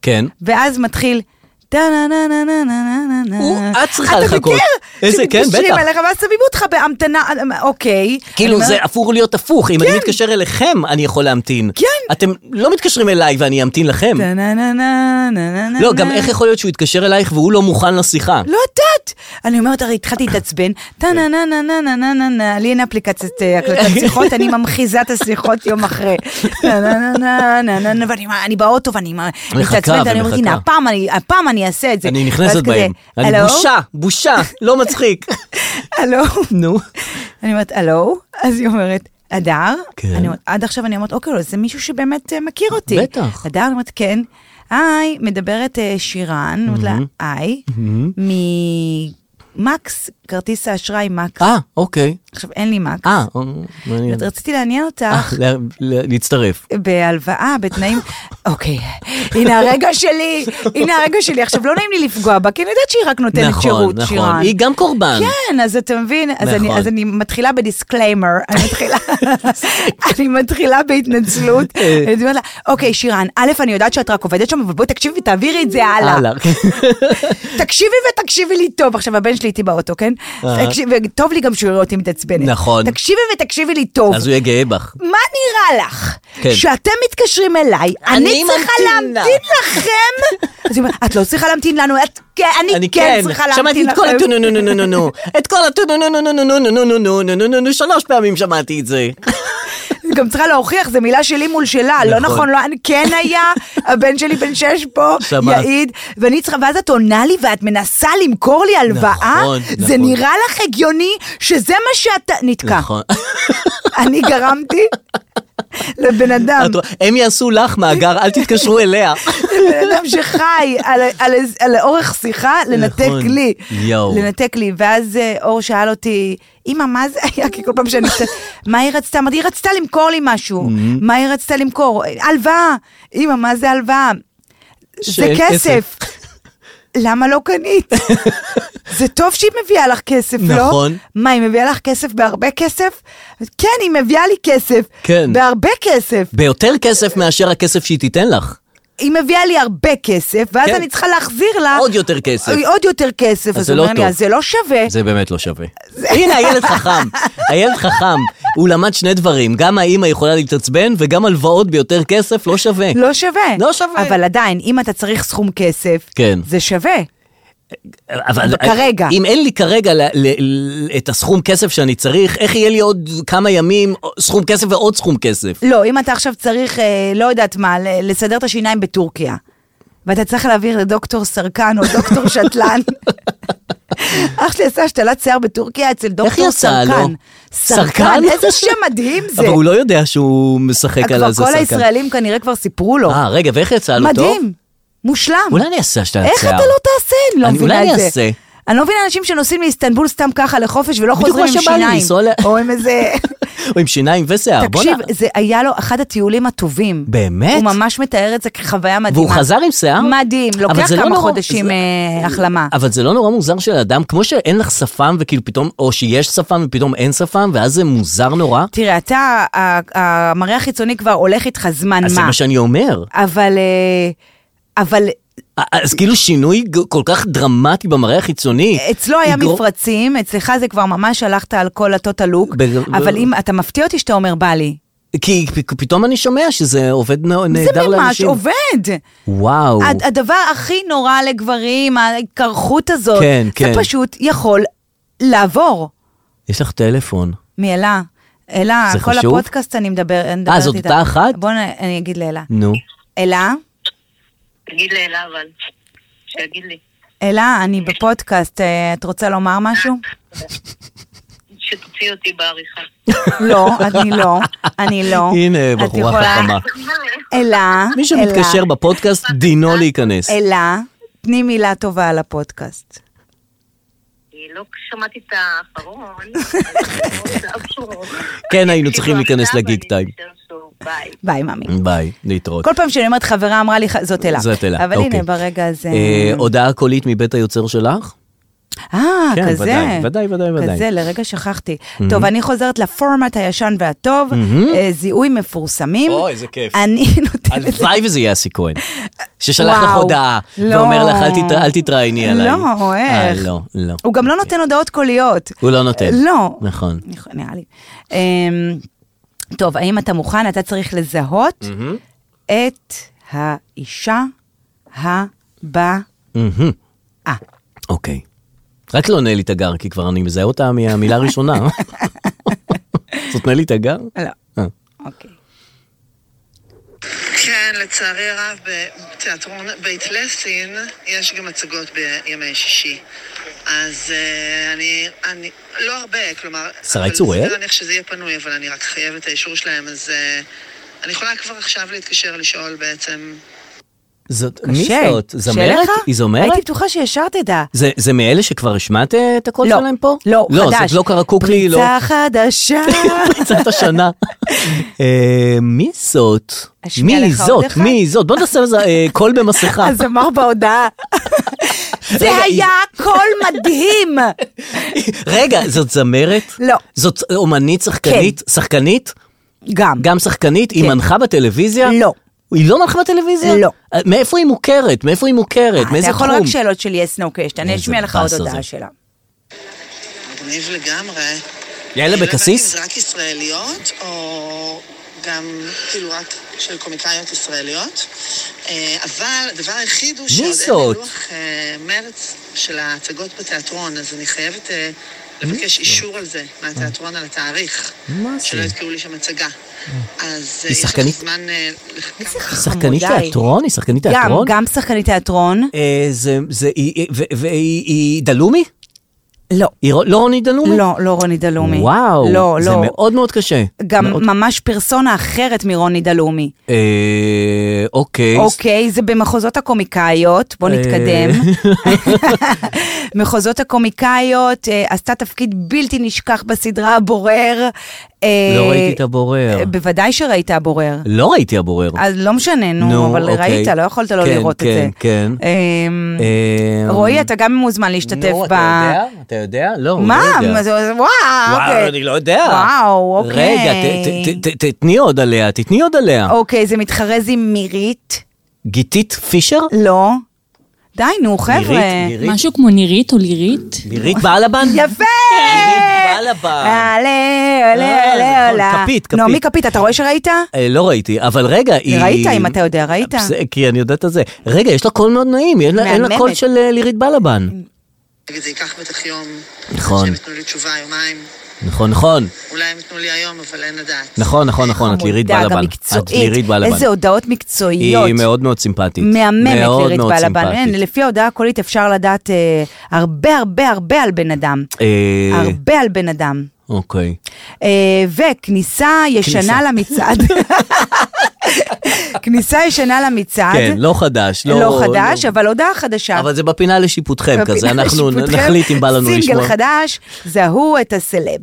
[SPEAKER 2] כן.
[SPEAKER 3] ואז מתחיל... טה-נה-נה-נה-נה-נה-נה-נה.
[SPEAKER 2] הוא- את צריכה לחכות.
[SPEAKER 3] אתה מכיר?
[SPEAKER 2] איזה- כן,
[SPEAKER 3] שמתקשרים
[SPEAKER 2] בטח.
[SPEAKER 3] אליך ואז שמים אותך בהמתנה, אוקיי.
[SPEAKER 2] כאילו
[SPEAKER 3] אני
[SPEAKER 2] זה
[SPEAKER 3] אומרת,
[SPEAKER 2] אמור להיות הפוך, אם אני מתקשר אליכם, אני יכול להמתין.
[SPEAKER 3] כן.
[SPEAKER 2] אתם לא מתקשרים אליי ואני אמתין לכם.
[SPEAKER 3] "טה-נה-נה-נה-נה-נה-נה-נה".
[SPEAKER 2] לא, גם איך יכול להיות שהוא יתקשר אלייך והוא לא מוכן לשיחה?
[SPEAKER 3] לא יודעת. אני אומרת, הרי התחלתי להתעצבן, טה-נה-נה-נה-נה-נה-נה-נה, לי אין אפליקציית אה, הקלטת שיחות, אני ממחיזה את השיחות יום אחרי. טה-נה-נה-נה-נה-נה, ואני מה, אני באוטו ואני מה,
[SPEAKER 2] מחכה
[SPEAKER 3] מתעצבנת, אני אומרת,
[SPEAKER 2] ומחכה.
[SPEAKER 3] הנה, הפעם אני- הפעם אני אעשה את זה.
[SPEAKER 2] אני
[SPEAKER 3] ואז
[SPEAKER 2] נכנסת
[SPEAKER 3] כזה,
[SPEAKER 2] בהם. אני
[SPEAKER 3] "הלו?
[SPEAKER 2] בושה, בושה, לא מצחיק.
[SPEAKER 3] הלו?
[SPEAKER 2] נו.
[SPEAKER 3] אני אומרת, הלו? אז היא אומרת, הדר?
[SPEAKER 2] כן.
[SPEAKER 3] אני אומרת, עד עכשיו אני אומרת, אוקיי, לא, זה מישהו שבאמת אה, מכיר אותי.
[SPEAKER 2] בטח.
[SPEAKER 3] הדר, אני אומרת, כן. היי, מדברת אה, שירן, אני אומרת לה, היי, מ... מקס, כרטיס האשראי מקס.
[SPEAKER 2] אה, אוקיי.
[SPEAKER 3] עכשיו, אין לי מקס.
[SPEAKER 2] אה, אה, מעניין.
[SPEAKER 3] רציתי לעניין
[SPEAKER 2] אה,
[SPEAKER 3] אותך
[SPEAKER 2] לה- לה- להצטרף.
[SPEAKER 3] בהלוואה, בתנאים... אוקיי, הנה הרגע שלי, הנה הרגע שלי. עכשיו, לא נעים לי לפגוע בה, כי אני יודעת שהיא רק נותנת
[SPEAKER 2] נכון,
[SPEAKER 3] שירות,
[SPEAKER 2] נכון.
[SPEAKER 3] שירן.
[SPEAKER 2] היא גם קורבן.
[SPEAKER 3] כן, אז אתה מבין? אז אני-
[SPEAKER 2] נכון.
[SPEAKER 3] אז אני מתחילה בדיסקליימר, אני מתחילה- אני מתחילה בהתנצלות.
[SPEAKER 2] אה.
[SPEAKER 3] אני אומרת לה, אוקיי, שירן, א', אני יודעת שאת רק עובדת שם, אבל בואי תקשיבי ותעבירי את זה
[SPEAKER 2] אה, לא,
[SPEAKER 3] הלאה.
[SPEAKER 2] כן.
[SPEAKER 3] תקשיבי ותקשיבי לי טוב. עכשיו, הבן שלי איתי באוטו, כן?
[SPEAKER 2] אהה.
[SPEAKER 3] תקשיבי, טוב לי גם שהוא יראה אותי מתעצבנת.
[SPEAKER 2] אה. נכון.
[SPEAKER 3] תקשיבי ותקשיבי לי טוב.
[SPEAKER 2] אז הוא יהיה גאה בך.
[SPEAKER 3] מה נראה לך?
[SPEAKER 2] כן.
[SPEAKER 3] שאתם מתקשרים אליי, אני,
[SPEAKER 2] אני
[SPEAKER 3] צריכה
[SPEAKER 2] ממתינה.
[SPEAKER 3] להמתין לכם? אז היא אומרת, את לא צריכה להמתין לנו, את כן, אני,
[SPEAKER 2] אני
[SPEAKER 3] כן,
[SPEAKER 2] כן,
[SPEAKER 3] צריכה
[SPEAKER 2] שמעתי
[SPEAKER 3] להמתין
[SPEAKER 2] את כל
[SPEAKER 3] לכם.
[SPEAKER 2] הטונו נו נו נו נו נו, את כל הטונו נו נו נו נו נו נו נו נו נו נו נו נו נו שלוש פעמים שמעתי את זה.
[SPEAKER 3] גם צריכה להוכיח, זו מילה שלי מול שלה, לא
[SPEAKER 2] נכון.
[SPEAKER 3] נכון, לא, אני כן היה, הבן שלי בן שש פה,
[SPEAKER 2] שמעת.
[SPEAKER 3] יעיד, ואני צריכה, ואז את עונה לי ואת מנסה למכור לי הלוואה?
[SPEAKER 2] נכון,
[SPEAKER 3] זה
[SPEAKER 2] נכון.
[SPEAKER 3] נראה לך הגיוני שזה מה שאתה... נתקע.
[SPEAKER 2] נכון.
[SPEAKER 3] אני גרמתי לבן אדם.
[SPEAKER 2] את רואה, הם יעשו לך מאגר, אל תתקשרו אליה.
[SPEAKER 3] בן אדם שחי על, על, על אורך שיחה, לנתק
[SPEAKER 2] נכון.
[SPEAKER 3] לי.
[SPEAKER 2] יואו.
[SPEAKER 3] לנתק לי. ואז אה, אור שאל אותי, אמא, מה זה היה? כי כל פעם שאני קצת... מה היא רצתה? אמרתי, היא רצתה למכור לי משהו. מה היא רצתה למכור? הלוואה. אמא, מה זה הלוואה? זה
[SPEAKER 2] שאין
[SPEAKER 3] כסף. למה לא קנית? זה טוב שהיא מביאה לך כסף, לא?
[SPEAKER 2] נכון.
[SPEAKER 3] מה, היא מביאה לך כסף בהרבה כסף? כן, היא מביאה לי כסף.
[SPEAKER 2] כן.
[SPEAKER 3] בהרבה כסף.
[SPEAKER 2] ביותר כסף מאשר הכסף שהיא תיתן לך.
[SPEAKER 3] היא מביאה לי הרבה כסף, ואז
[SPEAKER 2] כן.
[SPEAKER 3] אני צריכה להחזיר לה... אה,
[SPEAKER 2] עוד יותר כסף.
[SPEAKER 3] עוד יותר כסף,
[SPEAKER 2] אז
[SPEAKER 3] אז
[SPEAKER 2] זה
[SPEAKER 3] הוא
[SPEAKER 2] לא
[SPEAKER 3] אומר לי,
[SPEAKER 2] טוב.
[SPEAKER 3] אז זה לא שווה.
[SPEAKER 2] זה באמת לא שווה. הנה, הילד חכם. הילד חכם. הוא למד שני דברים, גם האימא יכולה להתעצבן וגם הלוואות ביותר כסף לא שווה.
[SPEAKER 3] לא שווה.
[SPEAKER 2] לא שווה.
[SPEAKER 3] אבל עדיין, אם אתה צריך סכום כסף,
[SPEAKER 2] כן.
[SPEAKER 3] זה שווה.
[SPEAKER 2] אבל
[SPEAKER 3] כרגע.
[SPEAKER 2] אם אין לי כרגע ל, ל, ל, את הסכום כסף שאני צריך, איך יהיה לי עוד כמה ימים סכום כסף ועוד סכום כסף?
[SPEAKER 3] לא, אם אתה עכשיו צריך, אה, לא יודעת מה, ל- לסדר את השיניים בטורקיה, ואתה צריך להעביר לדוקטור סרקן או דוקטור שתלן. אח שלי עשה השתלת שיער בטורקיה אצל
[SPEAKER 2] איך
[SPEAKER 3] דוקטור
[SPEAKER 2] יצא
[SPEAKER 3] סרקן.
[SPEAKER 2] לו? סרקן?
[SPEAKER 3] איזה שם מדהים זה.
[SPEAKER 2] אבל הוא לא יודע שהוא משחק על
[SPEAKER 3] כבר
[SPEAKER 2] איזה
[SPEAKER 3] כל
[SPEAKER 2] סרקן.
[SPEAKER 3] הישראלים כנראה כבר סיפרו לו.
[SPEAKER 2] אה, רגע, ואיך יצא לו טוב?
[SPEAKER 3] מדהים, מושלם.
[SPEAKER 2] אולי אני אעשה השתלת
[SPEAKER 3] איך
[SPEAKER 2] שיער.
[SPEAKER 3] אתה לא תעשה? אני לא
[SPEAKER 2] אני-
[SPEAKER 3] מבינה את
[SPEAKER 2] אולי
[SPEAKER 3] זה.
[SPEAKER 2] אני אעשה.
[SPEAKER 3] אני לא מבינה אנשים שנוסעים לאיסטנבול סתם ככה לחופש ולא
[SPEAKER 2] בדיוק
[SPEAKER 3] חוזרים
[SPEAKER 2] מה
[SPEAKER 3] עם
[SPEAKER 2] שבא לי,
[SPEAKER 3] שיניים.
[SPEAKER 2] לנסוע ל-
[SPEAKER 3] או עם איזה...
[SPEAKER 2] או עם שיניים ושיער.
[SPEAKER 3] תקשיב,
[SPEAKER 2] בוא'נה.
[SPEAKER 3] זה היה לו אחד הטיולים הטובים.
[SPEAKER 2] באמת?
[SPEAKER 3] הוא ממש מתאר את זה כחוויה מדהימה.
[SPEAKER 2] והוא חזר עם שיער?
[SPEAKER 3] מדהים,
[SPEAKER 2] אבל
[SPEAKER 3] לוקח
[SPEAKER 2] זה לא
[SPEAKER 3] כמה
[SPEAKER 2] נורא,
[SPEAKER 3] חודשים
[SPEAKER 2] זה-
[SPEAKER 3] אה, החלמה.
[SPEAKER 2] אבל זה לא נורא מוזר של אדם, כמו שאין לך שפם וכאילו פתאום, או שיש שפם ופתאום אין שפם, ואז זה מוזר נורא.
[SPEAKER 3] תראה, אתה, ה- המראה החיצוני כבר הולך איתך זמן
[SPEAKER 2] אז זה
[SPEAKER 3] מה.
[SPEAKER 2] מה שאני אומר.
[SPEAKER 3] אבל... אה, אבל
[SPEAKER 2] אז כאילו שינוי ג- כל כך דרמטי במראה החיצוני.
[SPEAKER 3] אצלו היה
[SPEAKER 2] יגרום-
[SPEAKER 3] מפרצים, אצלך זה כבר ממש הלכת על כל הטוטה לוק,
[SPEAKER 2] ב-
[SPEAKER 3] אבל
[SPEAKER 2] ב-
[SPEAKER 3] אם אתה מפתיע אותי שאתה אומר בא לי.
[SPEAKER 2] כי פ- פתאום אני שומע שזה עובד נו-
[SPEAKER 3] זה
[SPEAKER 2] נהדר
[SPEAKER 3] ממש
[SPEAKER 2] לאנשים.
[SPEAKER 3] עובד.
[SPEAKER 2] וואו.
[SPEAKER 3] הד- הדבר הכי נורא לגברים, ההתקרחות הזאת,
[SPEAKER 2] כן, כן.
[SPEAKER 3] זה פשוט יכול לעבור
[SPEAKER 2] יש לך טלפון.
[SPEAKER 3] מאלה. אלה,
[SPEAKER 2] זה
[SPEAKER 3] כל
[SPEAKER 2] חשוב? אה,
[SPEAKER 3] הפודקאסט אני מדבר, אני מדברת
[SPEAKER 2] זאת
[SPEAKER 3] איתה.
[SPEAKER 2] אותה אחת?
[SPEAKER 3] בוא נ- אני אגיד לאלה.
[SPEAKER 2] נו.
[SPEAKER 3] אלה,
[SPEAKER 9] תגיד לאלה אבל, שיגיד לי.
[SPEAKER 3] אלה, אני בפודקאסט, אה, את רוצה לומר משהו?
[SPEAKER 9] שתוציא אותי בעריכה.
[SPEAKER 3] לא, אני לא, אני לא.
[SPEAKER 2] הנה,
[SPEAKER 3] את
[SPEAKER 2] בחורה
[SPEAKER 3] יכולה-
[SPEAKER 2] חכמה. אה.
[SPEAKER 3] אלה,
[SPEAKER 2] מי
[SPEAKER 3] אלה,
[SPEAKER 2] שמתקשר בפודקאסט, דינו להיכנס.
[SPEAKER 3] אלה, תני מילה טובה על הפודקאסט.
[SPEAKER 9] לא שמעתי את האחרון. לא
[SPEAKER 2] כן, היינו צריכים להיכנס לגיק טיים.
[SPEAKER 3] ביי, מאמי.
[SPEAKER 2] ביי, להתראות.
[SPEAKER 3] כל פעם שאני אומרת חברה אמרה לי, "ח- זאת אלה.
[SPEAKER 2] זאת אלה,
[SPEAKER 3] אבל
[SPEAKER 2] אוקיי.
[SPEAKER 3] הנה, ברגע הזה...
[SPEAKER 2] אה, הודעה קולית מבית היוצר שלך?
[SPEAKER 3] אה,
[SPEAKER 2] כן,
[SPEAKER 3] כזה.
[SPEAKER 2] ודאי, ודאי, ודאי, ודאי.
[SPEAKER 3] כזה, לרגע שכחתי. טוב, אני חוזרת לפורמט הישן והטוב, אה, זיהוי מפורסמים.
[SPEAKER 2] אוי, איזה כיף.
[SPEAKER 3] אני נותנת...
[SPEAKER 2] הלוואי וזה יהיה אסי כהן, ששלח לך
[SPEAKER 3] וואו,
[SPEAKER 2] הודעה,
[SPEAKER 3] לא.
[SPEAKER 2] ואומר לך, "אל תת- אל תתראייני עליי.
[SPEAKER 3] לא,
[SPEAKER 2] אה,
[SPEAKER 3] איך?
[SPEAKER 2] לא, לא.
[SPEAKER 3] הוא גם לא נותן הודעות קוליות.
[SPEAKER 2] הוא לא נותן.
[SPEAKER 3] לא.
[SPEAKER 2] נכון.
[SPEAKER 3] נכון, נראה לי. אמ, טוב, האם אתה מוכן? אתה צריך לזהות את האישה הבאה.
[SPEAKER 2] מהמם.
[SPEAKER 3] אה.
[SPEAKER 2] אוקיי. רק לא נלי תגר, כי כבר אני מזהה אותה מהמילה הראשונה. זאת נלי תגר?
[SPEAKER 3] לא.
[SPEAKER 2] אה.
[SPEAKER 3] אוקיי.
[SPEAKER 5] כן, לצערי הרב, בתיאטרון בית לסין יש גם הצגות בימי שישי. אז אה, אני, אני, לא הרבה, כלומר...
[SPEAKER 2] שרי
[SPEAKER 5] אבל
[SPEAKER 2] צוריאל?
[SPEAKER 5] סביר להניח שזה יהיה פנוי, אבל אני רק חייבת את האישור שלהם, אז אה, אני יכולה כבר עכשיו להתקשר לשאול בעצם
[SPEAKER 2] זאת,
[SPEAKER 3] קשה.
[SPEAKER 2] מי זאת?
[SPEAKER 3] קשה
[SPEAKER 2] זמרת?
[SPEAKER 3] לך?
[SPEAKER 2] היא זמרת?
[SPEAKER 3] הייתי בטוחה שהשארת את ה...
[SPEAKER 2] זה, זה מאלה שכבר השמעת אה, את הקול שלהם פה?
[SPEAKER 3] לא,
[SPEAKER 2] לא,
[SPEAKER 3] חדש.
[SPEAKER 2] זאת לא קרקוקלי, לא.
[SPEAKER 3] פריצה חדשה.
[SPEAKER 2] פריצת השנה. אה, מי זאת?
[SPEAKER 3] אשמיע
[SPEAKER 2] מי
[SPEAKER 3] לך עוד
[SPEAKER 2] זאת?
[SPEAKER 3] אחד?
[SPEAKER 2] מי זאת? בוא נעשה לזה אה, קול במסכה.
[SPEAKER 3] אז אמר בהודעה. זה
[SPEAKER 2] רגע,
[SPEAKER 3] היה קול מדהים.
[SPEAKER 2] רגע, זאת זמרת?
[SPEAKER 3] לא.
[SPEAKER 2] זאת אומנית שחקנית? שחקנית?
[SPEAKER 3] גם.
[SPEAKER 2] גם שחקנית? היא
[SPEAKER 3] כן.
[SPEAKER 2] מנחה בטלוויזיה?
[SPEAKER 3] לא.
[SPEAKER 2] היא לא מנחה בטלוויזיה?
[SPEAKER 3] לא.
[SPEAKER 2] אה, מאיפה היא מוכרת? מאיפה היא מוכרת?
[SPEAKER 3] אה, אתה
[SPEAKER 2] מאיזה
[SPEAKER 3] יכול
[SPEAKER 2] תחום?
[SPEAKER 3] רק שאלות של יס נו קשת, אני
[SPEAKER 2] איזה
[SPEAKER 3] אשמיע לך עוד
[SPEAKER 2] באסה זה.
[SPEAKER 3] הודעה שלה.
[SPEAKER 5] מגניב לגמרי.
[SPEAKER 2] יעל אבקסיס?
[SPEAKER 5] אני לא הבנתי אם זה רק ישראליות, או גם כאילו רק של קומיקאיות ישראליות. אה, אבל הדבר היחיד הוא שעוד אין
[SPEAKER 2] זאת?
[SPEAKER 5] לי לוח אה, מרץ של ההצגות בתיאטרון, אז אני חייבת אה, לבקש אישור על זה מהתיאטרון על התאריך.
[SPEAKER 2] מה זה?
[SPEAKER 5] שלא יתקעו לי שם הצגה. אז אה,
[SPEAKER 2] היא
[SPEAKER 5] יש לך
[SPEAKER 2] שחקנית? נכון.
[SPEAKER 5] זמן... אה, לחכם.
[SPEAKER 2] היא שחקנית
[SPEAKER 3] חמודה היא.
[SPEAKER 2] תיאטרון? היא שחקנית
[SPEAKER 3] גם,
[SPEAKER 2] תיאטרון?
[SPEAKER 3] גם שחקנית תיאטרון.
[SPEAKER 2] אה, זה, זה, היא, והיא, והיא היא דלומי?
[SPEAKER 3] לא.
[SPEAKER 2] היא רו- לא רוני דלומי?
[SPEAKER 3] לא, לא רוני דלומי.
[SPEAKER 2] וואו,
[SPEAKER 3] לא,
[SPEAKER 2] זה
[SPEAKER 3] לא.
[SPEAKER 2] מאוד מאוד קשה.
[SPEAKER 3] גם
[SPEAKER 2] מאוד...
[SPEAKER 3] ממש פרסונה אחרת מרוני דלומי.
[SPEAKER 2] אה, אוקיי.
[SPEAKER 3] אוקיי, זה במחוזות הקומיקאיות, בוא
[SPEAKER 2] אה.
[SPEAKER 3] נתקדם. מחוזות הקומיקאיות, אה, עשתה תפקיד בלתי נשכח בסדרה הבורר. אה,
[SPEAKER 2] לא ראיתי את הבורר.
[SPEAKER 3] אה, בוודאי שראית הבורר.
[SPEAKER 2] לא ראיתי הבורר.
[SPEAKER 3] אז לא משנה,
[SPEAKER 2] נו,
[SPEAKER 3] נו, אבל
[SPEAKER 2] אוקיי.
[SPEAKER 3] ראית, לא יכולת לא
[SPEAKER 2] כן,
[SPEAKER 3] לראות את
[SPEAKER 2] כן,
[SPEAKER 3] זה.
[SPEAKER 2] כן.
[SPEAKER 3] אמ,
[SPEAKER 2] אה,
[SPEAKER 3] רועי, אתה גם מוזמן להשתתף
[SPEAKER 2] נו,
[SPEAKER 3] ב...
[SPEAKER 2] אתה יודע? אתה יודע? לא, הוא
[SPEAKER 3] מה?
[SPEAKER 2] לא יודע.
[SPEAKER 3] מה זה- וואו,
[SPEAKER 2] וואו,
[SPEAKER 3] אוקיי.
[SPEAKER 2] אני לא יודע.
[SPEAKER 3] וואו, אוקיי.
[SPEAKER 2] רגע, ת- ת- ת- ת- תתני עוד עליה, תתני עוד עליה.
[SPEAKER 3] אוקיי, זה מתחרז עם מירית?
[SPEAKER 2] גיתית פישר?
[SPEAKER 3] לא. די, נו, חבר'ה.
[SPEAKER 2] מירית, מירית,
[SPEAKER 10] משהו כמו נירית או לירית?
[SPEAKER 2] מירית בעלבן?
[SPEAKER 3] יפה!
[SPEAKER 2] מירית בעלבן.
[SPEAKER 3] עלה, עלה,
[SPEAKER 2] אה,
[SPEAKER 3] עלה,
[SPEAKER 2] נכון,
[SPEAKER 3] עלה.
[SPEAKER 2] כפית, כפית.
[SPEAKER 3] נעמי כפית, אתה רואה שראית?
[SPEAKER 2] אה, לא ראיתי, אבל רגע, היא...
[SPEAKER 3] ראית, אם אתה יודע, ראית.
[SPEAKER 2] בסדר, כי אני יודעת את זה. רגע, יש לה קול מאוד נעים, אין לה- אין לה
[SPEAKER 3] מהממת.
[SPEAKER 2] קול של אה, לירית בלבן.
[SPEAKER 5] נגיד, זה ייקח בטח יום.
[SPEAKER 2] נכון.
[SPEAKER 5] שהם יתנו לי תשובה יומיים.
[SPEAKER 2] נכון, נכון.
[SPEAKER 5] אולי הם יתנו לי היום, אבל אין לדעת.
[SPEAKER 2] נכון, נכון, נכון, את לירית
[SPEAKER 3] חמודה,
[SPEAKER 2] בלבן.
[SPEAKER 3] גם
[SPEAKER 2] את לירית
[SPEAKER 3] מקצועית.
[SPEAKER 2] בלבן.
[SPEAKER 3] איזה הודעות מקצועיות.
[SPEAKER 2] היא מאוד מאוד סימפטית.
[SPEAKER 3] מהממת
[SPEAKER 2] מאוד
[SPEAKER 3] לירית
[SPEAKER 2] מאוד
[SPEAKER 3] בעלבן.
[SPEAKER 2] סימפטית.
[SPEAKER 3] אין, לפי ההודעה הקולית אפשר לדעת אה, הרבה הרבה הרבה על בן אדם.
[SPEAKER 2] אה,
[SPEAKER 3] הרבה על בן אדם.
[SPEAKER 2] אוקיי.
[SPEAKER 3] אה, וכניסה ישנה
[SPEAKER 2] כניסה.
[SPEAKER 3] למצעד. כניסה ישנה למצעד.
[SPEAKER 2] כן, לא חדש.
[SPEAKER 3] לא חדש, אבל הודעה חדשה.
[SPEAKER 2] אבל זה בפינה לשיפוטכם
[SPEAKER 3] בפינה
[SPEAKER 2] כזה, אנחנו
[SPEAKER 3] לשיפוטכם,
[SPEAKER 2] נחליט אם בא לנו לשמוע. אה,
[SPEAKER 3] סינגל חדש, זהו את הסלב.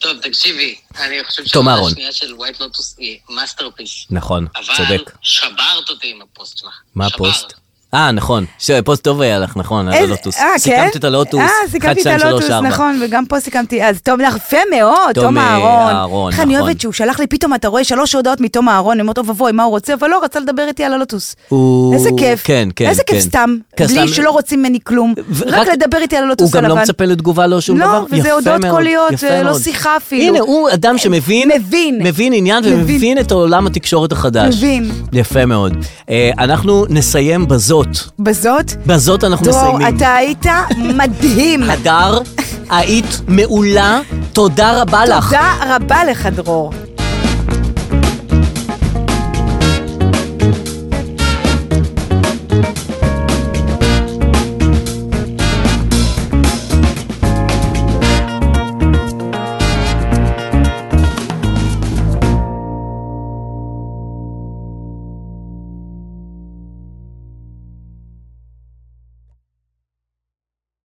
[SPEAKER 6] טוב, תקשיבי, אני חושב
[SPEAKER 2] תום שהעונה אהרון. השנייה
[SPEAKER 6] של ווייט לוטוס היא מאסטרפיס.
[SPEAKER 2] נכון, צודק.
[SPEAKER 6] שברת אותי עם הפוסט שלך.
[SPEAKER 2] מה הפוסט? אה, נכון. ש- פוסט טוב היה לך, נכון, על
[SPEAKER 3] איזה-
[SPEAKER 2] הלוטוס.
[SPEAKER 3] אה, כן?
[SPEAKER 2] סיכמת את הלוטוס.
[SPEAKER 3] אה, סיכמתי את הלוטוס, נכון, וגם פה סיכמתי. אז תום, יפה מאוד,
[SPEAKER 2] תום,
[SPEAKER 3] תום
[SPEAKER 2] אה,
[SPEAKER 3] אהרון.
[SPEAKER 2] אהרון,
[SPEAKER 3] איך אני
[SPEAKER 2] נכון.
[SPEAKER 3] אוהבת שהוא שלח לי, פתאום אתה רואה שלוש הודעות מתום אהרון, אני אומרת, אוי ואבוי, מה הוא רוצה? אבל לא, רצה לדבר איתי על הלוטוס.
[SPEAKER 2] הוא-
[SPEAKER 3] איזה כיף.
[SPEAKER 2] כן, כן,
[SPEAKER 3] איזה כיף
[SPEAKER 2] כן.
[SPEAKER 3] סתם,
[SPEAKER 2] כן,
[SPEAKER 3] בלי
[SPEAKER 2] סתם-
[SPEAKER 3] שלא רוצים ממני כלום.
[SPEAKER 2] ו-
[SPEAKER 3] רק
[SPEAKER 2] רק-
[SPEAKER 3] לדבר איתי על
[SPEAKER 2] הוא
[SPEAKER 3] הלוטוס
[SPEAKER 2] גם
[SPEAKER 3] הלבן.
[SPEAKER 2] לא מצפה לתגובה, לא שום
[SPEAKER 3] לא,
[SPEAKER 2] דבר.
[SPEAKER 3] וזה
[SPEAKER 2] יפה
[SPEAKER 3] הודעות
[SPEAKER 2] מאוד,
[SPEAKER 3] קוליות,
[SPEAKER 2] יפה
[SPEAKER 3] אה, לא
[SPEAKER 2] מאוד.
[SPEAKER 3] שיחה אפילו.
[SPEAKER 2] הנה, הוא אדם שמבין,
[SPEAKER 3] מבין.
[SPEAKER 2] מבין עניין
[SPEAKER 3] מבין.
[SPEAKER 2] ומבין את עולם התקשורת החדש.
[SPEAKER 3] מבין.
[SPEAKER 2] יפה מאוד. אה, אנחנו נסיים בזאת.
[SPEAKER 3] בזאת,
[SPEAKER 2] בזאת אנחנו
[SPEAKER 3] דרור,
[SPEAKER 2] מסיימים.
[SPEAKER 3] אתה היית מדהים.
[SPEAKER 2] הדר, היית מעולה, תודה רבה לך.
[SPEAKER 3] תודה רבה לך, דרור.